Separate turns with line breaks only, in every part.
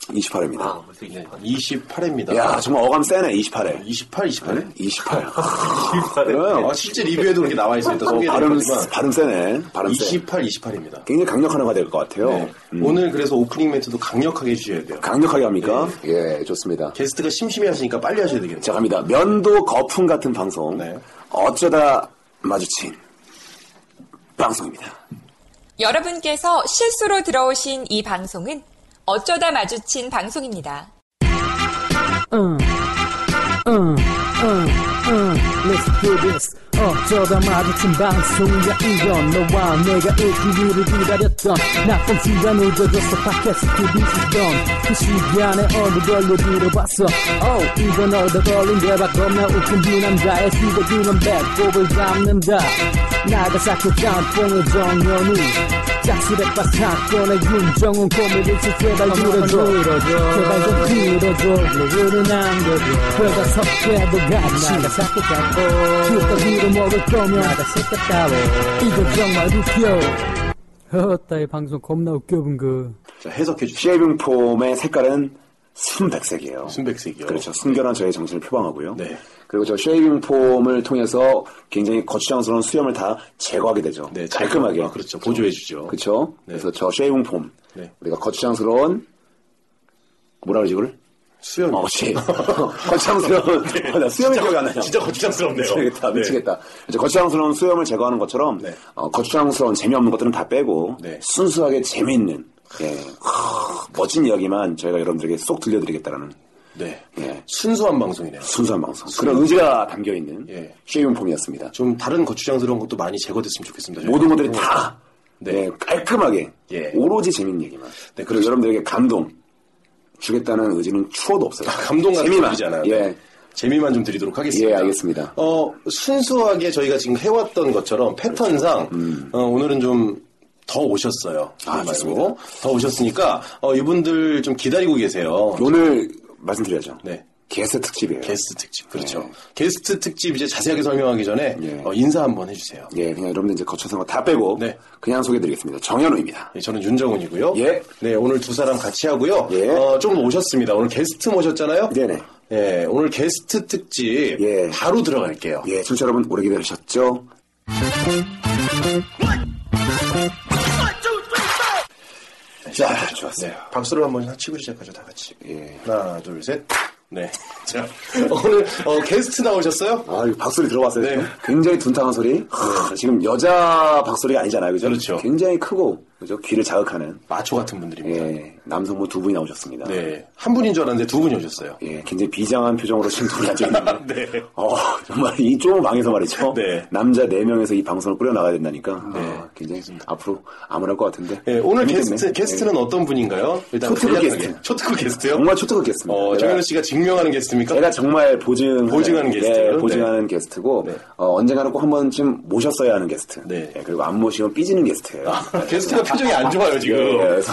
28회입니다.
아, 28회입니다.
야, 정말 어감 세네, 28회.
28, 28회?
28.
아, 실제 리뷰에도 그렇게 나와 있어요. 일단 소개해
발음,
드리지만
발음 세네. 발음 세.
28, 28입니다.
굉장히 강력한 화가 될 것 같아요. 음.
네. 오늘 그래서 오프닝 멘트도 강력하게 해주셔야 돼요.
강력하게 합니까? 예, 좋습니다.
게스트가 심심해 하시니까 빨리 하셔야 되겠네요.
자, 갑니다. 면도 거품 같은 방송.
네.
어쩌다 마주친 방송입니다.
여러분께서 실수로 들어오신 이 방송은 어쩌다 마주친 방송입니다.
Let's do this 어쩌다 마주친 방송이야 이건 너와 내가 일주일을 기다렸던 나쁜 시간 늦어져서 팟캐스트 뒤지던 그 시간에 어느 걸로 들어봤어 oh, 이건 얻어 걸린 대박 겁나 웃긴 두 남자의 시대기는 배꼽을 잡는다 나가사키 짬뽕의 정연우 짝수레빠 사건의 윤정훈 코미디스 제발 들어줘 제발 좀 들어줘 노래는 안 거죠 회가 석회도 같이 나가사키 짬뽕 죽다기로 먹을 거면 나가사키 따로 이거 정말 웃겨 허허따 이 방송 겁나 웃겨 그. 본거
자, 해석해 주시죠.
쉐이빙 폼의 색깔은 순백색이에요.
순백색이요.
그렇죠. 순결한 저의 정신을 표방하고요.
네.
그리고 저 쉐이빙 폼을 통해서 굉장히 거추장스러운 수염을 다 제거하게 되죠.
네, 제거.
깔끔하게.
아, 그렇죠. 보조해 주죠.
그렇죠. 그래서 저 쉐이빙 폼.
네.
우리가 거추장스러운 뭐라 그러지 그걸?
수염.
어, 씨. 거추장스러운 아, 나 수염이 기억이 안 나요.
아, 네. 진짜 거추장스럽네요.
미치겠다,
네.
미치겠다. 이제 거추장스러운 수염을 제거하는 것처럼
네.
어, 거추장스러운 재미없는 것들은 다 빼고
네.
순수하게 재미있는 예, 하, 멋진 이야기만 저희가 여러분들에게 쏙 들려드리겠다라는
네.
예,
순수한 방송이네요.
순수한 방송 그런 의지가 담겨 있는
예.
쉐이용폼이었습니다.
좀 다른 거추장스러운 것도 많이 제거됐으면 좋겠습니다. 저희
모든 분들이
방송은.
다
네.
예, 깔끔하게
예.
오로지 재밌는 얘기만.
네,
그리고
그렇죠.
여러분들에게 감동 주겠다는 의지는 추호도 없어요.
아, 감동 같은
재미만.
분이잖아요.
예,
재미만 좀 드리도록 하겠습니다.
예, 알겠습니다.
어, 순수하게 저희가 지금 해왔던 것처럼 패턴상 어, 오늘은 좀 더 오셨어요.
음. 아,
말고.
좋습니다.
더 오셨으니까 어, 이분들 좀 기다리고 계세요.
오늘 말씀드려야죠.
네.
게스트 특집이에요.
게스트 특집 그렇죠.
네.
게스트 특집 이제 자세하게 설명하기 전에
예.
어, 인사 한번 해주세요.
예, 그냥 여러분들 이제 거쳐서 거다 빼고
네.
그냥 소개드리겠습니다. 정현우입니다.
네, 저는 윤정훈이고요.
예.
네, 오늘 두 사람 같이 하고요.
예.
어, 좀 오셨습니다. 오늘 게스트 모셨잖아요.
네네.
예, 오늘 게스트 특집
예.
바로 들어갈게요.
예, 청취자 여러분 오래 기다리셨죠?
자,
좋았어요.
네, 박수를 한번 치고 시작하죠, 다 같이.
예.
하나, 둘, 셋. 네. 자, 오늘 어, 게스트 나오셨어요?
아, 이거 박소리 들어봤어요.
네.
지금? 굉장히 둔탁한 소리. 하, 지금 여자 박소리가 아니잖아요, 그죠?
그렇죠.
굉장히 크고 그죠? 귀를 자극하는
마초 같은 분들입니다.
예, 남성분 두 분이 나오셨습니다.
네, 한 분인 줄 알았는데 두 분이 오셨어요.
예, 굉장히 비장한 표정으로 지금 둘이 앉아 있는데.
네.
어, 정말 이 좁은 방에서 말이죠.
네.
남자 네 명에서 이 방송을 꾸려 나가야 된다니까. 아, 굉장히 앞으로 암울할 것 같은데.
예, 오늘
재밌겠네.
게스트 게스트는 어떤 분인가요? 일단
초특급
간략하게.
게스트.
초특급
예.
게스트요?
정말 초특급겠습니다.
어, 정현우 씨가 증명하는 게스트입니까?
제가 정말 보증
보증하는
네,
게스트예요?
보증하는 게스트고
네.
어, 언젠가는 꼭 한 번쯤 모셨어야 하는 게스트.
네.
예, 그리고 안 모시면 삐지는 게스트예요.
게스트가 표정이 안 좋아요 지금. 어, 네.
예, 그래서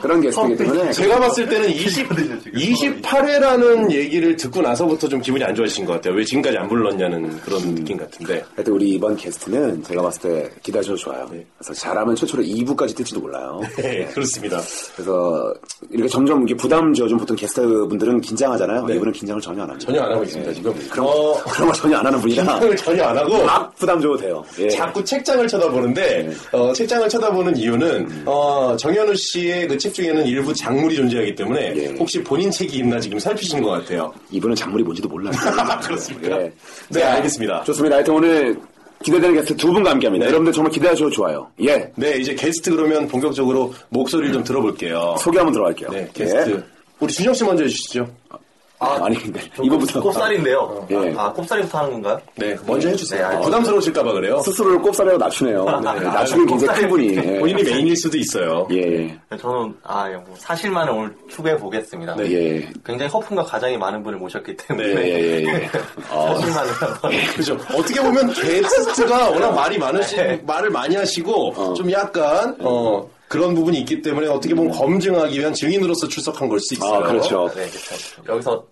그런 게스트이기 때문에
제가 봤을 때는 20, 28회라는 얘기를 듣고 나서부터 좀 기분이 안 좋아지신 것 같아요. 왜 지금까지 안 불렀냐는 그런 느낌 같은데.
하여튼 우리 이번 게스트는 제가 봤을 때 기다려줘도 좋아요. 그래서 잘하면 최초로 2부까지 뜰지도 몰라요. 예.
네, 그렇습니다.
그래서 이렇게 점점 이렇게 부담 지어준 보통 게스트분들은 긴장하잖아요.
네.
이분은 긴장을 전혀 안 합니다.
전혀 안 하고 있습니다, 지금.
네. 그런,
어.
거, 그런 거 전혀 안 하는 분이라
긴장을 전혀 안 하고
막 부담 줘도 돼요. 예. 네.
자꾸 책장을 쳐다보는데 어, 책장을 쳐다보는 이유는
음.
어, 정현우 씨의 그 책 중에는 일부 작물이 존재하기 때문에
예.
혹시 본인 책이 있나 지금 살피신 것 같아요.
이분은 작물이 뭔지도 몰라요.
그렇습니까?
예.
네, 알겠습니다.
좋습니다. 하여튼 오늘 기대되는 게스트 두 분과 함께 합니다. 여러분들 정말 기대하셔도 좋아요. 예.
네, 이제 게스트 그러면 본격적으로 목소리를 좀 들어볼게요.
소개 한번 들어갈게요.
네, 게스트
예.
우리 준영 씨 먼저 해주시죠.
아, 니 근데 이거부터
꼽살인데요. 아,
예.
아, 꼽살이부터 하는 건가요?
네, 먼저 해주세요.
네,
아, 부담스러우실까봐 그래요.
스스로를 꼽사리로 낮추네요. 네, 낮추는 굉장히 큰 분이. 예.
아, 본인이 메인일 수도 있어요.
예, 예.
저는 아, 예, 뭐 사실만을 오늘 추구해 보겠습니다.
네, 예.
굉장히 허풍과 가장이 많은 분을 모셨기 때문에
네,
예, 예, 예.
사실만을 한번
그죠. 어떻게 보면 게스트가 워낙 말이 많으시,
네.
말을 많이 하시고, 좀 약간, 어, 그런 부분이 있기 때문에 어떻게 보면 검증하기 위한 증인으로서 출석한 걸 수 있어요.
아, 그렇죠.
네, 그렇죠. 여기서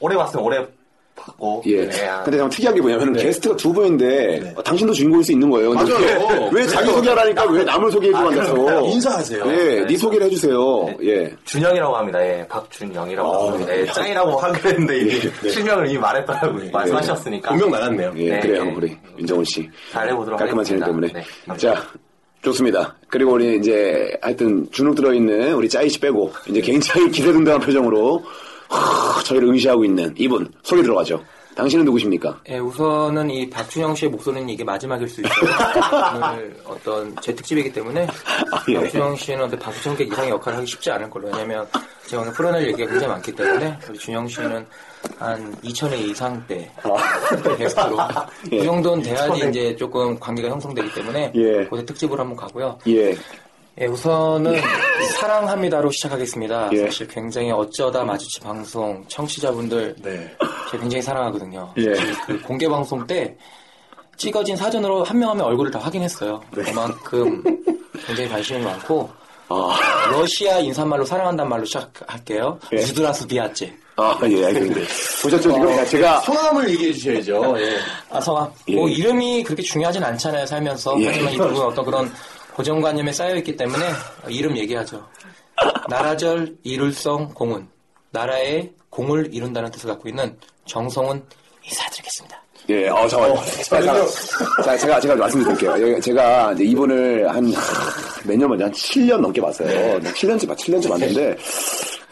오래 봤으면 오래 봤고
음. 예.
네, 아,
근데 참 특이한 게 뭐냐면 게스트가 두 분인데
네.
어, 당신도 주인공일 수 있는 거예요. 근데
어.
맞아요.
왜, 왜 자기 소개하라니까 왜 남을 소개해주고 앉아서.
그럼요. 인사하세요.
예, 네, 소개를 해주세요. 예.
아, 준영이라고 합니다. 예, 박준영이라고
아,
합니다. 예,
네.
짱이라고 하기로 했는데 이미 실명을 이미 말했더라고요. 말씀하셨으니까
분명 나갔네요.
예,
네,
그래요.
네.
우리 윤정훈 씨.
잘해보도록
깔끔한 진행
하겠습니다.
때문에.
네,
자,
감사합니다.
좋습니다. 그리고 우리 이제 하여튼 주눅 들어있는 우리 짜이씨 빼고 이제
네.
굉장히 기대등등한 표정으로 하, 저희를 응시하고 있는 이분 소개 들어가죠. 당신은 누구십니까?
예, 우선은 이 박준영 씨의 목소리는 이게 마지막일 수 있어요. 오늘 어떤 제 특집이기 때문에
예.
박준영 씨는 어떤 방청객 이상의 역할을 하기 쉽지 않을 걸로. 왜냐면 제가 오늘 풀어낼 얘기가 굉장히 많기 때문에 우리 준영 씨는 한 2천회 이상대
아.
게스트로 이 정도는 돼야지 이제 조금 관계가 형성되기 때문에
예.
그곳에 특집으로 한번 가고요.
예.
예, 우선은 사랑합니다로 시작하겠습니다.
예.
사실 굉장히 어쩌다 마주친 방송 청취자분들
네.
제가 굉장히 사랑하거든요.
예.
그 공개 방송 때 찍어진 사진으로 한 명 한 명 얼굴을 다 확인했어요.
네.
그만큼 굉장히 관심이 많고
아.
러시아 인사말로 사랑한다는 말로 시작할게요.
예.
유드라스 비아제.
아, 예, 알겠습니다. 보셨죠? 지금 자체가
성함을 어, 얘기해 주셔야죠. 예.
아 성함.
예.
뭐 이름이 그렇게 중요하진 않잖아요 살면서.
예.
하지만 이분은 어떤 그런 고정관념에 쌓여 있기 때문에 이름 얘기하죠. 나라절 이룰성 공훈. 나라의 공을 이룬다는 뜻을 갖고 있는 정성훈 인사드리겠습니다.
예, 어, 잠깐만. 자, 잠깐만. 자, 제가, 제가 말씀드릴게요. 예, 제가 이제 이분을 한, 몇 년 만에 한 7년 넘게 봤어요. 네, 7년째, 아, 7년째 봤는데,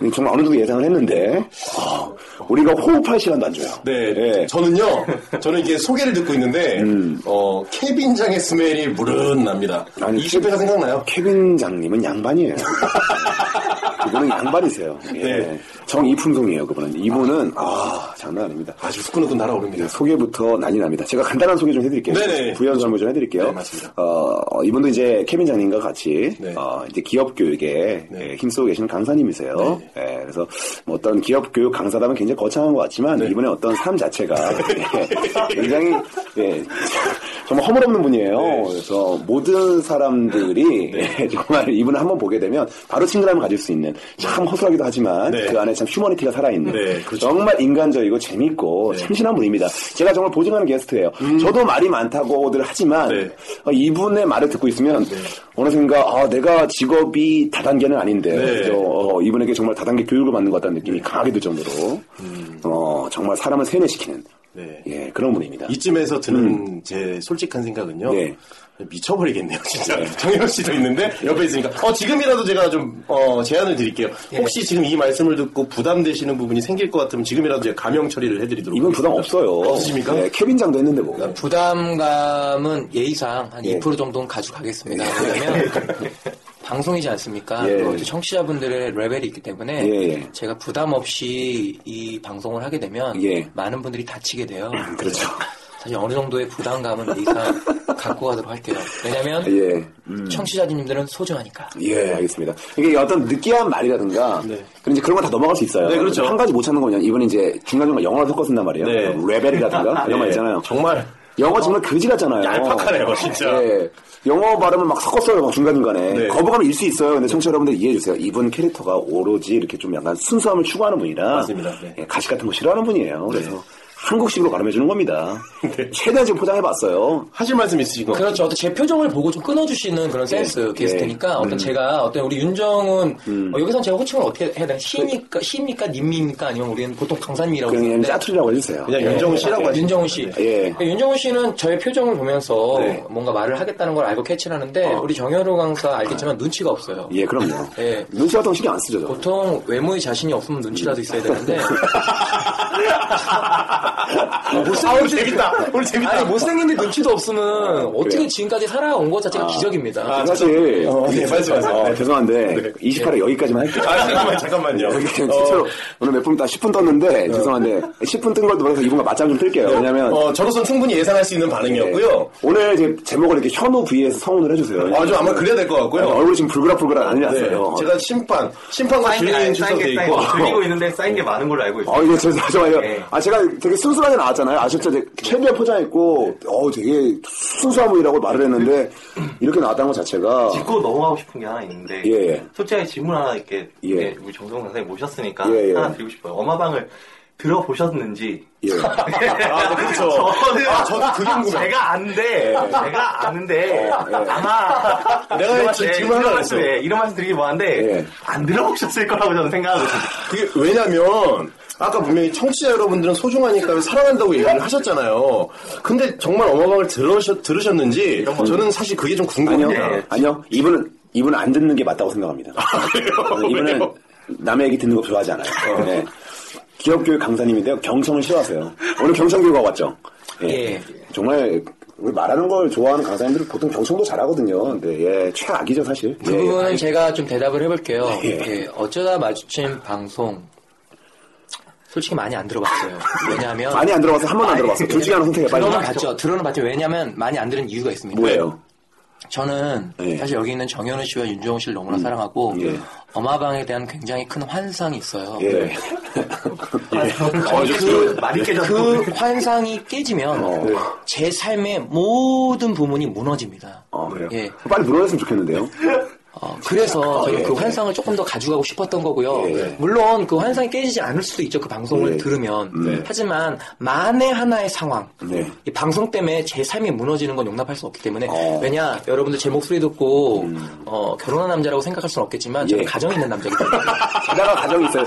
음, 정말 어느 정도 예상을 했는데, 아, 우리가 호흡할 시간도 안 줘요.
네,
예.
저는요, 저는 이게 소개를 듣고 있는데, 어, 케빈장의 스멜이 물은 납니다.
음. 아니,
20회가 생각나요?
케빈장님은 양반이에요. 그분은 양반이세요. 예.
네.
정이품송이에요, 그분은. 이분은, 아, 장난 아닙니다.
아주 후끈후끈 날아오릅니다.
소개부터 난이 납니다. 제가 간단한 소개 좀 해드릴게요.
네네.
부연 설명 좀 해드릴게요.
네, 맞습니다.
어, 이분도 이제 케빈 장님과 같이
네.
어, 이제 기업 교육에
네.
예, 힘쓰고 계시는 강사님이세요. 예, 그래서 뭐 어떤 기업 교육 강사라면 굉장히 거창한 것 같지만
네.
이분의 어떤 삶 자체가 예, 굉장히 예, 정말 허물없는 분이에요.
네.
그래서 모든 사람들이 예, 정말 이분을 한번 보게 되면 바로 친근함을 가질 수 있는 참 허술하기도 하지만
네.
그 안에 참 휴머니티가 살아있는
네, 그렇죠.
정말 인간적이고
네.
재밌고 참신한 분입니다. 제가 정말 보증하는 게스트예요. 저도 말이 많다고들 하지만
음. 네.
어, 이분의 말을 듣고 있으면 어느샌가 아, 내가 직업이 다단계는 아닌데
네.
그죠? 어, 이분에게 정말 다단계 교육을 받는 것 같다는 느낌이 강하게 들 정도로 어, 정말 사람을 세뇌시키는
음. 네.
예, 그런 분입니다.
이쯤에서 드는 제 솔직한 생각은요.
음. 네.
미쳐버리겠네요, 진짜. 정현 씨도 있는데, 옆에 있으니까. 어, 지금이라도 제가 좀, 어, 제안을 드릴게요. 혹시 지금 이 말씀을 듣고 부담되시는 부분이 생길 것 같으면 지금이라도 제가 감형 처리를 해드리도록
이분 부담
하겠습니다.
없어요.
없으십니까? 아,
예, 케빈장도 했는데 뭐.
부담감은 예의상 한
예.
2% 정도는 가져가겠습니다. 왜냐면 방송이지 않습니까?
예.
그리고 또 청취자분들의 레벨이 있기 때문에
예, 예.
제가 부담 없이 이 방송을 하게 되면
예.
많은 분들이 다치게 돼요.
그렇죠.
사실 어느 정도의 부담감은 예의상 갖고 가도록 할게요. 왜냐면
예.
음.
청취자님들은 소중하니까.
예, 알겠습니다. 이게 어떤 느끼한 말이라든가, 그런 이제 그런 건 다 넘어갈 수 있어요.
네, 그렇죠.
한 가지 못 찾는 거냐. 이번에 이제 중간중간 영어를 섞어 쓴단 말이에요. 그러니까
네.
레벨이라든가, 이런 말
예,
있잖아요.
정말
영어 정말 그지 같잖아요.
얄팍하네요, 진짜.
예. 영어 발음을 막 섞었어요, 막 중간중간에.
네.
거부감이 일 수 있어요. 근데 청취자 여러분들 이해해주세요. 이분 캐릭터가 오로지 이렇게 좀 약간 순수함을 추구하는 분이라.
맞습니다. 네.
예, 가식 같은 거 싫어하는 분이에요. 그래서 한국식으로 발음해주는 겁니다.
네.
최대한 지금 포장해봤어요.
하실 말씀 있으신 것
그렇죠. 어떤 제 표정을 보고 좀 끊어주시는
네.
그런 센스
예.
게스트니까
음.
어떤 제가 어떤 우리 윤정은 어, 여기서 제가 호칭을 어떻게 해야 되나 시입니까 시입니까 님입니까 아니면 우리는 보통 강사님이라고
그냥
하는데 예.
짜투리라고 해주세요.
어, 네. 그냥 윤정훈 씨라고 하시죠.
윤정훈 씨.
예.
그러니까 윤정훈 씨는 저의 표정을 보면서
네. 어.
뭔가 말을 하겠다는 걸 알고 캐치를 하는데 우리 정현호 강사 알겠지만 눈치가 없어요.
예, 그럼요.
예.
눈치 같은 거 신경 안 쓰죠. 저.
보통 외모에 자신이 없으면 눈치라도 있어야 되는데
아, 오늘 재밌다. 오늘 재밌다.
아니 못생긴데 눈치도 없으면 음, 어떻게
그래요?
지금까지 살아온 것 자체가 기적입니다.
아,
사실
어, 네, 말씀하세요.
어,
네.
죄송한데 28회 여기까지만 할게요.
아, 어. 잠깐만, 잠깐만요.
네, 진짜로 오늘 몇 분 있다 10분 떴는데 죄송한데 10분 뜬 걸 돌아서 이분과 맞짱 좀 뜰게요. 왜냐면 네.
어, 저로선 충분히 예상할 수 있는 반응이었고요.
오늘 이제 제목을 이렇게 현우 vs 성훈을 해주세요. 네,
아주 아마 그래야 될 것 같고요.
얼굴 지금 불그락불그락 난리
네,
났어요.
제가 심판, 심판과
사인
주인
게 사인
추석돼
게
있고.
들리고 있는데 사인 게 많은 걸로 알고 있어요.
아, 이거 죄송해요.
네.
아, 제가 되게 순수하게 나왔잖아요. 아, 진짜 되게 캐비어 포장했고, 어 되게 순수한 분이라고 말을 했는데, 이렇게 나왔다는 것 자체가.
짚고 넘어가고 싶은 게 하나 있는데
예, 예.
솔직하게 질문 하나 이렇게
예.
네, 우리 정성 선생님 모셨으니까
예, 예.
하나 드리고 싶어요. 엄마방을 들어보셨는지
예.
아, 그렇죠.
저는
아, 저도 그게 궁금해요.
제가 안데 제가 아는데 아마
내가
이런
지금 네.
말-
질문 하나
이런
했어.
말씀, 예, 이런 말씀 드리기 뭐한데
예.
안 들어보셨을 거라고 저는 생각하고 있어요.
그게 왜냐면 아까 분명히 청취자 여러분들은 소중하니까 사랑한다고 얘기를 하셨잖아요. 근데 정말 어마방을 들으셨, 들으셨는지 저는 사실 그게 좀
아니요.
궁금해요.
아니요. 이분은, 이분은 안 듣는 게 맞다고 생각합니다.
네. 아,
네,
그래요?
이분은
왜요? 어.
남의 얘기 듣는 거 좋아하지 않아요. 네. 기업교육 강사님인데요. 경성을 싫어하세요. 오늘 경성교육과 왔죠?
예.
정말, 우리 말하는 걸 좋아하는 강사님들은 보통 경성도 잘하거든요. 네, 예. 최악이죠, 사실.
그
예,
부분은
아니,
제가 좀 대답을 해볼게요.
예.
예, 어쩌다 마주친 방송 솔직히 많이 안 들어봤어요. 왜냐하면
많이 안 들어봤어. 한 번도 안 들어봤어. 둘 중에 하나 선택해, 빨리.
들어는 봤죠. 들어는 봤죠. 왜냐하면 많이 안 들은 이유가 있습니다.
뭐예요?
저는
예.
사실 여기 있는 정현우 씨와 윤종호 씨를 너무나 사랑하고
예.
어마방에 대한 굉장히 큰 환상이 있어요.
네.
예.
그 많이 깨졌고
그 환상이 깨지면 제 삶의 모든 부분이 무너집니다.
어, 그래요?
예.
빨리 물어냈으면 좋겠는데요.
어,
아,
그래서
예,
저는 그 환상을 조금 더 가져가고 싶었던 거고요. 물론 그 환상이 깨지지 않을 수도 있죠. 그 방송을
네.
들으면.
네.
하지만 만에 하나의 상황.
네.
이 방송 때문에 제 삶이 무너지는 건 용납할 수 없기 때문에
어. 음.
왜냐 여러분들 제 목소리 듣고 어, 결혼한 남자라고 생각할 수는 없겠지만 저는
예.
가정이 있는 남자이기 때문에
게다가 가정이 있어요.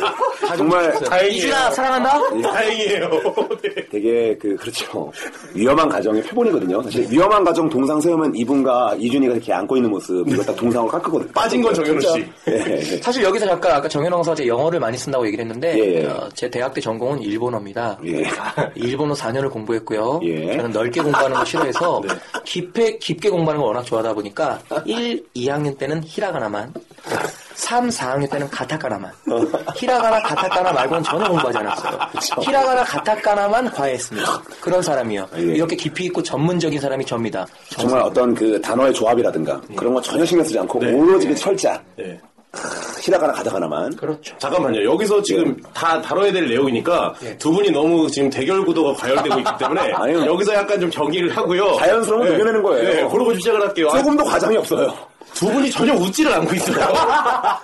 정말 예.
다행이에요.
이준아 사랑한다?
다행이에요. 네.
되게 그 그렇죠 위험한 가정의 표본이거든요. 사실 위험한 가정 동상 세우면 이분과 이준이가 이렇게 안고 있는 모습 이거 딱 동상으로 깎거든요.
빠진 건 정현우 씨.
진짜. 예, 예.
사실 여기서 잠깐 아까 정현왕사제 영어를 많이 쓴다고 얘기를 했는데
예, 예.
어, 제 대학 때 전공은 일본어입니다.
예.
일본어 4년을 공부했고요.
예. 네.
저는 넓게 공부하는 거 싫어해서 깊게 깊게 공부하는 걸 워낙 좋아하다 보니까 1, 2학년 때는 히라가나만 3, 4학년 때는 가타카나만 히라가나 가타카나 말고는 전혀 공부하지 않았어요. 히라가나 가타카나만 과외했습니다. 그런 사람이요.
예.
이렇게 깊이 있고 전문적인 사람이 접니다.
정말 어떤 그 단어의 조합이라든가 그런 거 전혀 신경 쓰지 않고 오로지 그 철자
네.
히라가나 가다가나만
그렇죠.
잠깐만요. 여기서 지금
네.
다 다뤄야 될 내용이니까 두 분이 너무 지금 대결 구도가 과열되고 있기 때문에
아니요.
여기서 약간 좀 경기를 하고요.
자연스러운 걸 녹여내는 거예요.
네, 그러고 시작을 할게요. 아,
조금도 과장이 없어요.
두 분이 전혀 웃지를 않고 있어요.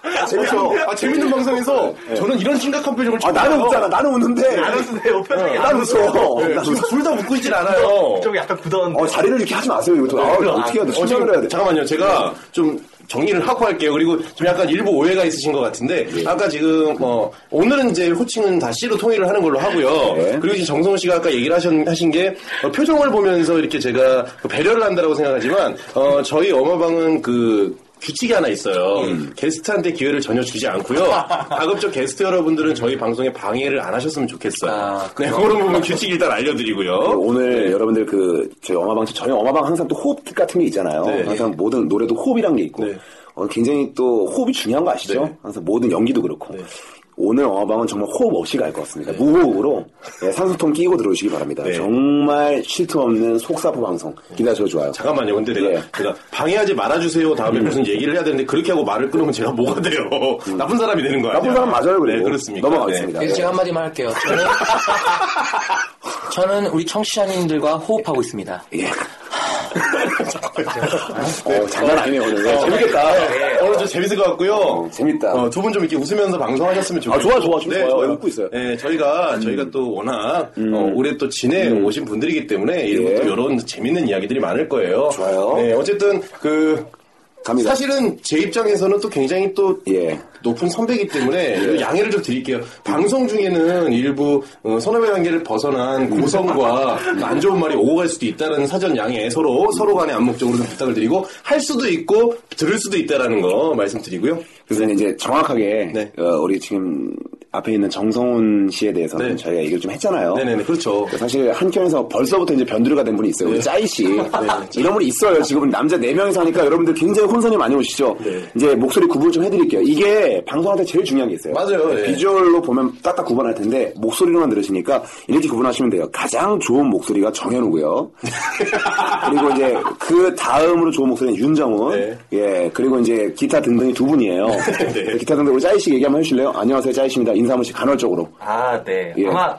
네.
재밌죠?
아, 재밌는 방송에서 저는 이런 심각한 표정을
아
처음
나는
봐요.
웃잖아. 나는 웃는데
나는 선생님 편하게
난 웃어.
네,
난
지금
웃어.
둘 다 웃고 있질 않아요.
좀 약간 굳었는데
어 자리를 이렇게 하지 마세요. 이거 또. 아, 어떻게 해야 돼?
어, 지금
충전을 해야 돼.
잠깐만요. 제가 좀 정리를 하고 할게요. 그리고 좀 약간 일부 오해가 있으신 것 같은데
예.
아까 지금 어, 오늘은 이제 호칭은 다 C로 통일을 하는 걸로 하고요.
네.
그리고 지금 정성호 씨가 아까 얘기를 하신게 어, 표정을 보면서 이렇게 제가 그 배려를 한다라고 생각하지만 어, 저희 어마방은 그 규칙이 하나 있어요.
음.
게스트한테 기회를 전혀 주지 않고요. 가급적 게스트 여러분들은 저희 방송에 방해를 안 하셨으면 좋겠어요.
아,
네, 그런 부분 규칙 일단
네,
알려드리고요.
오늘 여러분들 그 저희 어마방 저희 어마방 항상 또 호흡 팁 같은 게 있잖아요.
네.
항상 모든 노래도 호흡이란 게 있고
네.
어, 굉장히 또 호흡이 중요한 거 아시죠?
네.
항상 모든 연기도 그렇고 오늘 어마방은 정말 호흡 없이 갈 것 같습니다. 무호흡으로 예, 산소통 끼고 들어오시기 바랍니다.
네.
정말 쉴 틈 없는 속사포 방송 기대하셔도 좋아요.
잠깐만요. 근데 내가,
예.
내가 방해하지 말아주세요. 다음에 무슨 얘기를 해야 되는데 그렇게 하고 말을 끊으면 제가 뭐가 돼요? 나쁜 사람이 되는 거야.
음. 나쁜 사람 맞아요, 그리고.
네, 그렇습니까?
넘어가겠습니다.
그래서 제가 한마디만 할게요. 저는, 저는 우리 청취자님들과 호흡하고 있습니다.
예. 어, 장난 아니네요 오늘.
네. 어,
재밌겠다.
재밌겠다. 오늘 좀 재밌을 것 같고요.
음,
어,
재밌다.
두 분 좀 이렇게 웃으면서 방송하셨으면 좋겠어요.
아, 좋아, 좋아, 좋아. 좋아요. 웃고 있어요. 음.
네, 저희가, 저희가 또 워낙, 오 올해 또 지내 오신 분들이기 때문에, 이런 또 여러 재밌는 이야기들이 많을 거예요.
예. 좋아요.
네, 어쨌든, 그,
갑니다.
사실은 제 입장에서는 또 굉장히 또
예.
높은 선배이기 때문에 또 양해를 좀 드릴게요. 방송 중에는 일부 어, 선후배 관계를 벗어난 고성과 또안 좋은 말이 오고 갈 수도 있다는 사전 양해 서로 서로 간의 안목적으로 좀 부탁을 드리고 할 수도 있고 들을 수도 있다라는 거 말씀드리고요.
그래서 이제 정확하게
네.
어, 우리 지금 앞에 있는 정성훈 씨에 대해서는
네.
저희가 얘기를 좀 했잖아요.
네네네, 그렇죠.
사실 한켠에서 벌써부터 이제 변두리가 된 분이
네.
있어요. 우리 짜이 씨. 이런 분이 있어요. 지금 남자 4명이서 하니까 여러분들 굉장히 혼선이 많이 오시죠?
네.
이제 목소리 구분을 좀 해드릴게요. 이게 방송할 때 제일 중요한 게 있어요. 네,
맞아요, 예.
비주얼로 보면 딱딱 구분할 텐데 목소리로만 들으시니까 이렇게 구분하시면 돼요. 가장 좋은 목소리가 정현우고요. 그리고 이제 그 다음으로 좋은 목소리는 윤정훈.
네.
예, 그리고 이제 기타 등등이 두 분이에요. 기타 등등 우리 짜이 씨 얘기 한번 해주실래요? 안녕하세요, 짜이 씨입니다. 인사 한번 씩 간헐적으로.
아, 네.
예.
아마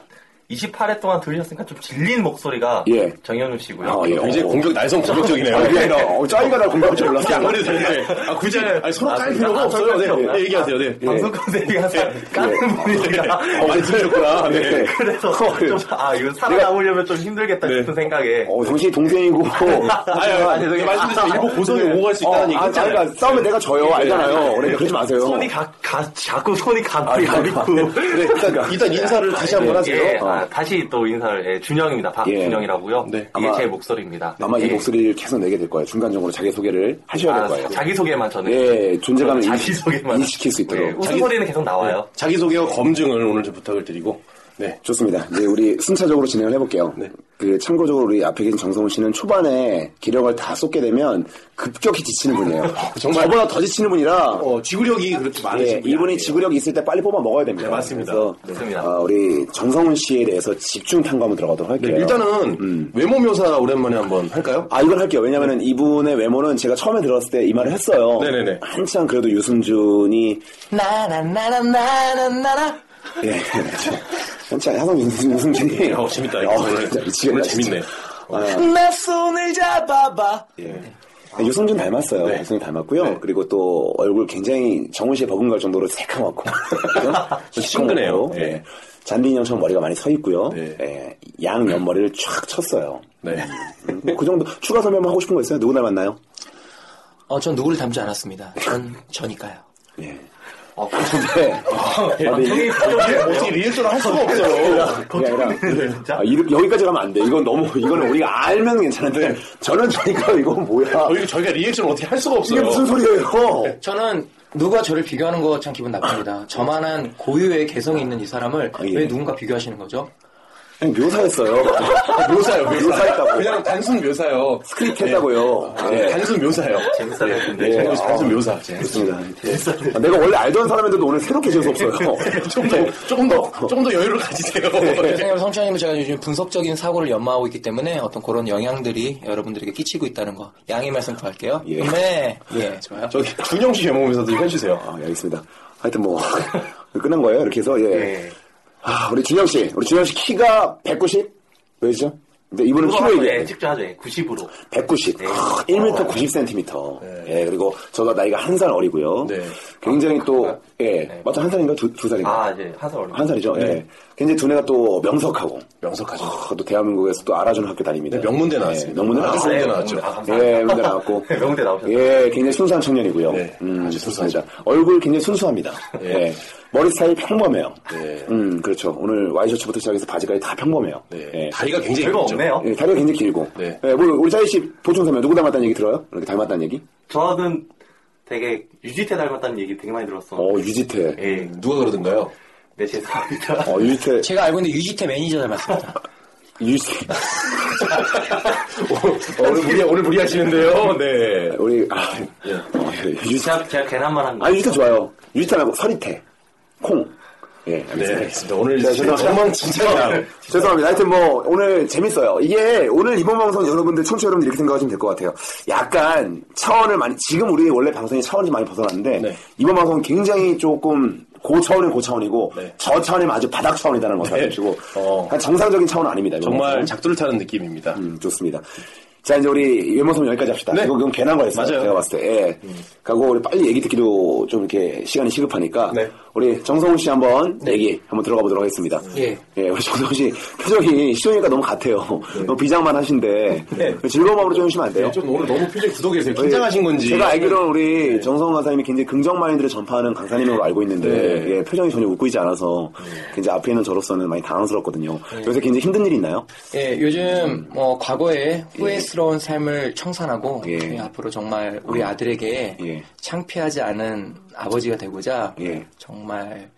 28회 동안 들으셨으니까 좀 질린 목소리가
예.
정현우 씨고요.
아, 예.
굉장히
어.
공격, 날성 공격적이네요.
아, 그게 아니라, 어, 짜이가 날 공격할 줄
이렇게 안
몰랐어요.
그래도 되는데. 아, 굳이, 아니, 서로 깔 필요가
아,
없어요. 네,
없나?
네, 얘기하세요. 네.
방송 컨셉이 항상 까는 분이니까.
어, 많이 들으셨구나. 네.
그래서 좀, 아, 이거 살아남으려면 좀 힘들겠다 싶은 그 생각에.
어, 당신이 동생이고.
아니, 아니, 아니, 아니, 말씀드린 일부 고성에 옹호할 수 있다는
어,
얘기
아,
했잖아요. 네.
짜이가 싸우면 내가 져요. 알잖아요. 그러니까 그러지 마세요.
손이 가, 가, 자꾸 손이 가고 가리고.
네, 일단, 일단 인사를 다시 한번 하세요. 어.
예, 아, 다시 또 인사를, 예, 준영입니다. 박준영이라고요.
네.
이게
아마-
제 목소리입니다.
아마
예.
이 목소리를 계속 내게 될 거예요. 중간적으로 자기소개를 하셔야 될
아,
거예요.
자기소개만 저는.
예, 존재감을
자기소개만.
인식시킬 수
네,
있도록.
예, 웃음소리는 계속 나와요.
자기소개와 검증을 오늘 좀 부탁을 드리고. 네.
좋습니다. 이제 우리 순차적으로 진행을 해볼게요.
네.
그 참고적으로 우리 앞에 계신 정성훈 씨는 초반에 기력을 다 쏟게 되면 급격히 지치는 분이에요.
정말.
저보다 더 지치는 분이라
어, 지구력이 그렇게 많으신
예,
분이
이분이
아니에요.
지구력이 있을 때 빨리 뽑아 먹어야 됩니다.
네, 맞습니다.
그래서,
맞습니다.
어, 우리 정성훈 씨에 대해서 집중 탐구 한번 들어가도록
네,
할게요.
일단은 외모 묘사 오랜만에 한번 할까요?
아 이걸 할게요. 왜냐면은 이분의 외모는 제가 처음에 들었을 때 이 말을 했어요.
네네네.
한창 그래도 유승준이
나나나나나나나
예. 한창 한창 유승- 유승준이
어, 재밌다.
어, 진짜 미치겠다.
오늘
진짜. 아,
재밌네.
내 손을 잡아봐
예.
네, 유승준 닮았어요.
네.
유승준 닮았고요. 그리고 또 얼굴 굉장히 정훈 씨에 버금갈 정도로 새까맣고 그죠?
친근해요.
새까맣고,
네.
예. 잔디 형처럼 머리가 많이 서 있고요.
네.
예, 양 옆머리를 촥 쳤어요.
네.
음, 그 정도 추가 설명 하고 싶은 거 있어요? 누구 닮았나요?
어, 전 누구를 닮지 않았습니다 전 저니까요
예.
어, 근데
네. 아, 네.
되게
어떻게 리액션을 할 수가 없어요.
그게 아니라
진짜?
아, 이렇게- 여기까지 가면 안 돼. 이건 너무 이거는 우리가 알면
네.
괜찮은데 저는 저니까 이거 뭐야?
저희, 저희가 리액션을 어떻게 할 수가 아, 없어요. 네.
이게 무슨 소리예요?
저는 누가 저를 비교하는 거 참 기분 나쁩니다 저만한 고유의 개성이 있는 이 사람을
아, 그렇죠. 예.
왜 누군가 비교하시는 거죠?
그냥 묘사였어요. 묘사요. 묘사했다고.
그냥 단순 묘사요.
스크립트 했다고요.
아,
예.
단순 묘사요.
재밌어요. 근데
예.
단순, 단순
아,
묘사.
좋습니다. 예. 아, 내가 원래 알던 사람인데도 오늘 새롭게 재수 없어요.
조금
네.
더, 조금 더, 조금 더 여유를 가지세요.
선생님, 성찬님은 제가 요즘 분석적인 사고를 연마하고 있기 때문에 어떤 그런 영향들이 여러분들에게 끼치고 있다는 거 양해 말씀 구할게요.
예.
네. 예, 좋아요.
저기, 준영 씨 외모면서도 해주세요.
아, 예, 알겠습니다. 하여튼 뭐 끝난 거예요. 이렇게 해서 예.
네.
아, 우리 준영 씨, 우리 준영 씨 키가 190? 왜죠? 근데 이분은 키로
프로 예,
얘기해.
직조하죠. 예, 90으로.
190.
네.
아, 1m 90cm. 예, 그리고 저가 나이가 한 살 어리고요.
네. 아,
굉장히 또, 예. 맞죠? 한 살인가? 두, 두 살인가?
네.
아, 이제 한살 얼마.
한 살이죠? 예. 굉장히 두뇌가 또 명석하고.
명석하죠.
아, 또 대한민국에서 또 알아주는 학교 다닙니다. 예,
네, 명문대 나왔습니다.
명문대
아,
나왔어요.
명문대
나왔죠. 아, 감사합니다.
예, 명문대 나왔고.
명대 나오셨어요.
예, 굉장히 순수한 청년이고요.
네, 아주 순수하죠.
맞습니다. 얼굴 굉장히 순수합니다.
예.
예. 머리 스타일 평범해요.
네.
음, 그렇죠. 오늘 와이셔츠부터 시작해서 바지까지 다 평범해요.
네.
예.
다리가 굉장히
별거
길죠.
없네요.
예, 다리가 굉장히 길고.
네.
예, 물론 우리 짜이 씨 보충 설명 누구 닮았다는 얘기 들어요? 이렇게 닮았다는 얘기?
저는 되게 유지태 닮았다는 얘기 되게 많이 들었어.
어, 유지태.
예.
누가 그러던가요?
네, 죄송합니다.
어, 유지태.
제가 알고 있는 유지태 매니저 닮았습니다.
유지태.
오늘 무리, 오늘 무리하시는데요. 네.
우리, 아, 어, 예, 유지태.
제가, 제가 계란만 한 거.
아, 유지태 좋아요. 유지태 말고 서리태. 콩. 예,
네,
알겠습니다.
알겠습니다. 오늘
네, 죄송합니다.
정말 진짜
죄송합니다. 하여튼 뭐, 오늘 재밌어요. 이게, 오늘 이번 방송 여러분들, 청취자 여러분들 이렇게 생각하시면 될 것 같아요. 약간, 차원을 많이, 지금 우리 원래 방송이 차원이 많이 벗어났는데,
네.
이번 방송은 굉장히 조금, 고차원의 고차원이고,
네.
저차원의 아주 바닥 차원이라는 것을
네.
알려주고,
어.
한 정상적인 차원 은 아닙니다. 이번
정말
방송은.
작두를 타는 느낌입니다.
음, 좋습니다. 자, 이제 우리 외모섬 여기까지 합시다.
네.
이거 그럼 괜한 거였어요.
맞아요. 음.
제가 봤을 때. 예. 그리고 우리 빨리 얘기 듣기도 좀 이렇게 시간이 시급하니까.
네.
우리 정성훈 씨 한번 얘기 한번 들어가 보도록 하겠습니다.
예.
우리 정성훈 씨 표정이 시원이가 너무 같아요. 너무 비장만 하신데. 그 즐거운 마음으로 좀 해주시면 안 돼요?
네. 좀 오늘 너무 표정이 구독해서 긴장하신 건지.
제가 알기로는 우리 정성훈 강사님이 굉장히 긍정 마인드를 전파하는 강사님으로 알고 있는데
네.
예, 표정이 전혀 웃고 있지 않아서 굉장히 앞에 있는 저로서는 많이 당황스럽거든요.
네.
요새 굉장히 힘든 일이 있나요?
예, 요즘 뭐 과거에 후회스러운 삶을 청산하고
예.
예, 앞으로 정말 우리 아들에게
예.
창피하지 않은 아버지가 되고자
예.
정말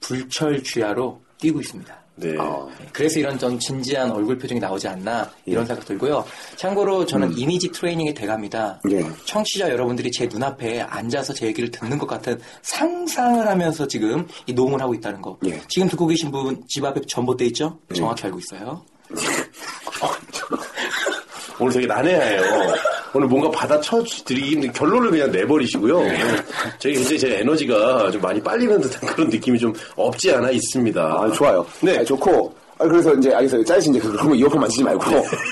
불철주야로 뛰고 있습니다.
네.
그래서 이런 좀 진지한 얼굴 표정이 나오지 않나 이런
예.
생각 들고요. 참고로 저는 이미지 트레이닝이 돼갑니다.
음. 예.
청취자 여러분들이 제 눈앞에 앉아서 제 얘기를 듣는 것 같은 상상을 하면서 지금 이 녹음을 하고 있다는 거.
예.
지금 듣고 계신 분 집 앞에 전봇대 있죠? 정확히 알고 있어요.
오늘 되게 난해해요. 오늘 뭔가 받아쳐드리긴 결론을 그냥 내버리시고요.
네.
저희 굉장히 제 에너지가 좀 많이 빨리는 듯한 그런 느낌이 좀 없지 않아 있습니다.
아, 좋아요.
네.
아, 좋고. 아, 그래서 이제 알겠어요. 짜이씨 이제 그러면 이어폰 만지지 말고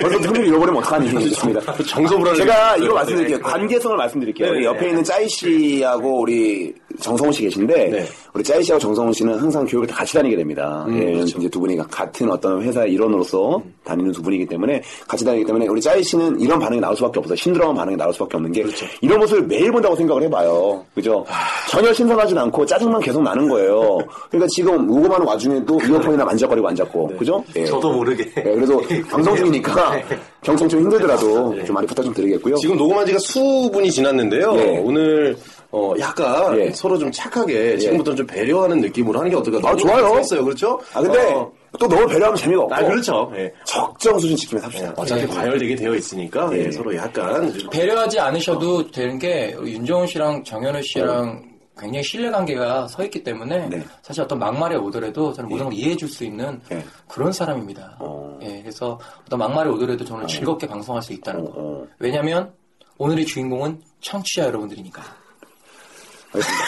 벌써 흥미를 잃어버리면 어떡하니 좋습니다.
네. 정서불안을 네.
제가
느꼈어요. 네,
이거 말씀드릴게요. 관계성을 말씀드릴게요.
네,
우리 옆에 있는 짜이 씨하고 우리 정성훈 씨 계신데
네.
우리 짜이 씨하고 정성훈 씨는 항상 교육을 다 같이 다니게 됩니다.
음,
예,
그렇죠.
이제 두 분이 같은 어떤 회사의 일원으로서 다니는 두 분이기 때문에 같이 다니기 때문에 우리 짜이 씨는 이런 반응이 나올 수밖에 없어요. 힘들어하는 반응이 나올 수밖에 없는 게
그렇죠.
이런 모습을 매일 본다고 생각을 해봐요. 그죠? 전혀 신선하진 않고 짜증만 계속 나는 거예요. 그러니까 지금 우고하는 와중에도 이어폰이나 만져거리고 앉았고 그죠? 예.
네. 저도 모르게. 네.
예, 그래서 방송 중이니까 경청 좀 힘들더라도 좀 많이 부탁 좀 드리겠고요.
지금 녹음한 지가 수분이 지났는데요.
예.
오늘 어 약간
예.
서로 좀 착하게 지금부터는 좀 배려하는 느낌으로 하는 게 어떨까?
아, 좋아요.
있어요, 그렇죠?
아 근데 어.
어,
또 너무 배려하면 재미가 없고
아 그렇죠. 예.
적정 수준 지키면 삽시다. 네.
어차피 과열되게 되어 있으니까
예.
예, 서로 약간 좀
배려하지 않으셔도 되는 게 우리 윤정훈 씨랑 정현우 씨랑 굉장히 신뢰 관계가 서 있기 때문에
네.
사실 어떤 막말에 오더라도 저는 모든 걸 이해해 줄 수 있는
예.
그런 사람입니다.
어.
예, 그래서 어떤 막말에 오더라도 저는 즐겁게 방송할 수 있다는 거.
어.
왜냐하면 오늘의 주인공은 청취자 여러분들이니까.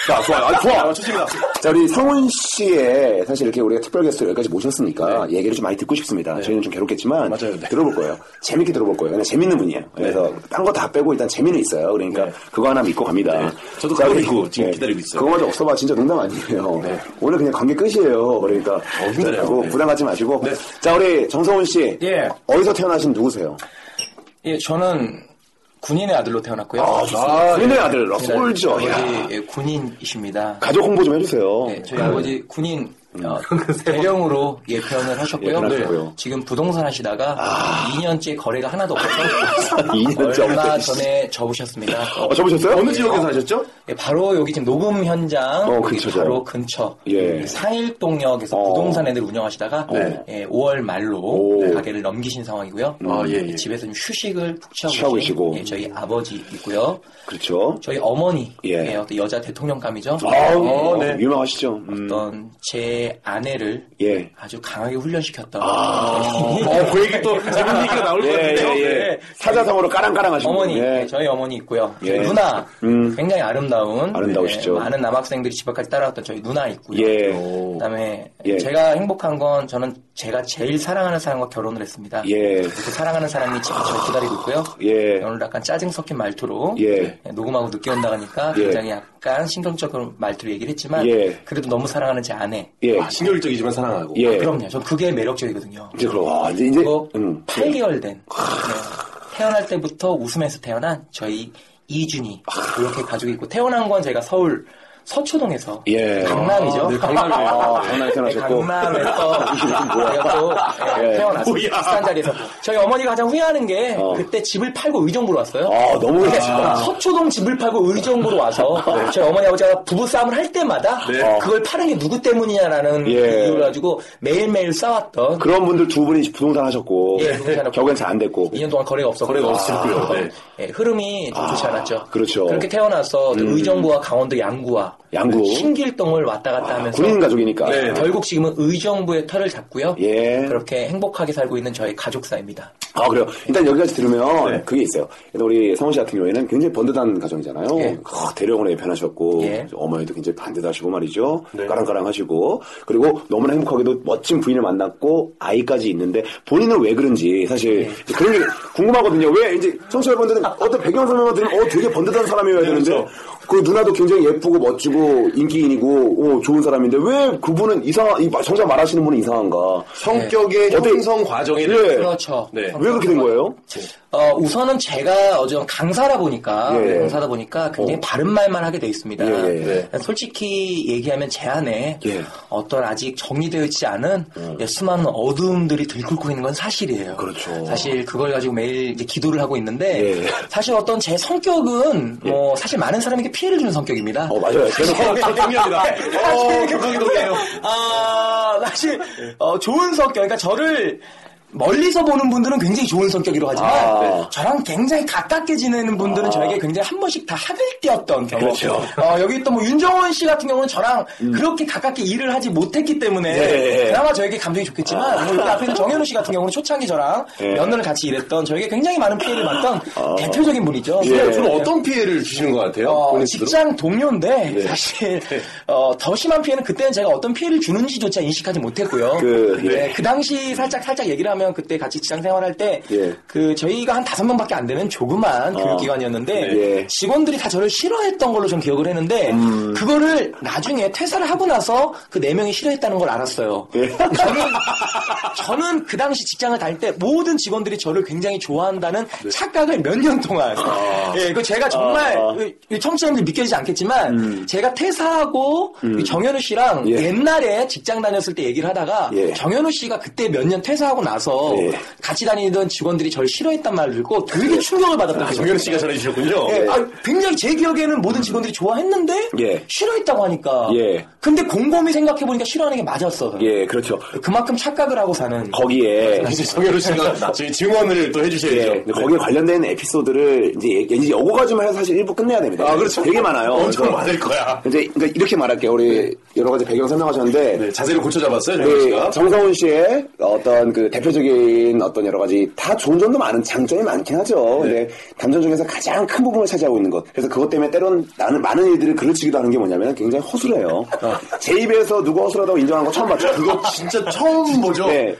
자, 좋아요. 아, 좋아. 좋습니다. 자, 우리 성훈 씨의 사실 이렇게 우리가 특별 게스트로 여기까지 모셨으니까 얘기를 좀 많이 듣고 싶습니다. 저희는 좀 괴롭겠지만
네. 맞아요. 네.
들어볼 거예요. 재밌게 들어볼 거예요. 그냥 재밌는 분이에요. 그래서 딴 거 다 빼고 일단 재미는 있어요. 그러니까 그거 하나 믿고 갑니다.
네. 저도
자,
그거
우리- 네.
믿고 지금 기다리고 있어요. 네.
그거마저 없어봐. 진짜 농담 아니에요. 오늘 그냥 관계 끝이에요. 그러니까
힘드네요.
그거
네.
부담 갖지 마시고 자, 우리 정성훈 씨
예.
어디서 태어나신 누구세요?
예, 저는 군인의 아들로 태어났고요.
군인의 아들 네. 솔저.
저희
야.
아버지 예, 군인이십니다.
가족 홍보 좀 해주세요.
네, 저희 아버지
그
군인
음.
어, 대령으로 예편을 하셨고요.
예편을
네.
하셨고요. 아.
지금 부동산 하시다가 2년째 거래가 하나도 없어서
2년째
얼마
없대.
전에 접으셨습니다.
어, 접으셨어요?
어느 지역에서 하셨죠?
예, 바로 여기 지금 녹음 현장
어,
여기
근처죠.
바로 근처
예.
이 상일동역에서
어.
부동산 애들 운영하시다가
네.
예, 5월 말로
오. 네. 음.
가게를 넘기신 상황이고요.
아, 예, 예.
집에서 좀 휴식을 푹 취하고,
취하고
계신,
계시고.
예, 저희 아버지 있고요.
그렇죠.
저희 어머니
예.
예, 어떤 여자 대통령감이죠. 예,
아우,
네.
어, 유명하시죠. 음.
어떤 제 아내를
예.
아주 강하게 훈련시켰던
아.
어그 얘기 또 재밌는 얘기가 나올 것
예,
같은데요.
예, 예. 사자성어로 까랑까랑 하시고.
어머니
예.
예, 저희 어머니 있고요 저희
예.
누나
음.
굉장히 아름다운
아름다우시죠.
예, 많은 남학생들이 집 앞까지 따라왔던 저희 누나 있고요
예.
어. 그다음에
예.
제가 행복한 건 저는 제가 제일 사랑하는 사람과 결혼을 했습니다
예.
그 사랑하는 사람이 집에 저 기다리고 있고요
예.
오늘 약간 짜증 섞인 말투로
예.
녹음하고 늦게 온다니까
예.
굉장히 약간 신경적인 말투로 얘기를 했지만
예.
그래도 너무 사랑하는 제 아내 아,
예.
아, 신결적이지만 사랑하고.
예.
그럼요 전 그게 매력적이거든요
이제 그럼, 와, 이제, 이제,
그리고
음.
8개월 된 네. 태어날 때부터 웃으면서 태어난 저희 이준이 이렇게 가지고 있고 태어난 건 제가 서울 서초동에서
예.
강남이죠.
네, 강남이에요.
아, 강남에
네,
태어나셨고.
강남에서 제가 또
예.
태어났어요.
뭐야.
비싼 자리에서 저희 어머니가 가장 후회하는 게
어.
그때 집을 팔고 의정부로 왔어요.
아, 너무
근데
멋지다.
서초동 집을 팔고 의정부로 와서 저희 어머니 아버지가 부부 싸움을 할 때마다
네.
그걸 파는 게 누구 때문이냐라는
예. 그렇죠.
그 이유를 가지고 매일매일 싸웠던
그런 분들 두 분이 부동산 하셨고.
예, 부동산 하고.
결국엔 잘 안 됐고.
2년 동안 거래가 없었고
거래가 없었고요.
아,
네.
예, 흐름이 좀 좋지 않았죠.
그렇죠.
그렇게 태어나서 의정부와 강원도 양구와
양구.
신길동을 왔다 갔다 하면서
군인 가족이니까.
네.
결국 지금은 의정부의 털을 잡고요.
예.
그렇게 행복하게 살고 있는 저의 가족사입니다.
아, 그래요. 일단 여기까지 들으면
네.
그게 있어요. 일단 우리 성훈 씨 같은 경우에는 굉장히 번듯한 가정이잖아요.
예.
아, 대령으로 편하셨고
예.
어머니도 굉장히 반듯하시고 말이죠.
네.
까랑까랑하시고 그리고 너무나 행복하게도 멋진 부인을 만났고 아이까지 있는데 본인은 왜 그런지 사실
예.
그런 게 궁금하거든요. 왜 이제 청취자 여러분들은 어떤 배경 설명을 들으면 어 되게 번듯한 사람이어야
네,
되는데
그렇죠.
그 누나도 굉장히 예쁘고 멋지고 인기인이고 어, 좋은 사람인데 왜 그분은 이상한 이 정작 말하시는 분은 이상한가?
성격의
어떻게-
형성 과정에
예.
대해서
그렇죠.
네.
왜 그렇게 된 거예요?
어, 우선은 제가 어제 강사라 보니까
예, 예.
강사다 보니까 굉장히
어.
바른 말만 하게 돼 있습니다. 그러니까
예, 예,
솔직히 얘기하면 제 안에
예. 음.
어떤 아직 정리되어 있지 않은 예, 수많은 어둠들이 들끓고 있는 건 사실이에요.
그렇죠.
사실 그걸 가지고 매일 이제 기도를 하고 있는데
예.
사실 어떤 제 성격은 뭐 사실 많은 사람에게 피해를 주는 성격입니다.
어, 맞아요. 저는
경력이다.
아,
어, 감성이 높네요.
아, 사실 어, 좋은 성격. 그러니까 저를 멀리서 보는 분들은 굉장히 좋은 성격이라고 하지만
아.
저랑 굉장히 가깝게 지내는 분들은 저에게 굉장히 한 번씩 다 학을 띄었던 경우.
그렇죠. 음.
어, 여기 또 뭐 윤정원 씨 같은 경우는 저랑 그렇게 가깝게 일을 하지 못했기 때문에
예, 예.
그나마 저에게 감정이 좋겠지만 뭐 여기 앞에 있는 정현우 씨 같은 경우는 초창기 저랑
예. 아.
몇 년을 같이 일했던 저에게 굉장히 많은 피해를 받던 대표적인 분이죠.
예, 주로 어떤 피해를 주시는 것 같아요?
어,
본인 스스로?
직장 동료인데
네.
사실 어, 더 심한 피해는 그때는 제가 어떤 피해를 주는지조차 인식하지 못했고요.
그,
네,
예.
그 당시 살짝 살짝 얘기를 하면 그때 같이 직장 생활할 때 그
예.
저희가 한 다섯 명밖에 안 되는 조그만 교육기관이었는데
예.
직원들이 다 저를 싫어했던 걸로 좀 기억을 했는데 그거를 나중에 퇴사를 하고 나서 그 네 명이 싫어했다는 걸 알았어요. 저는 저는 그 당시 직장을 다닐 때 모든 직원들이 저를 굉장히 좋아한다는 착각을 몇 년 동안 예, 그 제가 정말
네. 아. 음.
이 청취자분들 믿겨지지 않겠지만 제가 퇴사하고 이 정현우 씨랑
예.
옛날에 직장 다녔을 때 얘기를 하다가
예.
정현우 씨가 그때 몇 년 퇴사하고 나서
예.
같이 다니던 직원들이 저를 싫어했단 말을 듣고 되게 충격을
아,
받았던 거예요.
정현우 씨가 전해주셨군요.
예, 아, 굉장히 제 기억에는 모든 직원들이 좋아했는데
예.
싫어했다고 하니까
예.
근데 곰곰이 생각해보니까 싫어하는 게 맞았어 요
예, 그렇죠.
그만큼 착각을 하고 사는
거기에
아, 이제 정현우 씨가 저희 증언을 또 해주셔야죠.
예, 근데 거기에 관련된 에피소드를 이제 얘기- 이제 여고가 좀 해서 사실 일부 끝내야 됩니다.
아, 그렇죠.
되게 많아요.
엄청
그래서
많을 거야.
이제 그러니까 이렇게 말할게요. 우리 여러 가지 배경 설명하셨는데
네, 자세를 고쳐 잡았어요, 정현우
우리
씨가.
정성훈 씨의 어떤 그 대표적인 어떤 여러 가지 다 종전도 많은 장점이 많긴 하죠.
네.
근데 단점 중에서 가장 큰 부분을 차지하고 있는 것. 그래서 그것 때문에 때론 나는 많은 일들을 그르치기도 하는 게 뭐냐면 굉장히 허술해요.
아.
제 입에서 누구 허술하다고 인정한 거 처음 봤죠.
그거 진짜 처음 보죠.
네.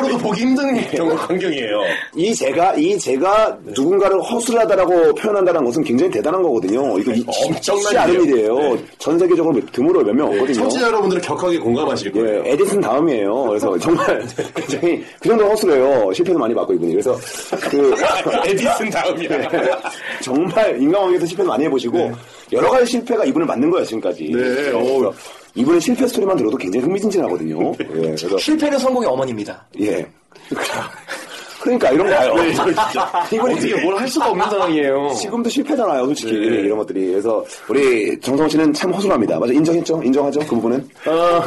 앞으로도 보기 힘든 경우 광경이에요.
이 제가 이 제가
네.
누군가를 허술하다라고 표현한다는 것은 굉장히 대단한 거거든요. 이거 이-
엄청난
쉽지 않은
일이에요. 네.
일이에요. 전 세계적으로 드물어 몇 명 없거든요.
청취자 여러분들은 격하게 공감하실 거예요.
예, 에디슨 다음이에요. 그래서 정말 굉장히 그 정도 허술해요. 실패도 많이 받고 이분이. 그래서 그 네.
에디슨 다음이야.
정말 인간관계에서 실패도 많이 해보시고 여러 가지 실패가 이분을 만든 거예요 지금까지.
네, 어우. 네.
이분의 실패 스토리만 들어도 굉장히 흥미진진하거든요. 예, 그래서
실패는 성공의 어머니입니다
예. 그러니까 이런 거요.
네, 이거 진짜 어떻게 뭐. 네. 뭘 할 수가 없는 상황이에요.
지금도 실패잖아요, 솔직히 이런 것들이. 그래서 우리 정성호 씨는 참 허술합니다. 맞아 인정했죠, 인정하죠 그 부분은.
어,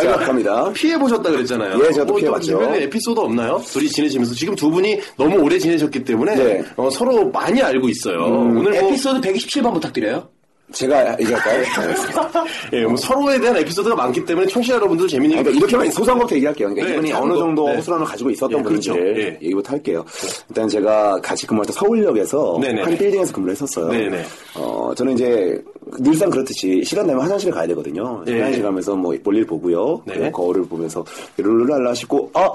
자, 갑니다.
아, 피해 보셨다 그랬잖아요.
예, 제가 또
뭐
피해봤죠.
주변에 에피소드 없나요? 둘이 지내시면서 지금 두 분이 너무 오래 지내셨기 때문에
네. 음.
어, 서로 많이 알고 있어요. 오늘 뭐,
에피소드 127번 부탁드려요
제가 얘기할까요? 알겠습니다.
예, 뭐 서로에 대한 에피소드가 많기 때문에 청취자 여러분들 재밌는
그러니까 이렇게만 소상부터 얘기할게요. 그러니까
네,
이분이
작은
어느
거.
정도
네.
허술함을 가지고 있었던
예, 그렇죠.
분인지
예.
얘기부터 할게요. 일단 제가 같이 근무할 때 서울역에서
네네.
한 빌딩에서 근무를 했었어요.
네네.
어, 저는 이제 늘상 그렇듯이 시간 되면 화장실에 가야 되거든요.
예.
화장실 가면서 뭐 볼일 보고요.
네.
그리고 거울을 보면서 룰랄라 싶고 아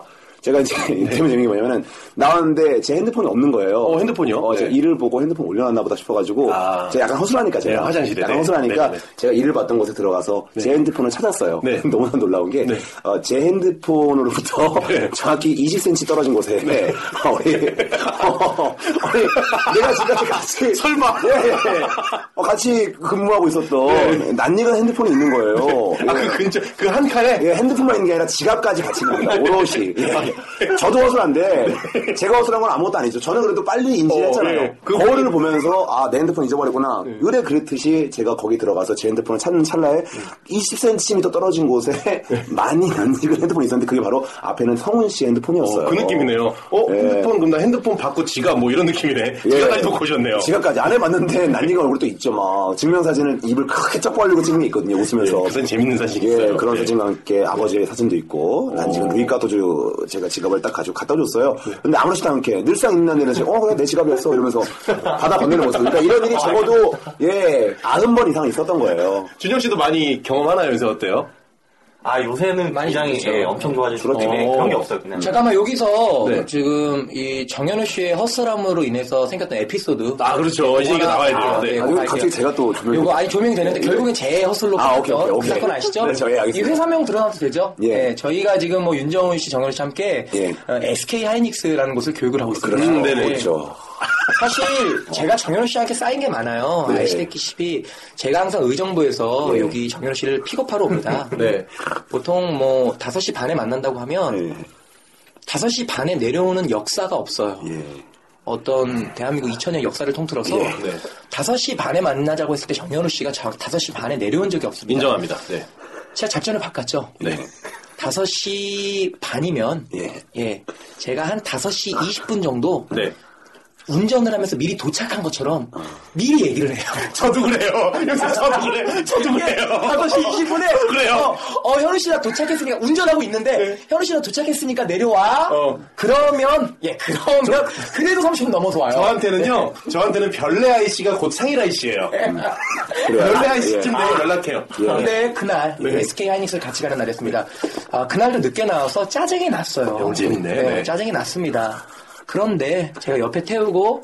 제가 이제 되면 재밌는 게 뭐냐면은 나왔는데 제 핸드폰이 없는 거예요.
네. 어, 핸드폰이요?
어, 제가
네.
일을 보고 핸드폰 올려놨나 보다 싶어가지고
아.
제가 약간 허술하니까 제가
네, 화장실에.
약간
네.
허술하니까
네, 네.
제가 일을 봤던 곳에 들어가서 제 핸드폰을 찾았어요.
네.
너무나 놀라운 게,
네.
어, 제 핸드폰으로부터
네.
정확히 20cm 떨어진 곳에, 어, 우리, 어, 우리, 내가 지금까지 같이.
설마?
예, 예. 어, 같이 근무하고 있었던 낯익은 핸드폰이 있는 거예요.
네.
네.
아, 그 근처, 그 한 칸에
예, 핸드폰만 있는 게 아니라 지갑까지 같이 있는 겁니다. 오롯이. 예. 저도 허술한데, 제가 허술한 건 아무것도 아니죠. 저는 그래도 빨리 인지했잖아요.
어, 예. 그
거울을 보면서, 아, 내 핸드폰 잊어버렸구나. 의뢰 그랬듯이 제가 거기 들어가서 제 핸드폰을 찾는 찰나에
음.
20cm 떨어진 곳에
네.
많이 안 익은 핸드폰이 있었는데, 그게 바로 앞에는 성훈 씨 핸드폰이었어요.
그 느낌이네요. 어,
예.
핸드폰, 그럼 나 핸드폰 받고 지갑 뭐 이런 느낌이네. 지갑까지 놓고 오셨네요.
지갑까지 안 해봤는데 난리가 얼굴 또 있죠 막 증명사진을 입을 크게 쩍 벌리고 찍은 게 있거든요 웃으면서
예, 그 사진 재밌는 사진이
예,
있어요.
그런
예.
사진과 함께 아버지의 사진도 있고 난 지금 루이카토주 제가 지갑을 딱 가지고 갖다 줬어요 근데 아무렇지도 않게 늘상 있는 데는 지금 어 그래 내 지갑이었어 이러면서 받아 건네는 모습 그러니까 이런 일이 적어도 예 아흔 번 이상 있었던 거예요
준영 씨도 많이 경험하나요? 요새 어때요?
아, 요새는
많이
굉장히
좋죠.
예, 엄청 좋아지고
트로트
예,
어.
그런 게 없어요.
음.
그냥.
잠깐만 여기서
네.
지금 이 정현우 씨의 헛사람으로 인해서 생겼던 에피소드
아, 그렇죠. 이제 이게 나와야 돼요. 네.
이거
아니,
갈게요.
갑자기 제가 또 조명이-
요거 아니 조명이 되는데
네.
결국엔 제 헛슬로
아, 오케이,
바뀌었던
오케이, 오케이.
사건 아시죠?
네, 저, 예, 알겠습니다.
이 회사명 들어가도 되죠?
예.
네, 저희가 지금 뭐 윤정훈 씨, 정현우 씨 함께
예.
어, SK 하이닉스라는 곳을 교육을 하고 있습니다.
음, 네네.
그렇죠.
사실 제가 정현우 씨한테 쌓인 게 많아요.
네.
아시다시피 제가 항상 의정부에서
네.
여기 정현우 씨를 픽업하러 옵니다.
네.
보통 뭐 5시 반에 만난다고 하면
예.
5시 반에 내려오는 역사가 없어요.
예.
어떤 대한민국 2000년 역사를 통틀어서
예,
네.
5시 반에 만나자고 했을 때 정현우 씨가 저 5시 반에 내려온 적이 없습니다.
인정합니다. 네.
제가 작전을 바꿨죠.
네.
5시 반이면
예.
예, 제가 한 5시 20분 정도
네.
운전을 하면서 미리 도착한 것처럼 미리 얘기를 해요.
저도 그래요. 요새 저도 그래. 저도 그래요.
5시
그래요?
20분에
네.
어, 어, 현우 씨나 도착했으니까 운전하고 있는데 현우 씨나 도착했으니까 내려와.
어.
그러면 예, 그러면 그래도 30분 넘어서 와요.
저한테는요, 저한테는 별내 아이씨가 곧 상일 아이씨예요. 별내 음. 아이씨쯤 예. 되면 연락해요.
예.
근데 그날
네.
SK 하이닉스를 같이 가는 날이었습니다. 아, 그날도 늦게 나와서 짜증이 났어요.
오늘 재밌네. 네.
짜증이 났습니다. 그런데 제가 옆에 태우고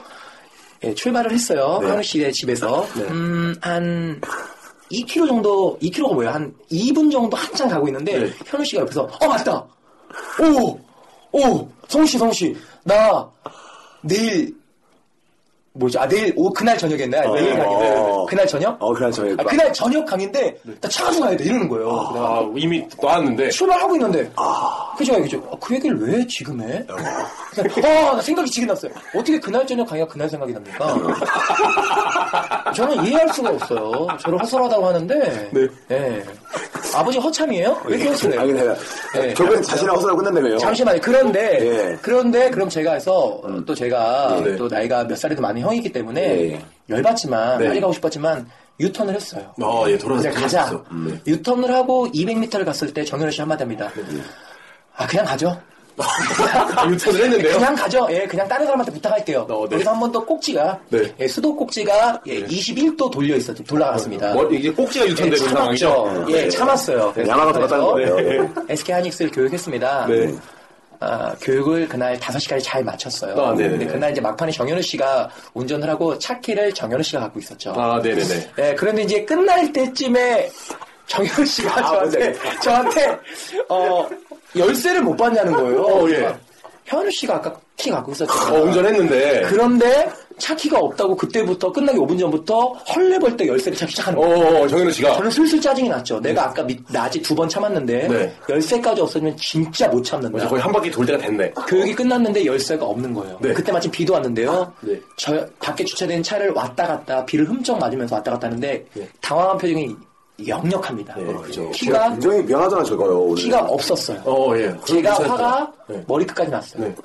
예, 출발을
네.
했어요. 한우 씨의 집에서 음, 한 2km 정도, 2km가 뭐예요? 한 2분 정도 한참 가고 있는데
네.
현우 씨가 옆에서 어 맞다. 오, 오, 성우 씨, 성우 씨, 나 내일 뭐지? 아 내일 오 그날 저녁에 했나요? 아니면 내일
네.
강의.
어.
그날 저녁?
어, 그날 저녁.
아, 그날 저녁 강의인데 나 차가 좀 가야 돼 이러는 거예요. 그래서
아, 이미 나왔는데.
출발하고 있는데 그죠 그죠 아, 그 얘기를 왜 지금 해? 그래서, 아, 나 생각이 지금 났어요. 어떻게 그날 저녁 강의가 그날 생각이 납니까? 저는 이해할 수가 없어요. 저를 허술하다고 하는데
네.
예. 아버지 허참이에요? 왜 이렇게 허술해요?
아니, 내가
네.
결국엔 자신의 허술하고 끝난다며요.
잠시만요. 그런데
예.
그런데 그럼 제가 해서 또 제가
네.
또 나이가 몇 살이 더 많은 형이기 때문에
예, 예.
열받지만
네.
빨리 가고 싶었지만 유턴을 했어요.
어, 예, 돌아서
그냥 가자. 네.
돌아서. 음, 네,
유턴을 하고 200m를 갔을 때 정현우 씨 한마디 합니다. 아 그냥 가죠.
아, 유턴을 했는데요?
그냥 가죠. 예, 그냥 다른 사람한테 부탁할게요.
어, 네.
여기서 한 번 더 꼭지가
네.
예, 수도 꼭지가 예, 21도 돌려 있었 돌아갔습니다.
뭐, 이게 꼭지가
예,
유턴되는 상황이죠? 네.
참았죠. 예, 참았어요. 그래서
야마가 돌았다는
그래서
거예요.
SK 하이닉스를 교육했습니다.
네.
아, 교육을 그날 5시까지 잘 마쳤어요.
아, 네네네.
근데 그날 이제 막판에 정현우 씨가 운전을 하고 차키를 정현우 씨가 갖고 있었죠.
아, 네네네.
네, 그런데 이제 끝날 때쯤에 정현우 씨가
아,
저한테, 저한테, 어, 열쇠를 못 받냐는 거예요.
어, 예.
현우 씨가 아까 키 갖고
어,
있었잖아요.
운전했는데.
그런데 차키가 없다고 그때부터 끝나기 5분 전부터 헐레벌 때 열쇠를 찾기 시작하는
어,
거예요.
어, 정현우 씨가.
저는 슬슬 짜증이 났죠. 내가 아까 밑- 낮에 두 번 참았는데
네. 열쇠까지
열쇠까지 없어지면 진짜 못 참는다.
맞아, 거의 한 바퀴 돌 때가 됐네.
교육이 끝났는데 열쇠가 없는 거예요.
네.
그때 마침 비도 왔는데요.
네.
저 밖에 주차된 차를 왔다 갔다 비를 흠쩍 맞으면서 왔다 갔다 하는데 당황한 표정이 역력합니다.
네, 그죠.
키가
굉장히 미안하잖아, 저거요. 오늘.
키가 없었어요.
어, 예.
제가
그런
화가
네.
머리끝까지 났어요.
네.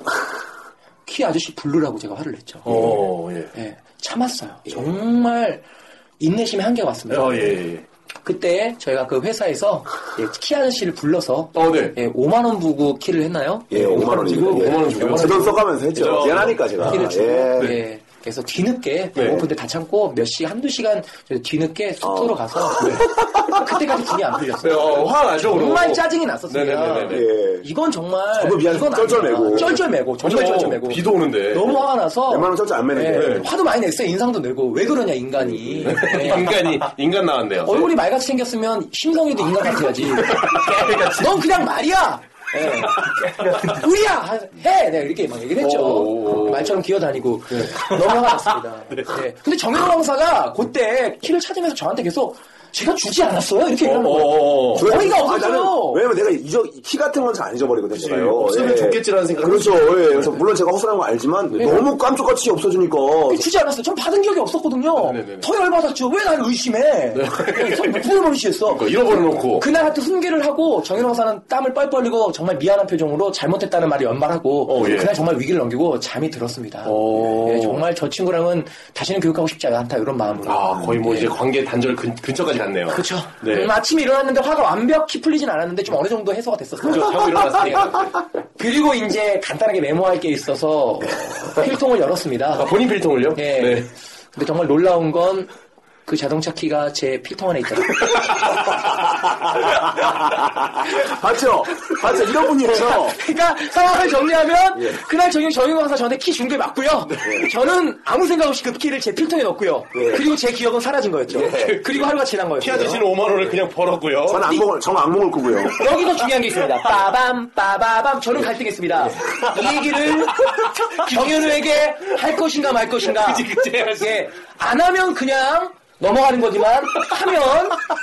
키 아저씨 부르라고 제가 화를 냈죠.
어, 예.
예, 참았어요. 정말 인내심의 한계가 왔습니다.
어, 예, 예.
그때 저희가 그 회사에서 예, 키 아저씨를 불러서
어, 네.
예, 5만 원 부고 키를 했나요?
예, 5만 원이고.
지금 5만 원 주고요.
제돈 써가면서 했죠.
그죠.
미안하니까 제가.
키를 주고
예.
예, 그래서 뒤늦게
네.
배고픈데 다 참고 몇 시, 한두 시간 뒤늦게 숙소로
아.
가서 네. 그때까지 분이 안
네,
풀렸어요.
어, 화가 나죠, 그럼.
정말 짜증이 났었어요.
네네네네.
예.
이건 정말
저도 미안해서
이건
쩔쩔매고.
아니야. 쩔쩔매고 정말
맞아,
쩔쩔매고
어, 비도 오는데.
너무 화가 나서
웬만하면 쩔쩔 안 매는데.
예, 화도 많이 냈어요. 인상도 내고 왜 그러냐 인간이. 예.
인간이, 인간 나왔네요.
어,
어,
얼굴이 말같이 생겼으면 심성이도 인간 같아야지. 어, 넌 그냥 말이야. 예. 우리야 해 내가 이렇게 막 얘기를 했죠.
오. 네.
말처럼 기어다니고 너무 화났습니다. 네. 근데 정현호 강사가 그때 키를 찾으면서 저한테 계속 제가 주지 않았어요 이렇게 얘기하는 거예요.
어,
저는-
어이가
아니,
없어서요.
나는- 왜냐면 내가 잊어, 키 같은 건 잘 안 잊어버리거든요. 제가요.
없으면 좋겠지라는 생각을
그렇죠. 예. 그래서 물론 제가 허술한 거 알지만
네.
너무 깜짝같이 없어지니까.
주지 않았어요. 전 받은 기억이 없었거든요.
네네네. 네.
더 열받았죠. 왜 날 의심해? 네. 무슨 무시했어?
그러니까 잃어버려놓고.
그날 하여튼 훈계를 하고 정현호 박사는 땀을 뻘뻘 흘리고 정말 미안한 표정으로 잘못했다는 말을 연말하고
어, 예. 어.
그날 정말 위기를 넘기고 잠이 들었습니다.
오.
예, 정말 저 친구랑은 다시는 교육하고 싶지 않다 이런 마음으로.
아, 거의 뭐 이제 관계 단절 근, 근처까지 갔네요.
예. 그렇죠.
네. 음.
아침에 일어났는데 화가 완벽히 풀리진 않았는데 좀 어느 정도 해소가 됐었어요.
그죠, 자고 일어났으니까.
그리고 이제 간단하게 메모할 게
네.
있어서 필통을 열었습니다.
아, 본인 필통을요?
예. 근데 정말 놀라운 건 그 자동차 키가 제 필통 안에 있더라고요.
봤죠? 봤죠? 이런 분이에요.
그러니까 상황을 정리하면 그날 저녁 정유광사 저한테 키 준 게 맞고요. 저는 아무 생각 없이 그 키를 제 필통에 넣었고요. 그리고 제 기억은 사라진 거였죠. 그리고 하루가 지난 거였어요.
피아저씨는 5만 원을 그냥 벌었고요.
저는 악몽을, 저는 악몽을 꾸고요. 예,
여기서 중요한 게 있습니다. 빠밤, 빠바밤. 저는 갈등했습니다. 이 얘기를 경현우에게 할 것인가 말 것인가. 예. 안 하면 그냥 넘어가는 거지만 하면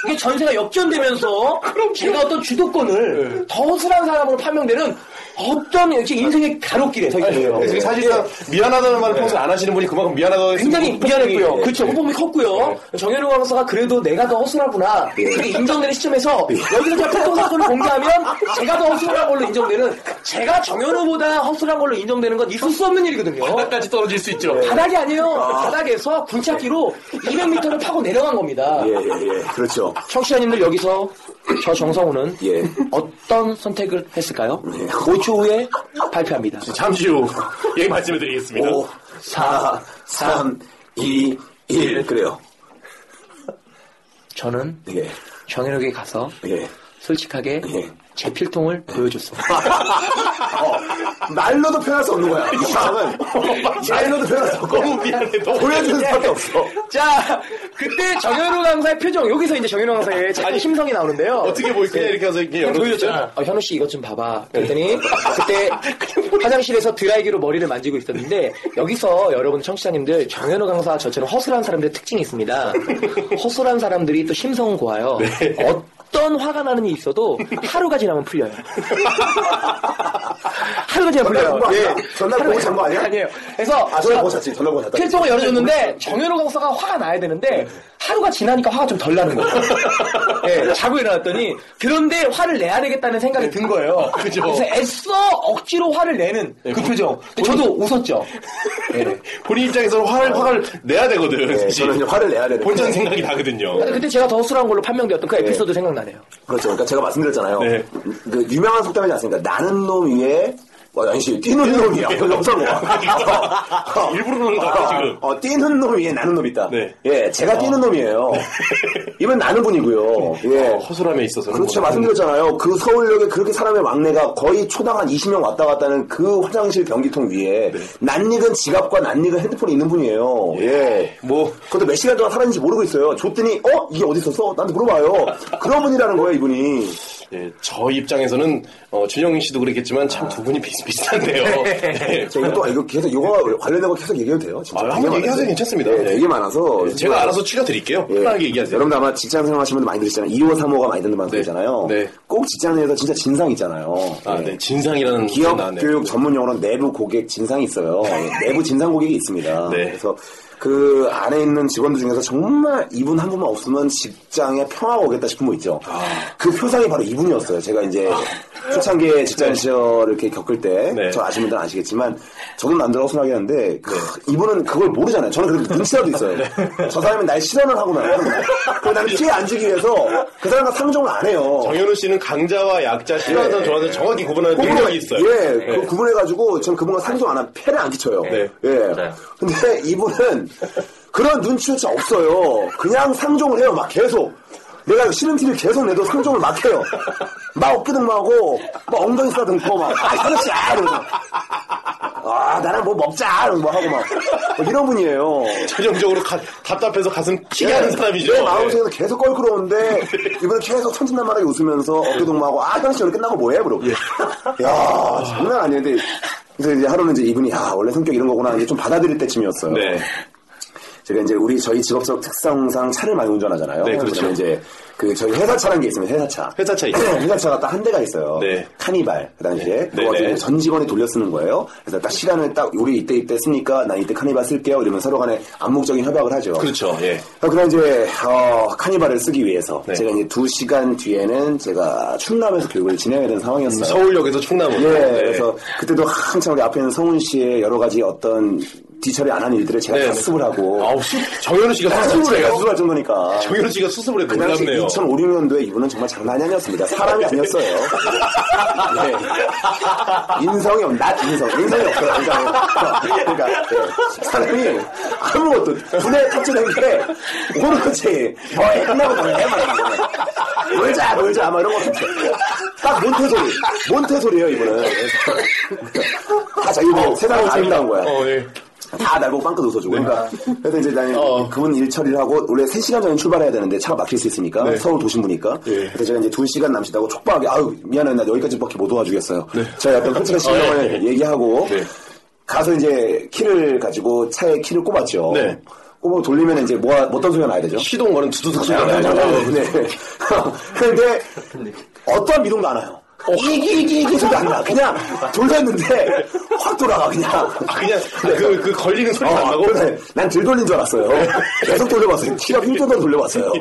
이게 전세가 역전되면서 제가 어떤 주도권을 더 허술한 사람으로 판명되는 어떤 이렇게 인생의 가로길에 서 있는 거예요.
그래서 네, 사실상 미안하다는 말을 평소에 안 하시는 분이 그만큼 미안하다고 했으면
굉장히
뭐
미안했고요.
예.
그렇죠. 호범이 컸고요.
예.
정현우 강사가 그래도 내가 더 허술하구나. 그게 인정되는 시점에서
예.
여기서 제가 필통 사건을 공개하면 제가 더 허술한 걸로 인정되는 제가 정현우보다 허술한 걸로 인정되는 건 있을 수 없는 일이거든요.
바닥까지 떨어질 수 있죠.
바닥이 아니에요. 바닥에서 굴착기로 200m를 파고 내려간 겁니다.
예, 예, 예. 그렇죠.
청취자님들 여기서 저 정성우는
예. 네.
어떤 선택을 했을까요? 5초 후에 발표합니다.
잠시 후 얘기 말씀드리겠습니다.
4,
3, 2, 1. 그래요.
저는
예,
정현욱에 가서
예.
솔직하게
예.
제 필통을 보여줬어.
어, 말로도 표현할 수 없는 거야. 이 상황은. 말로도 표현할 수 없고.
너무 미안해. 너무
보여주는 수밖에 없어.
자, 그때 정현우 강사의 표정 여기서 이제 정현우 강사의 자기 심성이 나오는데요.
어떻게 보이 그냥 이렇게 해서 이렇게 열어
보여줬죠. 어, 현우 씨 이것 좀 봐봐. 그랬더니 그때 화장실에서 드라이기로 머리를 만지고 있었는데 여기서 여러분 청취자님들 정현우 강사 저처럼 허술한 사람들의 특징이 있습니다. 허술한 사람들이 또 심성은 고와요.
네.
어떤 화가 나는 일이 있어도 하루가 지나면 풀려요. 하루가 지나면 풀려요.
전날 공부
네.
아니야? 전날
하루가
공부 잔거 아니야?
지나면- 아니에요. 그래서
아, 전날 공부 잤지. 전날 공부 잤다.
필통을
네,
열어줬는데 정현우 강사가 화가 나야 되는데 하루가 지나니까 화가 좀 덜 나는 거예요. 예, 자고 일어났더니 그런데 화를 내야 되겠다는 생각이 든 거예요.
네. 아, 그죠. 네, 뭐,
래서 애써 억지로 화를 내는 그 표정. 근데 저도 웃었죠. 예.
본인 입장에서는 화를 화를 내야 되거든.
예,
사실.
네. 저는 이제 화를 네. 내야 되는
본전 생각이 나거든요.
근데 그때 제가 더 허술한 걸로 판명되었던 그 에피소드 생각나네요.
그렇죠. 그러니까 제가 말씀드렸잖아요.
네.
그 유명한 속담이지 않습니까? 나는 놈 위에 와, 아니지, 뛰는 놈이야. 영상과.
일부러 그러는 거 같아, 지금.
어, 뛰는 놈 위에 나는 놈 있다.
네.
예, 제가 뛰는 놈이에요. 이번 나는 분이고요. 예.
어, 허술함에 있어서는.
그렇죠.
뭐.
말씀드렸잖아요. 그 서울역에 그렇게 사람의 왕래가 거의 초당 한 20명 왔다 갔다 하는 그 화장실 변기통
네.
위에 낯익은 지갑과 낯익은 핸드폰이 있는 분이에요. 예.
뭐.
그것도 몇 시간 동안 살았는지 모르고 있어요. 줬더니, 어? 이게 어디 있었어? 나한테 물어봐요. 그런 분이라는 거예요, 이분이.
예, 저 입장에서는 어, 준영민 씨도 그랬겠지만 참 두 분이 비슷, 비슷한데요.
네.
예.
저 이거 또, 이거 계속, 이거 관련된 거 계속 얘기해도 돼요? 진짜.
아,
되게
한번
많아서.
얘기하세요. 괜찮습니다.
예, 되게 많아서.
예, 제가 알아서 추려드릴게요.
예.
편하게 얘기하세요.
여러분들 아마 직장 생활하시는 분들 많이 들으시잖아요. 2호, 3호가 많이 듣는 방송이잖아요.
네.
꼭 직장 내에서 진짜 진상 있잖아요.
아,
예.
네. 진상이라는
기업
표현 나왔네요.
교육 전문 용어로는 내부 고객 진상이 있어요. 내부 진상 고객이 있습니다.
네.
그래서 그 안에 있는 직원들 중에서 정말 이분 한 분만 없으면 직장에 평화가 오겠다 싶은 분 있죠.
아.
그 표상이 바로 이분이었어요. 제가 이제 초창기에 직장 시절을 이렇게 겪을 때,
네.
저 아시는 분들은 아시겠지만, 저도 남들하고 순하게 하는데, 크, 이분은 그걸 모르잖아요. 저는 그래도 눈치라도 있어요.
네.
저 사람이 날 실현을 하구나. 그리고 나는 피해 안 주기 위해서 그 사람과 상종을 안 해요.
정현우 씨는 강자와 약자, 싫어하는 사람, 좋아하는 사람 정확히 구분하는 능력이 있어요.
예, 그 구분해가지고 저는 그분과 상종 안 하면 패를 안 끼쳐요.
네.
예. 근데 이분은 그런 눈치조차 없어요. 그냥 상종을 해요. 막 계속. 내가 싫은 티를 계속 내도 상종을 막 해요. 막 어깨등마하고, 막 엉덩이 싸등고, 막, 아, 사자씨, 아, 이러면서. 아, 나랑 뭐 먹자, 이러면서 뭐 하고 막. 뭐 이런 분이에요.
전형적으로 가- 답답해서 가슴 튀게 하는 사람이죠.
예.
예.
내 마음속에서 계속 껄끄러운데 이번에 계속 천진난만하게 웃으면서 어깨동무하고 아 현씨 오늘 끝나고 뭐해? 물어보고
예.
야 장난 아니었는데 그래서 이제 하루는 이제 이분이 야 원래 성격 이런 거구나 이제 좀 받아들일 때쯤이었어요.
네.
제가 이제 우리 저희 직업적 특성상 차를 많이 운전하잖아요.
네, 그렇죠.
그러면 이제 그 저희 회사 차라는 게 있습니다. 회사 차.
회사 차 있어요.
회사 차가 딱 한 대가 있어요.
네.
카니발 그 당시에
네,
그거 같은
네.
경우는 전 직원이 돌려 쓰는 거예요. 그래서 딱 시간을 딱 우리 이때 이때 쓰니까 난 이때 카니발 쓸게요. 이러면 서로 간에 암묵적인 협약을 하죠.
그렇죠. 예.
어, 그럼 이제 어, 카니발을 쓰기 위해서
네.
제가 이제 두 시간 뒤에는 제가 충남에서 교육을 진행해야 되는 상황이었어요.
서울역에서 충남으로.
예,
음, 네.
그래서 그때도 한참 우리 앞에 있는 성훈 씨의 여러 가지 어떤 뒤처리 안 한 일들을 제가
네.
다습을 하고
아우, 수, 정현우 씨가 수습을 해요.
뭐 수습할 정도니까
정현우 씨가 수습을
그
해요.
당시
놀랍네요.
2005, 6년도에 이분은 정말 장난이 아니었습니다. 사람이 아니었어요. 네. 인성이 없, 낫 인성. 인성이 없어요, 인성. 그러니까, 네. 사람이 아무것도, 분에 탑재된게 모르겠지. 뭐해, 끝나고 나면 해, 말하는 거예요. 놀자, 놀자, 아마 이런 거 없어요. 딱 몬테소리. 몬테소리예요 이분은. 그래서 다 자기 뭐 세상은 아름다운 거야.
어, 예.
다 날고 빵긋 웃어주고. 그러니까 그래서 이제 나는
네. 어.
그분 일 처리를 하고 원래 3시간 전에 출발해야 되는데 차가 막힐 수 있으니까
네.
서울 도심부니까
예.
그래서 제가 이제 2시간 남짓하고 촉박하게 아유 미안해 나 여기까지밖에 못 도와주겠어요. 제가 약간 솔직한
아,
심정을
네. 예.
얘기하고
네.
가서 이제 키를 가지고 차에 키를 꼽았죠.
네.
꼽아 돌리면 이제 뭐 어떤 소리가 나야 되죠?
시동 거는 두두둑 소리가 나요.
네. 근데 어떠한 미동도 안 와요. 이기 이기 이기 소리 안 나. 그냥 돌렸는데 확 돌아가 그냥.
아, 그냥
네.
그, 그 걸리는 소리가 안 나고.
어, 아, 그래. 난들 돌린 줄 알았어요. 계속 돌려봤어요. 키가 힘들다 돌려봤어요.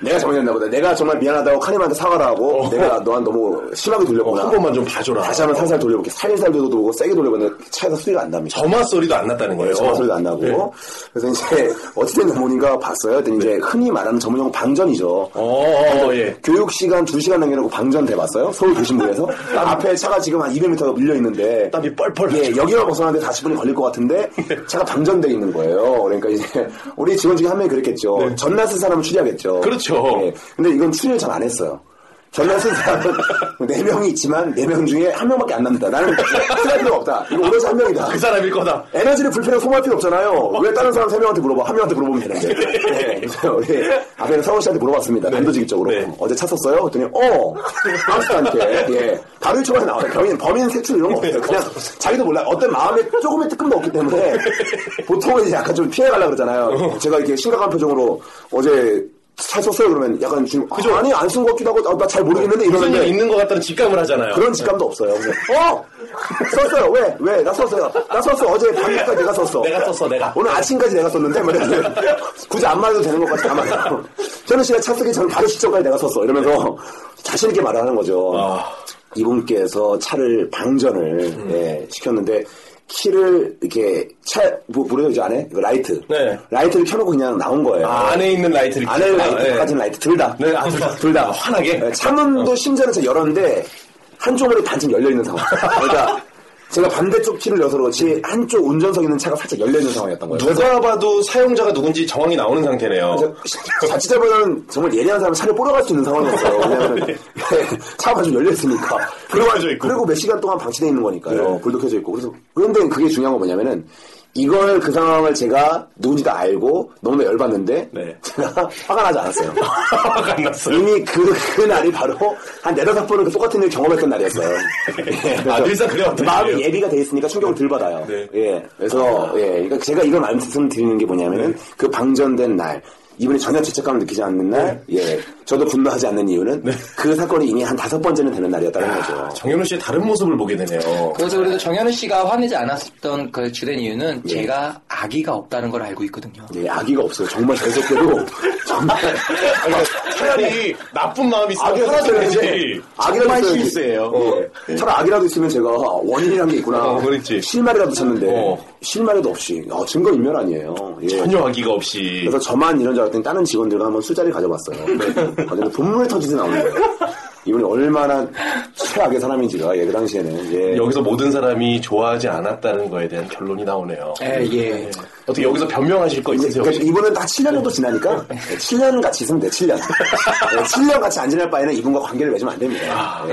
내가 잘못했나 보다. 내가 정말 미안하다고 카님한테 사과를 하고 내가 너한 너무 심하게 돌렸구나.
어, 한 번만 좀 봐줘라.
다시 한번 살살 돌려볼게. 살살 돌려보고 세게 돌려봤는데 차에서 소리가 안 납니다.
점화 소리도 안 났다는 거예요. 네.
전화 소리도 안 나고. 그래서 이제 어찌된 어머니가 봤어요. 그랬더니
네.
이제 흔히 말하는 전문용 방전이죠.
어, 어, 예.
교육 시간 2시간 남겨놓고 방전 돼봤어요? 서울 도심부에서? 앞에 차가 지금 한 200m 밀려있는데.
땀이 뻘뻘
예, 여기만 벗어나는데 40분이 걸릴 것 같은데,
네.
차가 방전돼 있는 거예요. 그러니까 이제, 우리 직원 중에 한 명이 그랬겠죠. 전날 쓴 사람은 추리하겠죠.
네. 그렇죠.
예, 근데 이건 추리를 잘 안 했어요. 전날 쓴 사람은 4명이 있지만, 4명 중에 한명밖에안 남는다. 나는 쓰할 필요가 없다. 이거 오로지 한명이다
그 사람일 거다.
에너지를 불필요하게 소모할 필요 없잖아요. 왜 다른 사람 세 명한테 물어봐? 한 명한테 물어보면 되는데. 네. 그래서 우리 앞에는 성원 씨한테 물어봤습니다. 단도직입적으로.
네.
어제 차 썼어요? 그랬더니 어! 아무한테 예. 바로 초반에 나와요. 범인, 범인 색출 이런 거 없어요. 네, 그냥 자기도 몰라요. 어떤 마음에 조금의 뜨끔도 없기 때문에 보통은 이제 약간 좀 피해가려고 그러잖아요. 제가 이렇게 심각한 표정으로 어제 차 썼어요? 그러면 약간 지금 아, 아니 안 쓴 것 같기도 하고 나 잘 모르겠는데
무슨 일
이러는데
있는 것 같다는 직감을 하잖아요.
그런 직감도 없어요. 그래서, 어? 썼어요. 왜? 왜? 나 썼어요. 나 썼어. 어제 밤까지 내가 썼어.
내가 썼어, 내가.
오늘 아침까지 내가 썼는데, 뭐 말이야. 굳이 안 말해도 되는 것 같이 다 말해요. 현우 씨가 차 쓰기 전 바로 시점까지 내가 썼어. 이러면서 자신있게 말을 하는 거죠.
아.
이분께서 차를 방전을
음.
예, 시켰는데, 키를 이렇게 차, 뭐, 뭐래요, 이제 안에? 이거 라이트.
네.
라이트를 켜놓고 그냥 나온 거예요.
아, 안에 있는 라이트를
안에
켜다.
라이트,
예.
까진 라이트, 둘 다.
네, 아, 둘 다.
둘 다.
아, 환하게?
네, 창문도 심지어는 제가 열었는데, 한쪽으로 반쯤 열려있는 상황. 그러니까, 제가 반대쪽 키를 열어서 그렇지, 한쪽 운전석 있는 차가 살짝 열려있는 상황이었던 거예요.
누가 봐도 사용자가 누군지 정황이 나오는 상태네요.
그래서 자칫 잘못하면 정말 예리한 사람 차를 뿌려갈 수 있는 상황이었어요. 왜냐면 차가 좀 열려있으니까.
불도 켜져 네. 있고.
그리고 몇 시간 동안 방치돼 있는 거니까요.
네.
불도 켜져 있고. 그래서, 그런데 그게 중요한 건 뭐냐면은, 이걸 그 상황을 제가 누군지 다 알고 너무나 열받는데
네.
제가 화가 나지 않았어요.
화가 안 났어요.
이미 그, 그 날이 바로 한 네다섯 번은 그 똑같은 일 경험했던 날이었어요. 예, 그래서
아, 늘상 그래왔던
마음이
일이에요?
예비가 돼 있으니까 충격을 덜 받아요.
네.
예. 그래서, 예. 그러니까 제가 이걸 말씀드리는 게 뭐냐면은
네.
그 방전된 날. 이분이 전혀 죄책감을 느끼지 않는 날,
네.
예, 저도 분노하지 않는 이유는 그 사건이 이미 한 다섯 번째는 되는 날이었다는 거죠.
정현우 씨의 다른 모습을 보게 되네요.
그래서 그래도 정현우 씨가 화내지 않았던 그 주된 이유는
네.
제가 아기가 없다는 걸 알고 있거든요.
예, 아기가 없어요. 정말 계속해도 정말
그러니까 차라리 나쁜 마음이 있으면
아기가
화나서
있어야
되지.
되는데 아기라도
정말
있어야지.
실수예요. 네.
예. 차라리 아기라도 있으면 제가 원인이라는 게 있구나.
어, 그렇지.
실마리라도 쳤는데
어.
실마리도 없이 어, 증거인멸 아니에요. 예.
전혀 아기가 없이.
그래서 저만 이런 줄 알았더니 다른 직원들과 한번 술자리를 가져봤어요. 가져서 분물의 터지게 나오는 거예요. 이분이 얼마나 최악의 사람인지가 예, 그 당시에는 예.
여기서 모든 사람이 좋아하지 않았다는 거에 대한 결론이 나오네요.
예, 예.
어떻게 여기서 변명하실 거
이제
있으세요?
그러니까
혹시?
이분은 딱 7년 정도 지나니까 네, 7년 같이 있으면 돼 7년 네, 7년 같이 안 지낼 바에는 이분과 관계를 맺으면 안
아,
됩니다 예.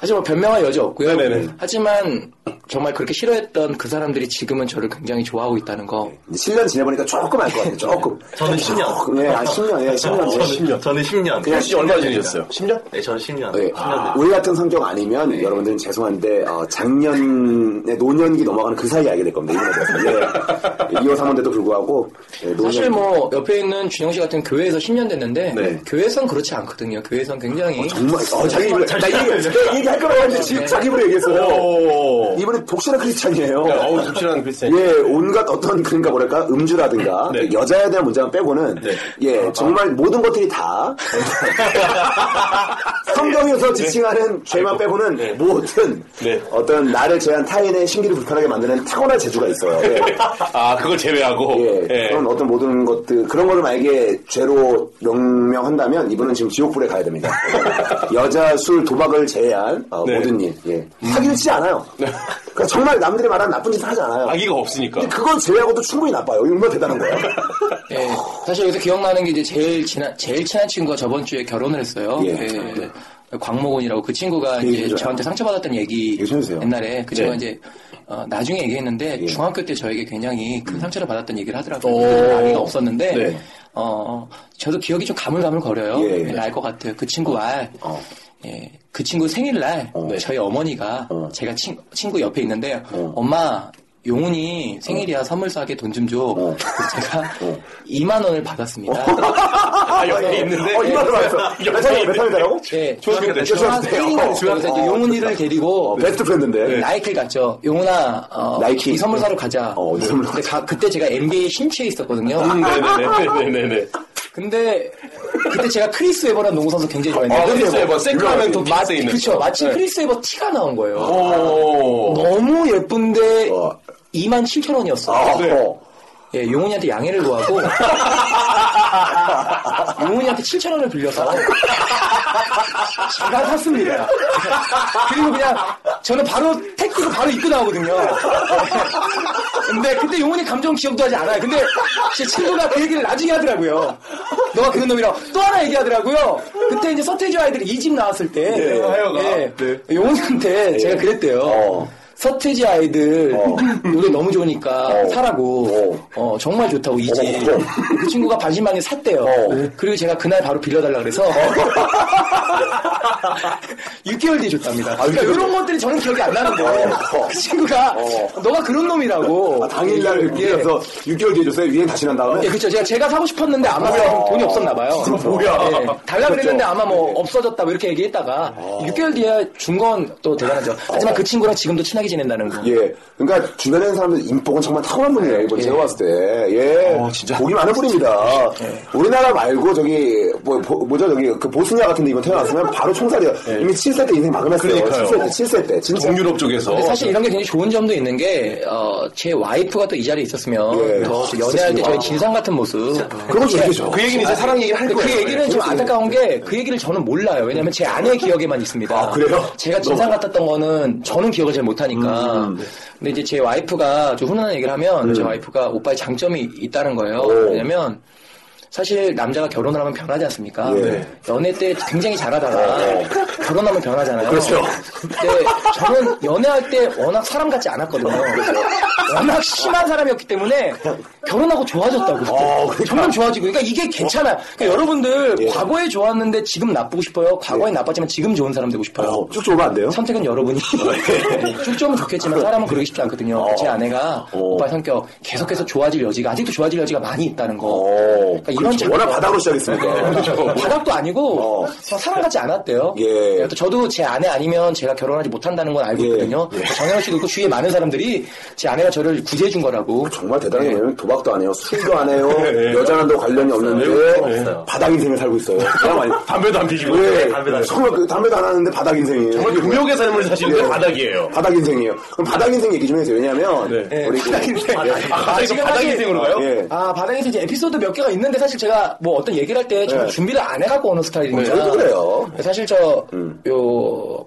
하지만 뭐 변명할 여지 없고요.
네네네.
하지만 정말 그렇게 싫어했던 그 사람들이 지금은 저를 굉장히 좋아하고 있다는 거.
네.
7년 지내보니까 조금 알 것 같아요. 조금.
저는 10년.
예, 아, 10년, 예, 10년. 예.
10년.
저는 10년.
그냥
혹시 얼마나 지내셨어요? 10년?
네, 저는 10년.
예.
아.
10년 됐
우리 같은 성격 아니면
네.
여러분들은 죄송한데 어, 작년에 노년기 넘어가는 그 사이에 알게 될 겁니다. 이분에 대해서. 예. 2호 사원대도 불구하고 예, 노년.
사실 뭐 옆에 있는 준영 씨 같은 교회에서 10년 됐는데
네. 어,
교회선 그렇지 않거든요. 교회선 굉장히
네.
정말 어, 자기 입으로 나 얘기 나 얘기할 거라고 했는데 지금 자기 입으로 얘기했어요.
오. 네,
이분은 완전히 독실한 크리스찬이에요.
어우, 독실한 크리스찬.
예, 온갖 어떤 그러니까 뭐랄까 음주라든가 그
네.
여자에 대한 문제만 빼고는
네.
예 정말 모든 것들이 다 성경에서 지칭하는 죄만 빼고는 모든
네.
어떤 나를 제한 타인의 신기를 불편하게 만드는 탁월한 재주가 있어요. 예.
아, 그걸 제외하고.
예,
예.
그런 어떤 모든 것들 그런 거를 만약에 죄로 명명한다면 이분은 지금 지옥불에 가야 됩니다. 여자, 술, 도박을 제외한 어,
네.
모든 일. 예. 사기를 치지 않아요. 그러니까 정말 남들이 말하는 나쁜 짓을 하지 않아요.
아기가 없으니까.
근데 그걸 제외하고도 충분히 나빠요. 이거 얼마나 대단한 거예요.
예, 사실 여기서 기억나는 게 이제 제일 친한 제일 친한 친구가 저번 주에 결혼을 했어요.
예.
예, 광목원이라고 그 친구가
그 얘기
이제
해줘요.
저한테 상처받았던 얘기
해주세요.
옛날에 그 친구가
네. 예.
이제 어, 나중에 얘기했는데 중학교 때 저에게 굉장히
음.
큰 상처를 받았던 얘기를
오.
하더라고요. 나이가 없었는데
네.
어 저도 기억이 좀 가물가물거려요.
예.
알 것 같아요. 그 친구 말
어.
예, 그 친구 생일날
네.
저희 어머니가
어.
제가 친, 친구 옆에 있는데
어.
엄마 용훈이 생일이야 선물 싸게 돈 좀 줘. 그래서 제가
어.
2만 원을 받았습니다.
아, 옆에 있는데. 예,
어, 이말을 봤어. 몇 살이, 몇 살이라고?
네,
중학교 때, 네.
중학교 때. 어,
중학생
어,
용훈이를 데리고 네,
어, 베스트 프렌드인데.
나이키를 갔죠. 용훈아, 어,
나이키.
이 선물 사러 가자.
어, 이 선물 사러
근데 가- 그때 제가 NBA에 심취해 있었거든요.
음, 네, 네네네네네네.
근데 그때 제가 크리스 웨버라는 농구선수 굉장히 좋아했는데 네,
아, 크리스 웨버. 세크라멘토
마-
빅스에 있는.
그쵸. 마침
네.
크리스 웨버 티가 나온 거예요.
오.
너무 예쁜데
어.
2만 7천 원이었어.
어,
네.
어.
예, 용훈이한테 양해를 구하고 용훈이한테 7천 원을 빌려서 제가 샀습니다. 그리고 그냥 저는 바로 택지로 바로 입고 나오거든요. 근데 그때 용훈이 감정 기억도 하지 않아요. 근데 제 친구가 그 얘기를 나중에 하더라고요. 너가 그런 놈이라고 또 하나 얘기하더라고요. 그때 이제 서태지 아이들이 이 집 나왔을 때
예, 하여가. 네.
용훈이한테 제가 그랬대요.
어.
서태지 아이들
어.
노래 너무 좋으니까 사라고 어, 정말 좋다고 이제
어.
그 친구가 반신반의 샀대요. 네. 그리고 제가 그날 바로 빌려달라 그래서 6개월 뒤에 줬답니다. 그러니까 이런 것들이 저는 기억이 안 나는데 그 친구가 너가 그런 놈이라고
아, 당일날
예.
이렇게 해서 6개월 뒤에 줬어요. 위행 다시 난 다음에.
예, 그쵸. 제가, 제가 사고 싶었는데 아마 그냥 돈이 없었나 봐요.
뭐야.
예, 달라 그랬는데 아마 뭐 없어졌다고 이렇게 얘기했다가 6개월 뒤에 준 건 또 대단하죠. 하지만 그 친구랑 지금도 친하게 지낸다는 거.
예. 그러니까 주변에 있는 사람들 인복은 정말 탁월한 분이에요. 이번 제가 봤을 때. 예.
어, 진짜. 예.
복이 많은 분입니다. 우리나라 말고 저기 뭐 보- 뭐죠 저기 그 보스니아 같은 데 이번 태어났으면 바로 총살이에요. 이미 7세 때 인생 막음했어요.
예. 그러니까요.
7세 때, 7세 때 진짜.
동유럽 쪽에서.
근데
어, 네.
사실 이런 게 굉장히 좋은 점도 있는 게, 어, 제 와이프가 또 이 자리에 있었으면,
예.
더또 연애할 때 저희 진상 같은 모습.
그건 좋죠.
그 얘기는 이제 사랑 얘기를 할
근데
거예요.
그 얘기는 좀 안타까운 게 그 얘기를 저는 몰라요. 왜냐면 제 아내의 기억에만 있습니다.
아, 그래요?
제가 진상 같았던 거는 저는 기억을 잘
음,
못하니까. 근데 이제 제 와이프가 좀 훈훈한 얘기를
네.
하면 제 와이프가 오빠의 장점이 있다는 거예요. 왜냐면 사실 남자가 결혼을 하면 변하지 않습니까?
예. 어.
연애 때 굉장히 잘하다가 결혼하면 변하잖아요.
그렇죠.
근데 저는 연애할 때 워낙 사람 같지 않았거든요. 워낙 심한 사람이었기 때문에 결혼하고 좋아졌다고. 그때. 점점 좋아지고. 그러니까 이게 괜찮아요. 그러니까 여러분들 과거에 좋았는데 지금 나쁘고 싶어요. 과거에 나빴지만 지금 좋은 사람 되고 예. 싶어요. 어, 예.
어, 쭉 좁으면 안 돼요?
선택은 여러분이 쭉 좀 좋겠지만 사람은 그러기 쉽지 않거든요. 제 아내가 오빠 성격 계속해서 좋아질 여지가 아직도 좋아질 여지가 많이 있다는 거.
어,
그러니까 이런
그렇죠.
장-
워낙 바닥으로 시작했으니까.
바닥도 아니고
그렇죠. 어.
그냥 사랑하지 않았대요.
예.
또 저도 제 아내 아니면 제가 결혼하지 못한다는 건 알고
예.
있거든요. 정현우 씨도 그렇고 주위에 많은 사람들이 제 아내가 저를 구제해 준 거라고.
정말 대단한 게 뭐냐면 도박도 안 해요. 술도 안 해요.
예.
여자랑도 관련이
없어요. 네,
없는데
없어요.
바닥 인생을 살고 있어요. 정말 많이-
담배도 안 피시고.
왜?
담배도 안
정말 그 예. 담배도 안 하는데 바닥 인생이에요.
정말 금욕의 삶을 사시는 게 바닥이에요.
바닥 인생이에요. 그럼 바닥 인생 얘기 좀 해주세요. 왜냐하면
네.
우리 그-
아, 갑자기
지금
바닥
사실-
인생으로 가요?
예.
아 바닥에서 이제 에피소드 몇 개가 있는데 사실 제가 뭐 어떤 얘기를 할 때 정말
네.
준비를 안 해갖고 오는 스타일이니까
네, 저도 그래요. 음.
사실 저요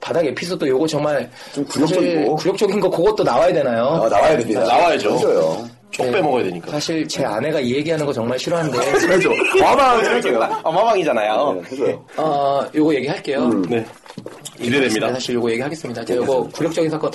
바닥 에피소드 요거 정말
좀 굴욕적이고.
사실 굴욕적인 거 그것도 나와야 되나요?
아, 나와야 됩니다.
나와야죠.
맞아요.
쪽
네.
빼먹어야 되니까.
사실 제 아내가 이 얘기하는 거 정말 싫어하는데
그렇죠. 마방 재밌겠다. 아, 마방이잖아요.
네, 해줘요.
어, 요거 얘기할게요.
음. 예.
네. 기대됩니다.
사실 요거 얘기하겠습니다.
네.
제가 요거 굴욕적인 사건,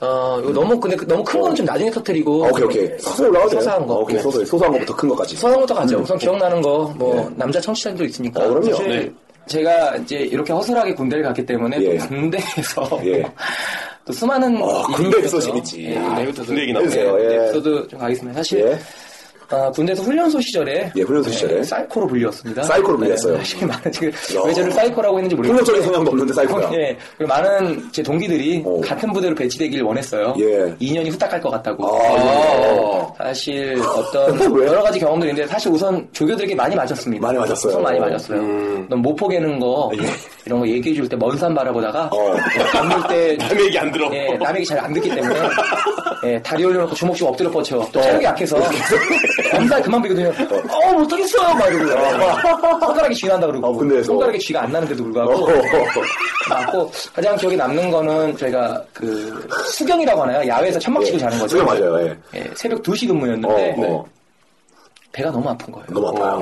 어, 이거 너무, 근데 그- 너무 큰 거는 좀 나중에 터뜨리고.
아, 오케이, 오케이. 서서히 올라가도 돼요.
소소한 거.
어, 오케이,
네.
소소히. 소소한 것부터 큰 것까지.
서상부터 가죠. 우선 기억나는 거, 뭐, 남자 청취자들도 있으니까.
음. 네. 아, 그럼요.
사실
네.
제가 이제 이렇게 허술하게 군대를 갔기 때문에
예.
또 군대에서
예.
또 수많은.
어,
일이
군대
있었죠.
소식이지.
예,
아,
내부터
군대 얘기 나오네요.
네,
예.
에피소드 좀 가겠습니다. 사실
예.
아, 군대에서 훈련소 시절에 네,
예, 훈련소 시절에.
사이코로 불렸습니다.
사이코로 불렸어요.
네, 사실 많은 지금 왜 저를 사이코라고 했는지 모르겠어요.
폭력적인 성향도 없는데 사이코야.
예, 그리고 많은 제 동기들이
오.
같은 부대로 배치되길 원했어요.
어. 예.
2년이 후딱 갈 것 같다고. 예.
아.
사실 어떤
왜?
여러 가지 경험들이 있는데 사실 우선 조교들에게 많이 맞았습니다.
많이 맞았어요.
우선 많이 맞았어요.
음. 아, 예.
넌 못 포개는 거 이런 거 얘기해 줄 때 먼 산 바라보다가
어.
안볼 때.
남 얘기 안 들어.
예, 남 얘기 잘 안 듣기 때문에 예, 다리 올려놓고 주먹씩 엎드려 뻗쳐 또 체력이
어.
약해서 엄살 그만 비거든요 어 못하겠어요 막 이러고 손가락이 쥐 난다 그러고
어, 근데
손가락에
어.
쥐가 안 나는데도 불구하고 맞고 가장 기억에 남는 거는 저희가 그 수경이라고 하나요? 야외에서 천막 치고 자는 거죠.
그거 맞아요. 예.
예, 새벽 2시 근무였는데
어, 어.
배가 너무 아픈 거예요.
너무
어,
아파요.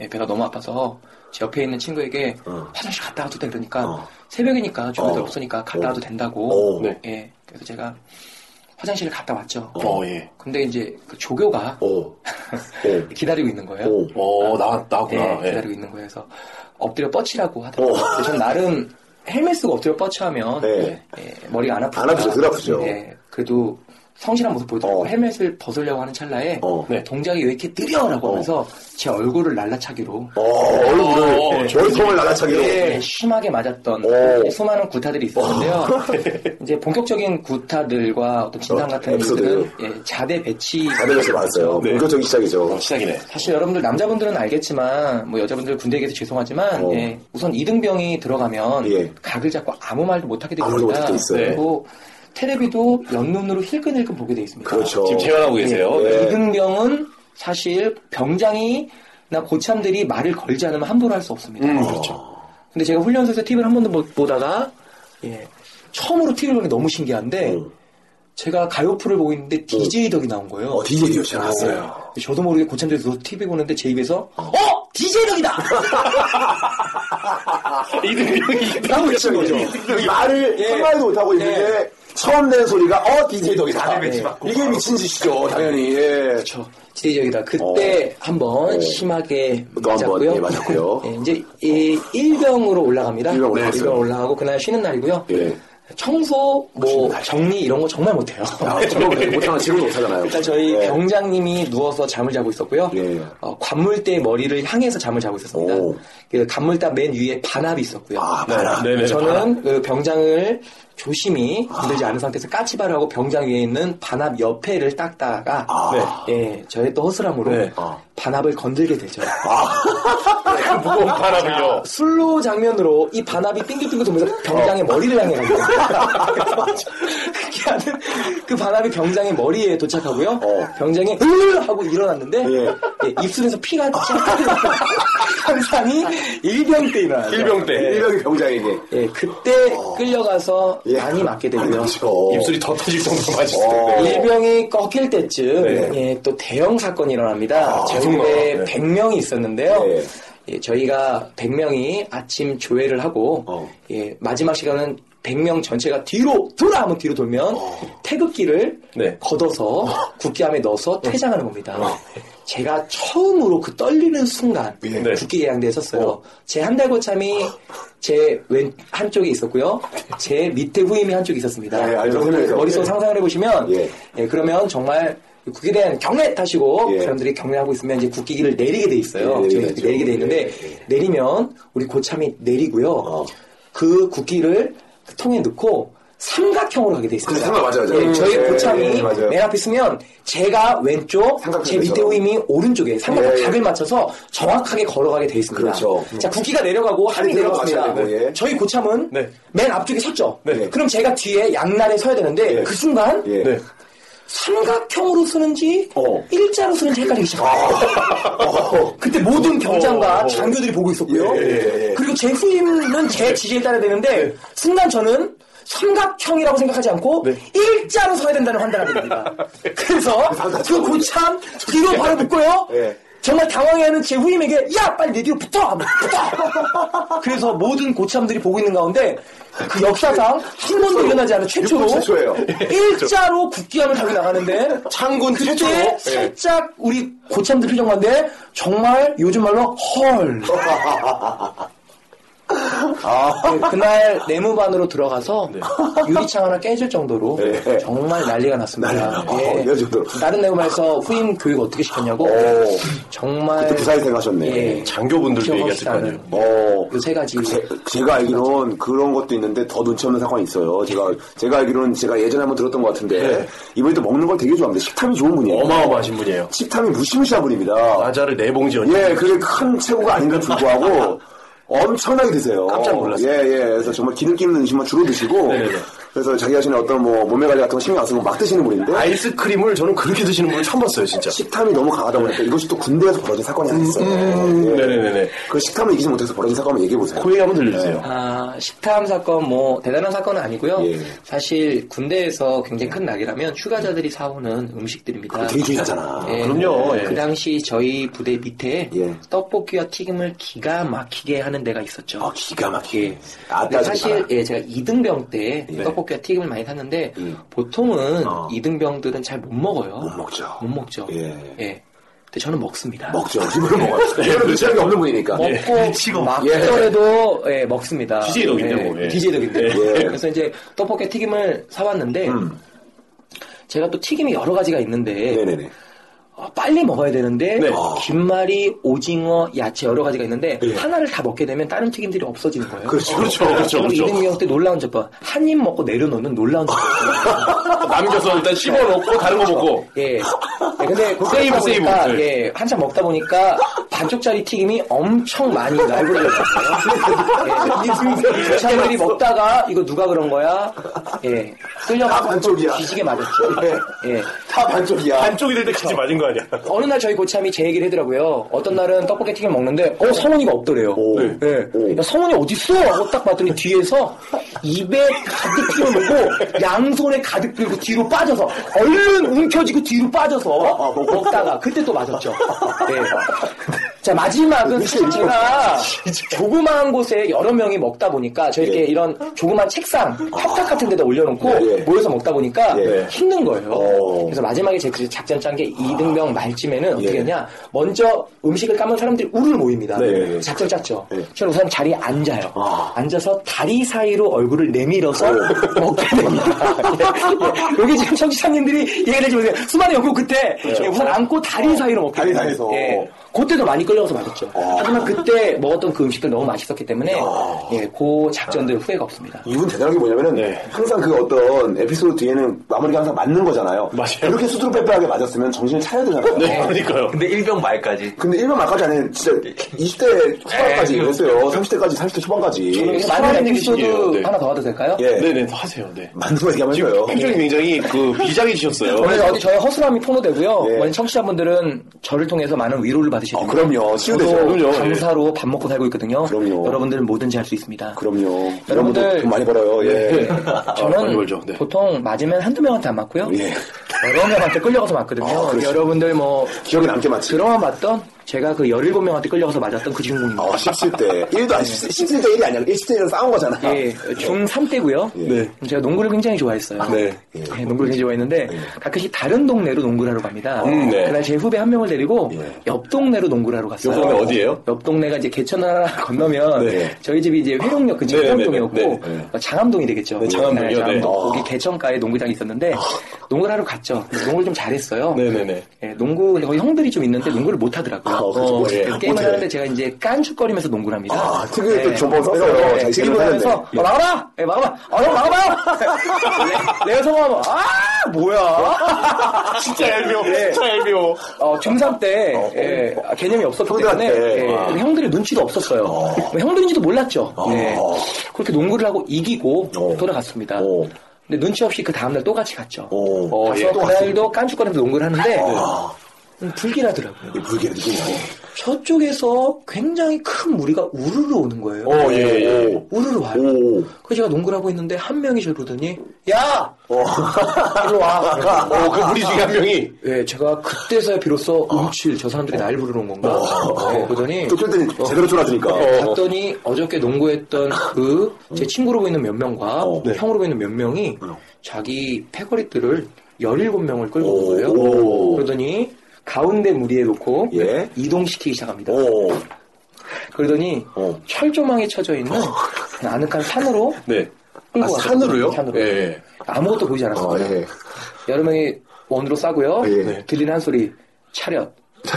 예, 배가 너무 아파서 제 옆에 있는 친구에게
어.
화장실 갔다 와도 돼 그러니까
어.
새벽이니까 주변에
어.
없으니까 갔다
어.
와도 된다고
어.
네.
예, 그래서 제가 화장실을 갔다 왔죠.
어, 예.
근데 이제 그 조교가
오. 오. 네.
기다리고 있는 거예요.
오.
어, 나, 나구나.
예,
예.
기다리고 있는 거예요. 그래서 엎드려 뻗치라고
어.
하더라고요. 근데 전 나름 헬멧 쓰고 엎드려 뻗치하면
네.
예, 머리가 안 아프죠.
안 아프죠. 덜 아프죠.
예, 그래도 성실한 모습 보여드리고
어.
헬멧을 벗으려고 하는 찰나에
어.
네, 동작이 왜 이렇게 느려라고 하면서 제 얼굴을 날라차기로
어, 얼굴을,
어, 예.
얼통을 날라차기로.
예, 심하게 맞았던
네.
그
오. 네.
수많은 구타들이 있었는데요. 이제 본격적인 구타들과 어떤 진상
어,
같은
에피소드.
일들은 예, 자대 배치
자들에서 많았어요.
네.
본격적인 시작이죠.
어, 시작이네.
사실 여러분들 남자분들은 알겠지만 뭐 여자분들 군대 얘기해서 죄송하지만
어.
예, 우선 이등병이 들어가면
예.
각을 잡고 아무 말도 못하게 되어
아무도
있습니다.
못하게 돼 있어요.
그리고 테레비도 옆눈으로 힐끈힐끈 보게 되어 있습니다.
그렇죠.
지금 재현하고 계세요.
예. 네.
이등병은 사실 병장이나 고참들이 말을 걸지 않으면 함부로 할 수 없습니다.
음, 그렇죠.
근데 제가 훈련소에서 TV를 한 번도 못 보다가 예, 처음으로 TV를 보는 게 너무 신기한데
음.
제가 가요프를 보고 있는데 DJ 덕이 나온 거예요.
어, DJ 도 역시 나왔어요.
저도 모르게 고참들에서 TV 보는데 제 입에서 어 DJ 덕이다 네.
이등병이
라고 외친 거죠.
말을
예. 아,
한 마디도 못하고 있는데 처음 낸 소리가 어 DJ 덕이다.
배치
예.
받고.
이게 미친 짓이죠 당연히. 예.
그렇죠. DJ 덕이다. 그때 한번
어.
심하게
또한 번,
맞았고요.
예, 맞았고요.
예, 이제 이 일병으로 올라갑니다. 네,
일병 올라갔어요.
일병 올라가고 그날 쉬는 날이고요.
예.
청소, 뭐 정리 이런 거 정말 못해요.
아, 저거 못하나 지금 못하잖아요.
네. 일단 그러니까 저희
예.
병장님이 누워서 잠을 자고 있었고요.
예.
어, 관물대 머리를 향해서 잠을 자고 있었습니다.
오.
그 관물대 맨 위에 반압이 있었고요.
아, 봐라.
네. 네네,
저는 그 병장을 조심히
아.
흔들지 않은 상태에서 까치발하고 병장 위에 있는 반압 옆에를 닦다가
아.
예, 저의 또 허술함으로
네.
아.
반압을 건들게 되죠.
무거운 바람을요.
술로 장면으로 이 반합이 빙글빙글 돌면서 병장의 머리를 향해 갑니다. 그렇게 하는 그 반합이 병장의 머리에 도착하고요. 병장이 으 하고 일어났는데 어. 예, 입술에서 피가 쫙 흘러요. 현상이 일병 때 일어나요.
일병 때.
일병이 병장에게.
예, 그때 끌려가서
예.
많이 맞게 되고요.
그렇죠.
입술이 더 터질 정도로 맞을 텐데.
일병이 꺾일 때쯤
네.
예, 또 대형 사건이 일어납니다. 저희
정말.
때
네.
100명이 있었는데요.
네.
예, 저희가 100명이 아침 조회를 하고
어.
예, 마지막 시간은 100명 전체가 뒤로 돌아 하면 뒤로 돌면
어.
태극기를
네.
걷어서 국기함에 넣어서 퇴장하는 겁니다. 제가 처음으로 그 떨리는 순간
네.
국기 예양대에 섰어요. 제 한 달 고참이
어.
제 왼 한쪽에 있었고요. 제 밑에 후임이 한쪽에 있었습니다.
네, 알죠.
여러분들 머릿속
네.
상상을 해보시면
예.
예, 그러면 정말 국기에 대한 경례 탓이고
예.
사람들이 경례하고 있으면 이제 국기기를 네 내리게 돼 있어요.
예,
아, 저희
내리죠.
내리게 돼 있는데
예,
내리면 우리 고참이 내리고요.
어.
그 국기를 그 통에 넣고 삼각형으로 가게 돼 있습니다.
그 삼각 맞아요, 맞아요.
예, 저희
예,
고참이
예, 맞아요.
맨 앞에 있으면 제가 왼쪽,
삼각형이죠.
제 밑에 후임이 오른쪽에 삼각형
예, 예.
각을 맞춰서 정확하게 걸어가게 돼 있습니다.
그렇죠.
자 국기가 내려가고 함이
함이
내려갔습니다.
내려가셔야 되고, 예.
저희 고참은
네.
맨 앞쪽에 섰죠.
네.
그럼 제가 뒤에 양날에 서야 되는데
예.
그 순간
예.
네.
삼각형으로 쓰는지
어.
일자로 쓰는지 헷갈리기 시작해요. 그때 모든 병장과
어.
장교들이 보고 있었고요.
예, 예, 네. 예.
그리고 제 후임은 제 지시에 따라야 되는데 순간 저는 삼각형이라고 생각하지 않고
네.
일자로 서야 된다는 판단을 하게 됩니다. 그래서
아,
그 고참 뒤로 바로 묶고요.
예.
정말 당황해하는 제 후임에게 야 빨리 내 뒤로 붙어 하면 붙어 그래서 모든 고참들이 보고 있는 가운데 그 역사상 한 번도 일어나지 않은 최초로
육군 최초예요.
일자로 국기함을 타고 나가는데
창군 최초로.
그때 살짝 우리 고참들 표정 봤는데 정말 요즘 말로 헐 네, 그날 네모반으로 들어가서 유리창 하나 깨질 정도로
네.
정말 난리가 났습니다.
난리-
예.
어, 이럴 정도로.
다른 네모반에서 후임 교육 어떻게 시켰냐고 정말
그때 부사일생 하셨네.
예.
장교분들도
기억하지도
얘기했을 거 아니에요.
않은
어.
그세 가지
제, 제가 알기로는 그런 것도 있는데 더 눈치 없는 사건이 있어요. 제가 제가 알기로는 제가 예전에 한번 들었던 것 같은데
네.
이분이 또 먹는 걸 되게 좋아합니다. 식탐이 좋은 분이에요.
어마어마하신 분이에요.
식탐이 무시무시한 분입니다.
과자를 네 봉지 얹
예, 그게 큰 최고가 아닌데 불구하고 엄청나게 드세요.
깜짝 놀랐어요.
예, 예. 그래서 정말 기름기 있는 음식만 주로 드시고
네네네.
그래서 자기 자신의 어떤 뭐 몸매 관리 같은 거 신경 안 쓰고 막 드시는 분인데
아이스크림을 저는 그렇게 드시는 분을 처음 봤어요, 진짜.
식탐이 너무 강하다 보니까 이것이 또 군대에서 벌어진 사건이 하나 있어요. 예.
음, 네네네네.
그 식탐을 이기지 못해서 벌어진 사건 한번 얘기해 보세요.
코에 한번 들려주세요.
아, 식탐 사건 뭐 대단한 사건은 아니고요.
예.
사실 군대에서 굉장히 큰 낙이라면 휴가자들이 사오는 음식들입니다.
되게 중요하잖아.
예,
그럼요, 예.
그 당시 저희 부대 밑에
예.
떡볶이와 튀김을 기가 막히게 하는 데가 있었죠.
아, 기가 막히게.
예.
아,
근데
따지지 마라.
사실 예, 제가 2등병 때 떡볶이와 튀김을 많이 샀는데 보통은
예. 어.
2등병들은 잘 못 먹어요.
못 먹죠.
못 먹죠.
예.
근데 저는 먹습니다.
먹죠. 힘으로
예.
먹어요. 힘으로 눈치하는 게 없는 분이니까.
아,
뭐,
네.
예.
먹고 막더라도 예. 먹습니다.
DJ 덕인데
예,
뭐, 예.
DJ 덕인데.
예.
그래서 이제 떡볶이 튀김을 사왔는데
음.
제가 또 튀김이 여러 가지가 있는데
네네네.
어, 빨리 먹어야 되는데 아,
네.
김말이, 오징어, 야채 여러 가지가 있는데 하나를 다 먹게 되면 다른 튀김들이 없어지는 거예요.
예. 그렇죠, 그렇죠, 그렇죠, 그렇죠.
이등병 때 놀라운 적과 한입 먹고 내려놓는 놀라운 적.
남겨서
네.
일단 씹어 먹고 다른 거 먹고.
예. 예, 근데 그이
세이브,
브 보니까
세이브. 네.
예, 한참 먹다 보니까 반쪽짜리 튀김이 엄청 많이 날려졌어요. 예. 부사들이 먹다가 이거 누가 그런 거야? 예.
다
끌려가서
반쪽이야.
뒤지게 맞았죠. 예.
다 반쪽이야.
반쪽이 될 때까지 맞은 거 아니야?
어느 날 저희 고참이 제 얘기를 해더라고요. 어떤 날은 떡볶이 튀김 먹는데, 어, 성훈이가 없더래요.
네.
예.
오.
야, 성훈이 어딨어? 하고 딱 봤더니 뒤에서 입에 가득 튀김을 먹고, 양손에 가득 들고 뒤로 빠져서, 얼른 움켜쥐고 뒤로 빠져서 먹다가, 그때 또 맞았죠. 네. 자, 마지막은 사실 제가 조그마한 곳에 여러 명이 먹다 보니까, 저희게 이런 조그마한 책상, 협탁 같은 데다 올려놓고,
예.
모여서 먹다 보니까,
예.
힘든 거예요.
어. 아.
그래서 마지막에 제 작전 짠 게 이등병 말쯤에는 어떻게
예.
했냐. 먼저 음식을 까먹은 사람들이 우르르 모입니다.
네.
작전 짰죠.
네.
저는 우선 자리에 앉아요. 앉아서 다리 사이로 얼굴을 내밀어서 먹게 됩니다. 예, 예. 여기 지금 청취자님들이 이해를 해주세요. 수많은 연구 그때 예, 우선 앉고 다리 사이로 먹게
네. 어. 다리
됩니다.
사이에서. 아.
예. 그때도 많이 끌려가서 맞았죠. 하지만 그때 먹었던 그 음식들 너무 맛있었기 때문에 예, 그 작전들 후회가 없습니다.
이분 대단한 게 뭐냐면은
네.
항상 그 어떤 에피소드 뒤에는 마무리가 항상 맞는 거잖아요.
맞아요.
그렇게 수두룩빼빼하게 맞았으면 정신을 차려야 되잖아요.
네, 그러니까요.
근데 일병 말까지.
근데 1번 말까지 아니 진짜 20대 초반까지
예,
에이,
그랬어요. 30대까지 40대 초반까지.
저는-
많은
수많은
에피소드
얘기예요. 네.
하나 더 와도 될까요?
예.
네네, 더 하세요, 네.
맞는 거 얘기하면서요.
표정이 굉장히 그 비장해지셨어요.
오늘 어디 저의 허술함이 폭로되고요.
예.
원래 청취자분들은 저를 통해서 많은 위로를 받으실
어,
겁니다.
그럼요. 치유되죠.
저도
그럼요.
감사로 밥 먹고 살고 있거든요.
그럼요.
여러분들은 뭐든지 할 수 있습니다.
그럼요.
여러분들- 네.
여러분들 돈 많이 벌어요. 예.
아, 많이
저는
벌죠. 네.
보통 맞으면 한두 명한테 안 맞고요.
예.
여러 명한테 끌려가서 맞거든요.
아, 그렇죠.
여러분들 뭐
기억에 남게 맞지.
드라마 봤던 제가 그 17명한테 끌려가서 맞았던 그 주인공입니다.
어, 17대. 1도 아니, 17대 1이 아니야. 17대 1은 싸운 거잖아.
예, 중3 때고요.
네.
제가 농구를 굉장히 좋아했어요.
네.
예, 농구를 굉장히 좋아했는데 가끔씩 다른 동네로 농구를 하러 갑니다.
예. 음, 네. 예.
그날 제 후배 한 명을 데리고 옆 동네로 농구를 하러 갔어요.
옆 동네 어디예요?
옆 동네가 이제 개천을 하나 건너면
네.
저희 집이 이제 회룡역 근처
네, 네, 네,
회룡동이었고
네,
어, 장암동이 되겠죠.
네, 장암동이요,
장암동.
네. 아.
거기 개천가에 농구장이 있었는데 농구를 하러 갔죠. 근데 농구를 좀 잘했어요.
네네네. 아,
예, 농구 근데 거기 형들이 좀 있는데 농구를 못 하더라고요.
어, 그렇죠. 못 해요.
예.
게임을
못 해요.
하는데 제가 이제 깐죽거리면서 농구를 합니다.
아, 특유의 또 존버 썼어요. 자기
지금
생각을 하는데.
보면서 어, 네, 막아라! 예, 막아봐! 아, 너 막아봐! 내가 성공하면, 아, 뭐야!
진짜 얄미워.
예.
진짜 얄미워.
어, 중3 때, 예, 아, 개념이 없었기 때문에,
형들한테.
예,
와.
근데 형들의 눈치도 없었어요. 뭐 형들인지도 몰랐죠. 예. 그렇게 농구를 하고 이기고
어.
돌아갔습니다.
어. 아, 예.
근데 눈치 없이 그 다음날 또 같이 갔죠.
오.
어, 가서 그날도 깐죽거리면서 농구를 하는데,
아.
음, 불길하더라고요.
불길해, 느낌이 나네.
저쪽에서 굉장히 큰 무리가 우르르 오는 거예요.
어, 예, 예.
우르르 와요.
오.
그 제가 농구를 하고 있는데 한 명이 저를 보더니 야! 일로 와.
어, 그 무리 중에 한 명이.
예, 제가 그때서야 비로소 움칠 저 사람들이 날 부르러 온 건가? 예, 그러더니
쫓길 때는 제대로 쫄아주니까.
갔더니 어저께 농구했던 그
어.
제 친구로 보이는 몇 명과
네.
형으로 보이는 몇 명이 자기 패거리들을 17명을 끌고 온 거예요.
오.
그러더니 가운데 무리에 놓고
예.
이동시키기 시작합니다.
오.
그러더니
어.
철조망에 쳐져 있는 아늑한 산으로
네. 아,
끌고 가서 네,
산으로요?
산으로.
예, 예.
아무것도 보이지 않았어요.
어, 예.
여러 명이 원으로 싸고요.
예. 네.
들리는 한 소리 차렷.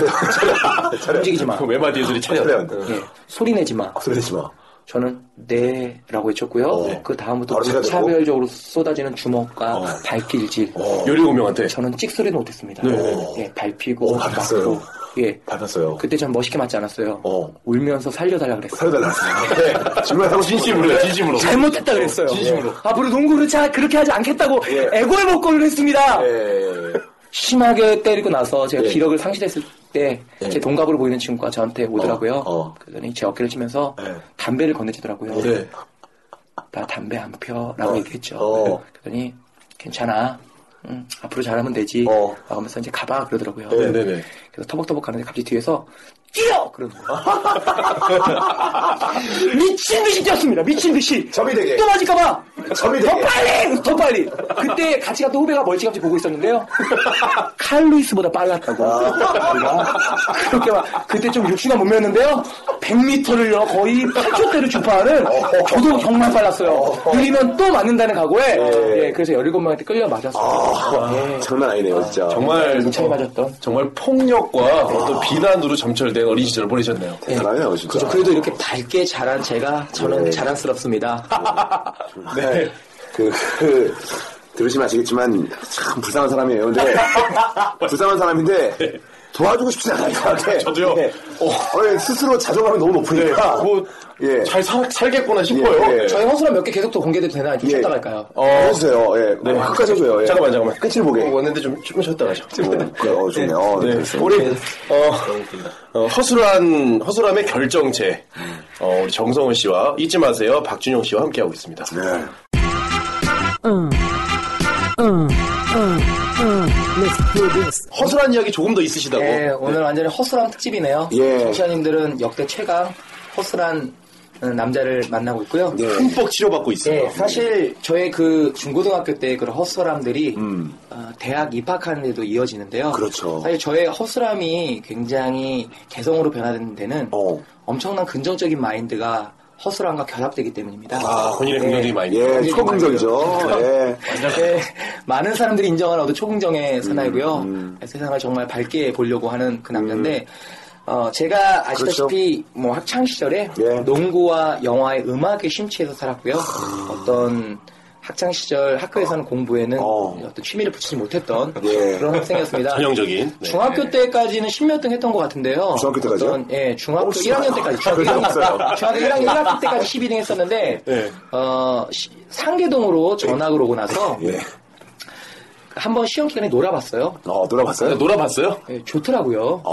움직이지 마.
그 외마 뒤에 소리 차려.
차렷.
예. 소리 내지 마.
소리내지 마.
저는 네라고 외쳤고요.
어.
그 다음부터
바로 차렷.
차별적으로 쏟아지는 주먹과
어.
발길질.
요리 고명한테
저는 찍소리도 못했습니다.
네.
예, 밟히고
어, 밟았어요.
막고. 예.
밟았어요.
그때 전 멋있게 맞지 않았어요.
어.
울면서 살려달라 그랬어요.
살려달라어요
예.
네. 정말 하고
진심으로요, 진심으로.
잘못했다 그랬어요.
진심으로.
예. 앞으로 농구를 잘 그렇게 하지 않겠다고
예.
애고의 목걸이를 했습니다.
예.
심하게 때리고 나서 제가
예.
기력을 상실했을 때 제 동갑으로 보이는 친구가 저한테 오더라고요.
네. 어.
그러더니 제 어깨를 치면서
예.
담배를 건네주더라고요.
네.
나 담배 안 피워라고 얘기했죠. 네.
어.
그러더니 괜찮아. 응, 앞으로 잘하면 되지.
어.
라고 하면서 이제 가봐 그러더라고요.
네, 네, 네.
그래서 터벅터벅 가는데 갑자기 뒤에서 뛰어! 그러는 거예요. 미친 듯이 뛰었습니다. 미친 듯이.
점이 되게. 그러니까
또 맞을까봐.
점이
더
되게.
빨리! 더 빨리! 그때 같이 갔던 후배가 멀찌감치 보고 있었는데요. 칼루이스보다 빨랐다고.
아.
우리가. 그렇게 막, 그때 좀 육수가 몸매였는데요. 100m를요, 거의 8초대로 주파하는 저도 정말 빨랐어요. 느리면 또 맞는다는 각오에,
예.
예, 그래서 17명한테 끌려
아,
맞았어요. 예.
장난 아니네요, 진짜.
정말
무차이 맞았던.
정말 폭력과 어떤 비난으로 점철된 어린 시절을 보내셨네요.
대단하네요, 진짜.
그죠. 그래도 이렇게 밝게 자란 제가 저는
네.
자랑스럽습니다.
네.
그, 그 들으시면 아시겠지만 참 불쌍한 사람이에요. 근데 불쌍한 사람인데 도와주고 싶지 않아요. 저한테.
저도요.
예. 어, 예, 스스로 자존감이 너무 높으니까.
뭐,
예.
잘 살, 살겠구나 싶어요.
네.
예, 예.
저희 허술함 몇 개 계속 또 공개돼도 되나? 좀
예.
쉬었다 갈까요?
어,
해주세요. 예. 뭐 끝까지 해줘요. 예.
네. 잠깐만, 잠깐만.
끝을 보게.
어, 왔는데 좀, 좀 쉬었다 가죠. 뭐.
어, 그래, 어, 좋네요. 어,
네.
됐어요.
우리, 어, 어, 허술한, 허술함의 결정체. 어, 우리 정성훈 씨와 잊지 마세요. 박준영 씨와 함께하고 있습니다.
네.
Let's do this.
허술한 이야기 조금 더 있으시다고.
네.
예, 오늘 완전히 허술함 특집이네요.
예.
청취자님들은 역대 최강 허술한 어, 남자를 만나고 있고요.
흠뻑 치료받고 있어요.
예,
네,
사실 저의 그 중고등학교 때 그런 헛소람들이 어, 대학 입학하는데도 이어지는데요.
음. 그렇죠.
사실 저의 헛소람이 그러니까 굉장히 개성으로 변화되는 데는
어.
엄청난 긍정적인 마인드가 헛소람과 결합되기 때문입니다.
아, 본인의 긍정적인 마인드.
예, 초긍정이죠. 예.
예, 많은 사람들이 인정하는 어떤 초긍정의
음,
사나이고요. 세상을 정말 밝게 보려고 하는 그 남자인데, 어, 제가 아시다시피 뭐 학창 시절에
그렇죠. 예.
농구와 영화의 음악에 심취해서 살았고요. 어떤 학창 시절 학교에서는 공부에는
어.
어. 떤 취미를 붙이지 못했던
예.
그런 학생이었습니다.
전형적인. 네.
중학교 때까지는 10몇 등 했던 것 같은데요.
중학교 때까지요?
어떤, 예, 중학교
혹시-
1학년 때까지. 중학교
그게
1학년,
없어요.
중학교 1학년 1학기 때까지 12등 했었는데,
네.
어, 시- 상계동으로 전학을 오고 나서
예.
한 번 시험 기간에 놀아봤어요.
어, 돌아봤어요?
네, 놀아봤어요?
예, 좋더라고요.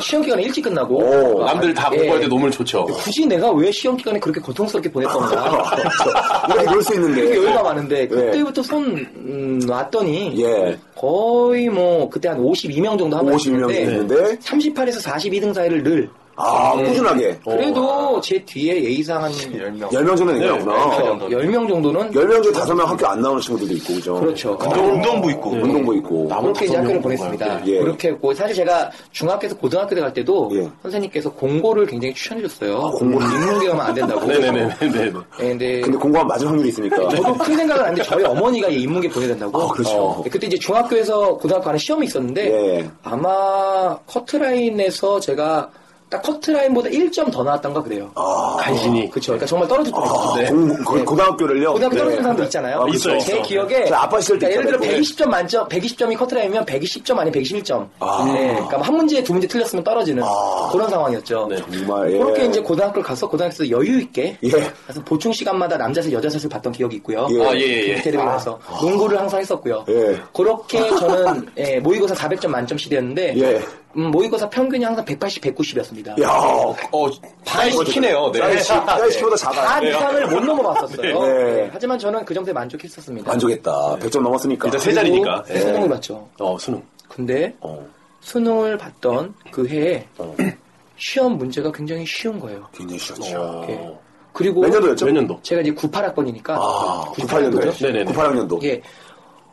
시험 기간에 일찍 끝나고
아.
어,
오,
남들 다
예.
공부할 때 노면 좋죠.
굳이 내가 왜 시험 기간에 그렇게 고통스럽게 보냈던가.
이렇게 놀 아, 수
되게
있는데.
여유가 많은데 그때부터 손 음, 놨더니
예.
거의 뭐 그때 한 52명 정도 한번
52명 있는데.
38에서 42등 사이를 늘
아, 꾸준하게.
네. 그래도 제 뒤에 예의상 한 어,
10명 정도 되겠구나.
네. 10명 정도는
10명 중에 5명 학교 안 나오는 친구들도 있고, 그죠? 네.
그렇죠.
운동부 있고.
운동부 있고.
그렇게 이제
다섯
학교를
명
보냈습니다.
예.
그렇게 했고 사실 제가 중학교에서 고등학교 때 갈 때도
예. 아,
선생님께서 공고를 굉장히 추천해 줬어요. 공고를 읽는 게 하면 안 된다고.
네네네네.
예, 근데
근데 공부하면 맞을 확률이 있으니까.
저도 큰 생각은 안 했는데 저희 어머니가 이 인문계 보내야 된다고.
그렇죠.
어. 그때 이제 중학교에서 고등학교 가는 시험이 있었는데
예.
아마 커트라인에서 제가 딱 커트라인보다 1점 더 나왔던가 그래요.
아,
어,
간신히.
그렇죠. 그러니까 정말 떨어질 뻔했어요.
네. 공, 고, 고등학교를요?
고등학교 떨어진
네.
사람도 있잖아요.
아, 그렇죠.
있어요,
제
있어.
기억에
저 아빠 시절 때
그러니까 예를 들어
있잖아요.
120점 만점, 120점이 커트라인이면 120점 아니면 111점. 네, 그러니까 한 문제 두 문제 틀렸으면 떨어지는 그런 상황이었죠.
아. 정말, 예.
그렇게 이제 고등학교를 가서 고등학교에서 여유 있게
예.
그래서 보충 시간마다 남자셋 여자셋을 봤던 기억이 있고요.
예.
아, 예, 예.
텔레비에 가서 농구를 항상 했었고요.
예.
그렇게 저는 예, 모의고사 400점 만점 시대였는데
예.
음, 모의고사 평균이 항상 180, 190이었습니다.
야,
어, 사이시키네요. 네.
사이시, 사이시보다 작아.
예.
반 이상을 못 넘어봤었어요.
네.
예, 하지만 저는 그 정도에 만족했었습니다.
만족했다. 100점 넘었으니까.
일단 세 자리니까.
그리고 수능을 봤죠.
어, 수능.
근데
어.
수능을 봤던 그 해에 시험 문제가 굉장히 쉬운 거예요.
굉장히 쉬웠죠.
예. 그리고
몇 년도였죠?
몇 년도?
제가 이제 98학번이니까
아, 98년도요?
네네네.
예.
98학년도.
이게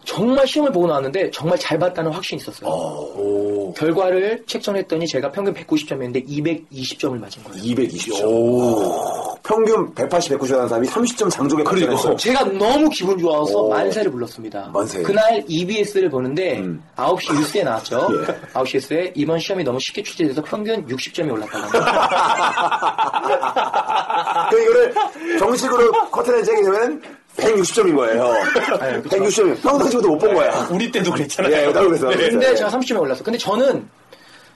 정말 시험을 보고 나왔는데 정말 잘 봤다는 확신이 있었어요.
오,
결과를 책정했더니 제가 평균 190점이었는데 220점을 맞은 거예요.
220점. 오. 평균 180, 190 하는 사람이 30점 장족에
그리고
발전했어.
제가 너무 기분 좋아서
오.
만세를 불렀습니다.
만세.
그날 EBS를 보는데 9시 뉴스에 나왔죠.
예.
9시 뉴스에 이번 시험이 너무 쉽게 출제돼서 평균 60점이 올랐다고 합니다.
그 이거를 정식으로 커튼을 째게 되면 160점인 거예요. 160점. 평상시보다 못 본 거야.
네, 그렇죠. 우리 때도 그랬잖아요. 네.
예, 나도 그래서.
근데 제가 30점이 올랐어. 근데 저는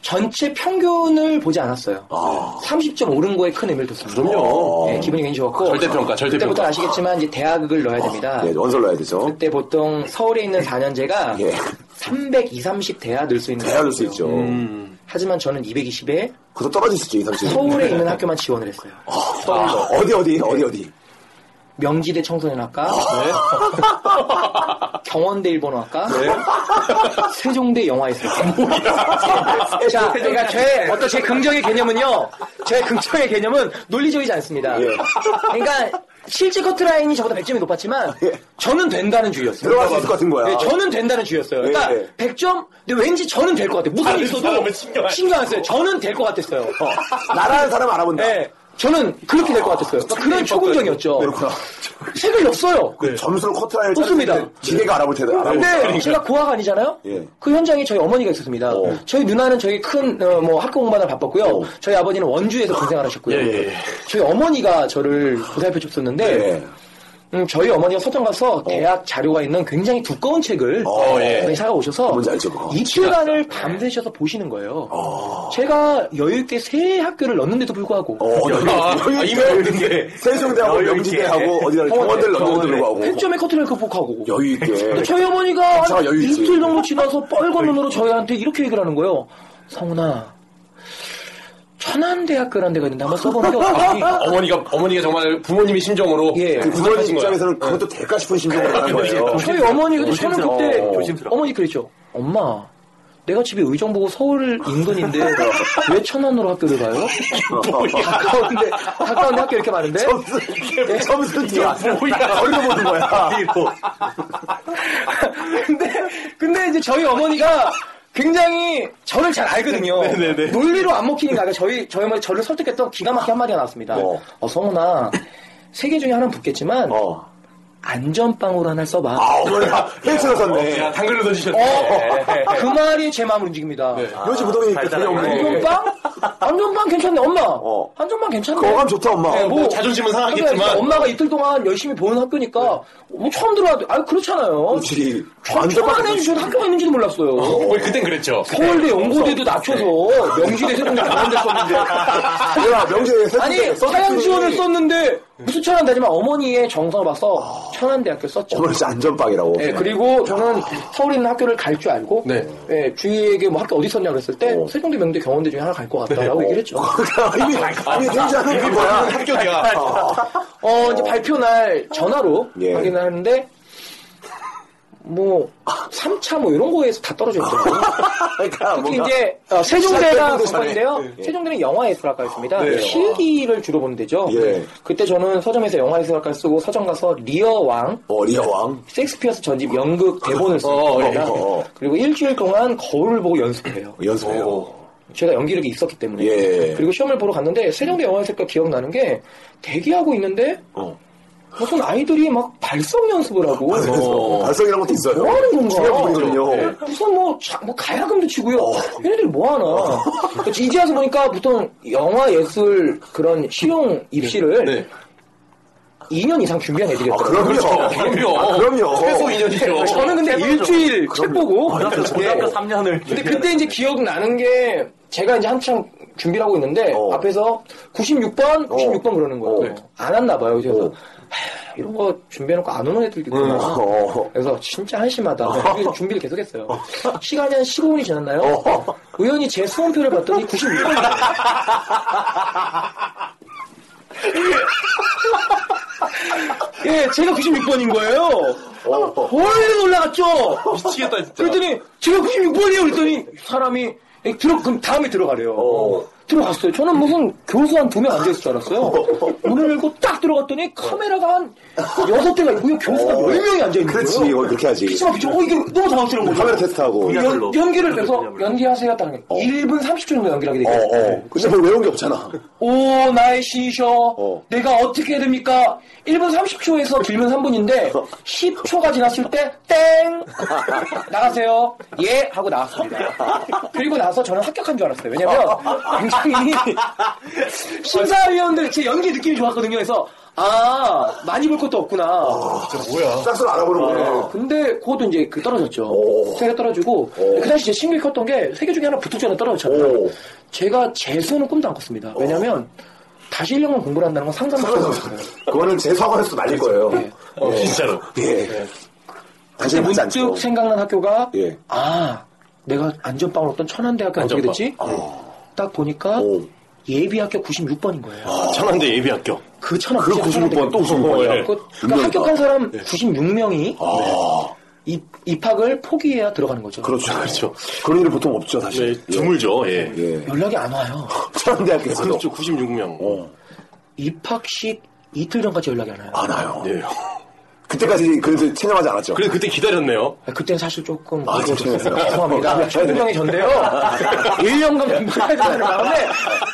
전체 평균을 보지 않았어요. 30점 오른 거에 큰 의미를 뒀습니다.
그럼요.
네, 기분이 굉장히 좋았고.
절대평가, 절대평가.
그때부터 아시겠지만 이제 대학을 넣어야 됩니다.
예, 원서를 넣어야 되죠.
그때 보통 서울에 있는 4년제가
예.
300, 2, 30 대야 넣을 수 있는
대야 넣을 수 있죠.
거였어요.
음.
하지만 저는 220에
그래서 떨어질 수 있죠, 이 상식.
서울에 있는 학교만 지원을 했어요.
아, 어디, 어디, 어디, 어디.
명지대 청소년학과,
네.
경원대 일본어학과, 세종대 영화했어요. 자, 그러니까 제 어떤 제 긍정의 개념은요, 제 긍정의 개념은 논리적이지 않습니다.
예.
그러니까 실제 커트라인이 저보다 100점이 높았지만 저는 된다는 주의였어요.
예. 들어갈 수 있을 것 같은 거야.
네, 저는 된다는 주의였어요. 그러니까
예, 예.
100점, 근데 왠지 저는 될 것 같아요. 무슨 일
다른 사람은
있어도
신경 안
신경 안 써요. 저는 될 것 같았어요.
나라는 사람 알아본다.
네, 저는 그렇게 될 것 같았어요. 그런 초긍정이었죠.
아, 네, 그렇구나.
책을 없어요.
네.
그 점수를 커트라인을
좋습니다.
자르는데 지네가 알아볼 테다. 알아볼
근데
테다.
제가 고아관이잖아요.
예.
그 현장에 저희 어머니가 있었습니다.
어.
저희 누나는 저희 큰 어, 뭐 학교 공부하느라 바빴고요. 저희 아버지는 원주에서 군생활하셨고요.
예, 예.
저희 어머니가 저를 보살펴 줬었는데
네.
예.
음, 저희 어머니가 서점 가서 대학 자료가 있는 굉장히 두꺼운 책을
어, 예.
네, 사가 오셔서
뭔지 알죠, 그거. 네. 어.
이틀간을 밤새셔서 보시는 거예요.
아.
제가 여유 있게 세 학교를 넣는데도 불구하고
어,
아, 이미 없는 게.
세종대하고
여유 있게.
명지대하고 어디다 경원대를 넘어가려고 하고.
100점의 커트를 극복하고
여유 있게. 그
근데 저희 어머니가
자,
한
여유 있지.
이틀 정도 지나서 뻘건 눈으로 저희한테 이렇게 얘기를 하는 거예요. 성훈아, 천안대학교라는 데가 있는데 한번 써보는 게 어떻니?
어머니가, 어머니가 정말 부모님의 심정으로.
예.
그
그
부모님
구성하신 거야.
입장에서는 그것도 될까 싶은 심정을 하는 거예요.
저희 어머니, 근데 저는
조심스러워.
그때,
어, 조심스러워.
어머니 그랬죠. 엄마, 내가 집에 의정 보고 서울 인근인데, 왜 천안으로 학교를 가요? 가까운데, 가까운데 학교 이렇게 많은데?
점수 뛰어. 거리로 보는 거야.
근데, 근데 이제 저희 어머니가 굉장히 저를 잘 알거든요.
네,
논리로 안 먹히는 게 아니라 저희, 저희 어머니 저를 설득했던 기가 막힌 한마디가 나왔습니다.
어.
뭐?
어, 성훈아, 세 개 중에 하나는 붙겠지만,
어.
안전빵으로 하나 써봐.
아, 어머니가 헬스를 썼네.
야, 당근을 던지셨네. 아.
어, 그 말이 제 마음을 움직입니다.
네.
요즘 무더위 이렇게
달달하게.
전혀 없네.
안전빵? 안전빵 괜찮네, 엄마.
어.
안전빵 괜찮네.
어감 좋다, 엄마.
네,
뭐 자존심은 상하겠지만. 네.
엄마가 이틀 동안 열심히 보는 학교니까, 뭐 처음 들어와도, 아 그렇잖아요.
그렇지.
전-
안전빵
천안에 저는 학교가 있는지도 몰랐어요.
어, 그땐 그랬죠. 네.
서울대 연고대도 낮춰서 명지대 세종대 그런데 썼는데
야, 명지대 세종대
아니
썼지.
사양 지원을 썼는데
네.
무슨 천안대지만 어머니의 정성을 봐서
아.
천안대학교 썼죠.
어머니 진짜 안전빵이라고.
예, 그리고 저는 서울에 있는 학교를 갈 줄 알고
네.
예, 주위에게 뭐 학교 어디 있었냐 그랬을 때
어.
세종대 명대 경원대 중에 하나 갈 것 같다라고
네.
얘기를 했죠.
어.
아, 이미, 이미 등장하는 거야.
학교 대학.
어 이제 발표 날 전화로
예.
확인을 하는데 뭐 3차 뭐 이런 거에서 다 떨어져 있더라고요.
그러니까
특히
뭔가
이제 어, 세종대가
시작도 전에. 예.
관건인데요. 세종대는 영화예술학과였습니다.
네.
실기를 주로 보는 데죠.
예.
그때 저는 서점에서 영화예술학과를 쓰고 서점 가서 리어왕,
어리여왕.
섹스피어스 전집 연극 대본을 쓰고
어, 어,
있습니다.
어, 예. 어.
그리고 일주일 동안 거울을 보고 연습해요.
연습해요.
어.
제가 연기력이 있었기 때문에.
예.
그리고 시험을 보러 갔는데 세종대 영화예술학과 기억나는 게 대기하고 있는데
어. 아,
무슨 아이들이 막 발성 연습을 하고
그래서 발성이란 것도 있어요.
뭐 하는 건가?
중요한 부분이거든요. 어.
네. 무슨 뭐, 자- 뭐 가야금도 치고요. 얘네들 뭐 하나. 그래서 이제 와서 보니까 보통 영화 예술 그런 실용 입시를 2년 이상 준비한
네. 아,
애들이었더라고요. 그렇죠.
그럼요. 아, 그럼요.
최소 2년이죠.
저는 근데 일주일 책 보고.
고등학교
예.
3년을.
근데 그때 이제 기억나는 게 제가 이제 한창 준비를 하고 있는데
어.
앞에서 96번, 96번 그러는 거예요.
어.
안 왔나 봐요. 그래서
어.
하, 이런 거 준비해놓고 안 오는 애들도 있구나.
어.
그래서 진짜 한심하다.
어.
준비를, 준비를 계속했어요. 시간이 한 15분이 지났나요?
어.
우연히 제 수험표를 봤더니 96번이에요. 예, 제가 96번인 거예요. 원래 놀라갔죠.
어. 미치겠다, 진짜.
그랬더니 제가 96번이에요. 그랬더니 사람이 예, 들어 그럼 다음에 들어가래요. 들어갔어요. 저는 무슨 교수 한 두 명 앉아있을 줄 알았어요. 문을 열고 딱 들어갔더니 카메라가 한 여섯 대가 있고요. 교수가
어.
열 명이 앉아있는 거예요.
그렇지, 이거 그렇게 하지.
비치마 비치마. 어, 이게 너무 당황스러운 거죠.
카메라 테스트하고.
연, 연기를 그래서 연기하세요 했다는 게 1분 30초 정도 연기를 하게
어,
되거든요.
어. 근데 뭘 외운 게 없잖아.
오, 나의 시셔. 내가 어떻게 해야 됩니까? 1분 30초에서 길면 3분인데, 10초가 지났을 때, 땡! 나가세요. 예! 하고 나왔습니다. 그리고 나서 저는 합격한 줄 알았어요. 왜냐면, 굉장히, 심사위원들 제 연기 느낌이 좋았거든요. 그래서, 아, 많이 볼 것도 없구나.
싹쓸 알아보는 거야.
근데 그것도 이제 그 떨어졌죠. 세개 떨어지고 근데 그 당시 제 신경이 컸던 게 세 개 중에 하나 붙을 줄 알아 떨어졌잖아요. 제가 재수는 꿈도 안 꿨습니다. 왜냐면
아.
다시 1년간 공부를 한다는 건 상상도 못했어요.
그거는 제 사관에서도 날릴 거예요. 어.
진짜로.
예. 다시
근데
맞지 않죠.
문득 생각난 학교가
예.
아 내가 안전빵을 없던 천안대학교 어떻게
안전빵.
됐지? 딱 보니까
아. 오. 아.
예비학교 96번인 거예요.
천안대 예비학교.
그 천안
그 96번 또 무슨 거예요? 예.
그, 그러니까 합격한 사람 96명이 입학을 포기해야 들어가는 거죠.
아. 그렇죠. 그렇죠. 그런 일은 보통 없죠,
네,
사실.
드물죠. 예.
예. 예.
연락이 안 와요.
천안대학교에서도. 어.
그렇죠. 96명.
입학식 이틀 전까지 연락이 안 와요.
안 와요.
예.
그때까지 그래도 체념하지 않았죠.
그래 그때 기다렸네요.
아, 그때는 사실 조금
아,
무거웠어요.
죄송해요.
죄송합니다. 신분정이 전데요. 1년간 공부해야 되는 마음에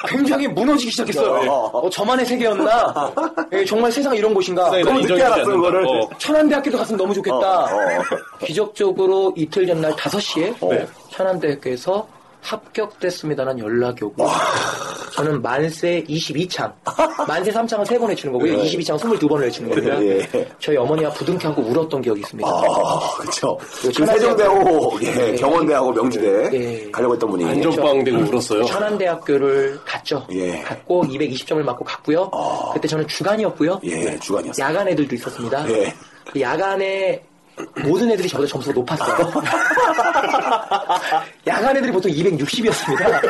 굉장히 무너지기 시작했어요. 어, 저만의 세계였나? 예, 정말 세상 이런 곳인가?
세상에
그럼
나
아, 늦게
인정해주지
알았어,
않는다.
그거를.
어.
천안대학교도 갔으면 너무 좋겠다.
어, 어.
기적적으로 이틀 전날 5시에
네.
천안대학교에서 합격됐습니다라는 연락이 오고 저는 만세 22창 만세 3창은 3번 외치는 거고요 22창은 22번을 외치는 거고요
예.
저희 어머니가 부둥켜하고 울었던 기억이 있습니다
아, 그렇죠. 그
천안대학교-
세종대하고 예, 경원대하고 명지대
예.
가려고 했던 분이
안전빵 되고 울었어요.
천안대학교를 갔죠
예.
갔고 220점을 맞고 갔고요
아.
그때 저는 주간이었고요
예, 주간이었어요.
야간 애들도 있었습니다
예.
그 야간에 모든 애들이 저보다 점수가 높았어요. 야간 애들이 보통 260이었습니다.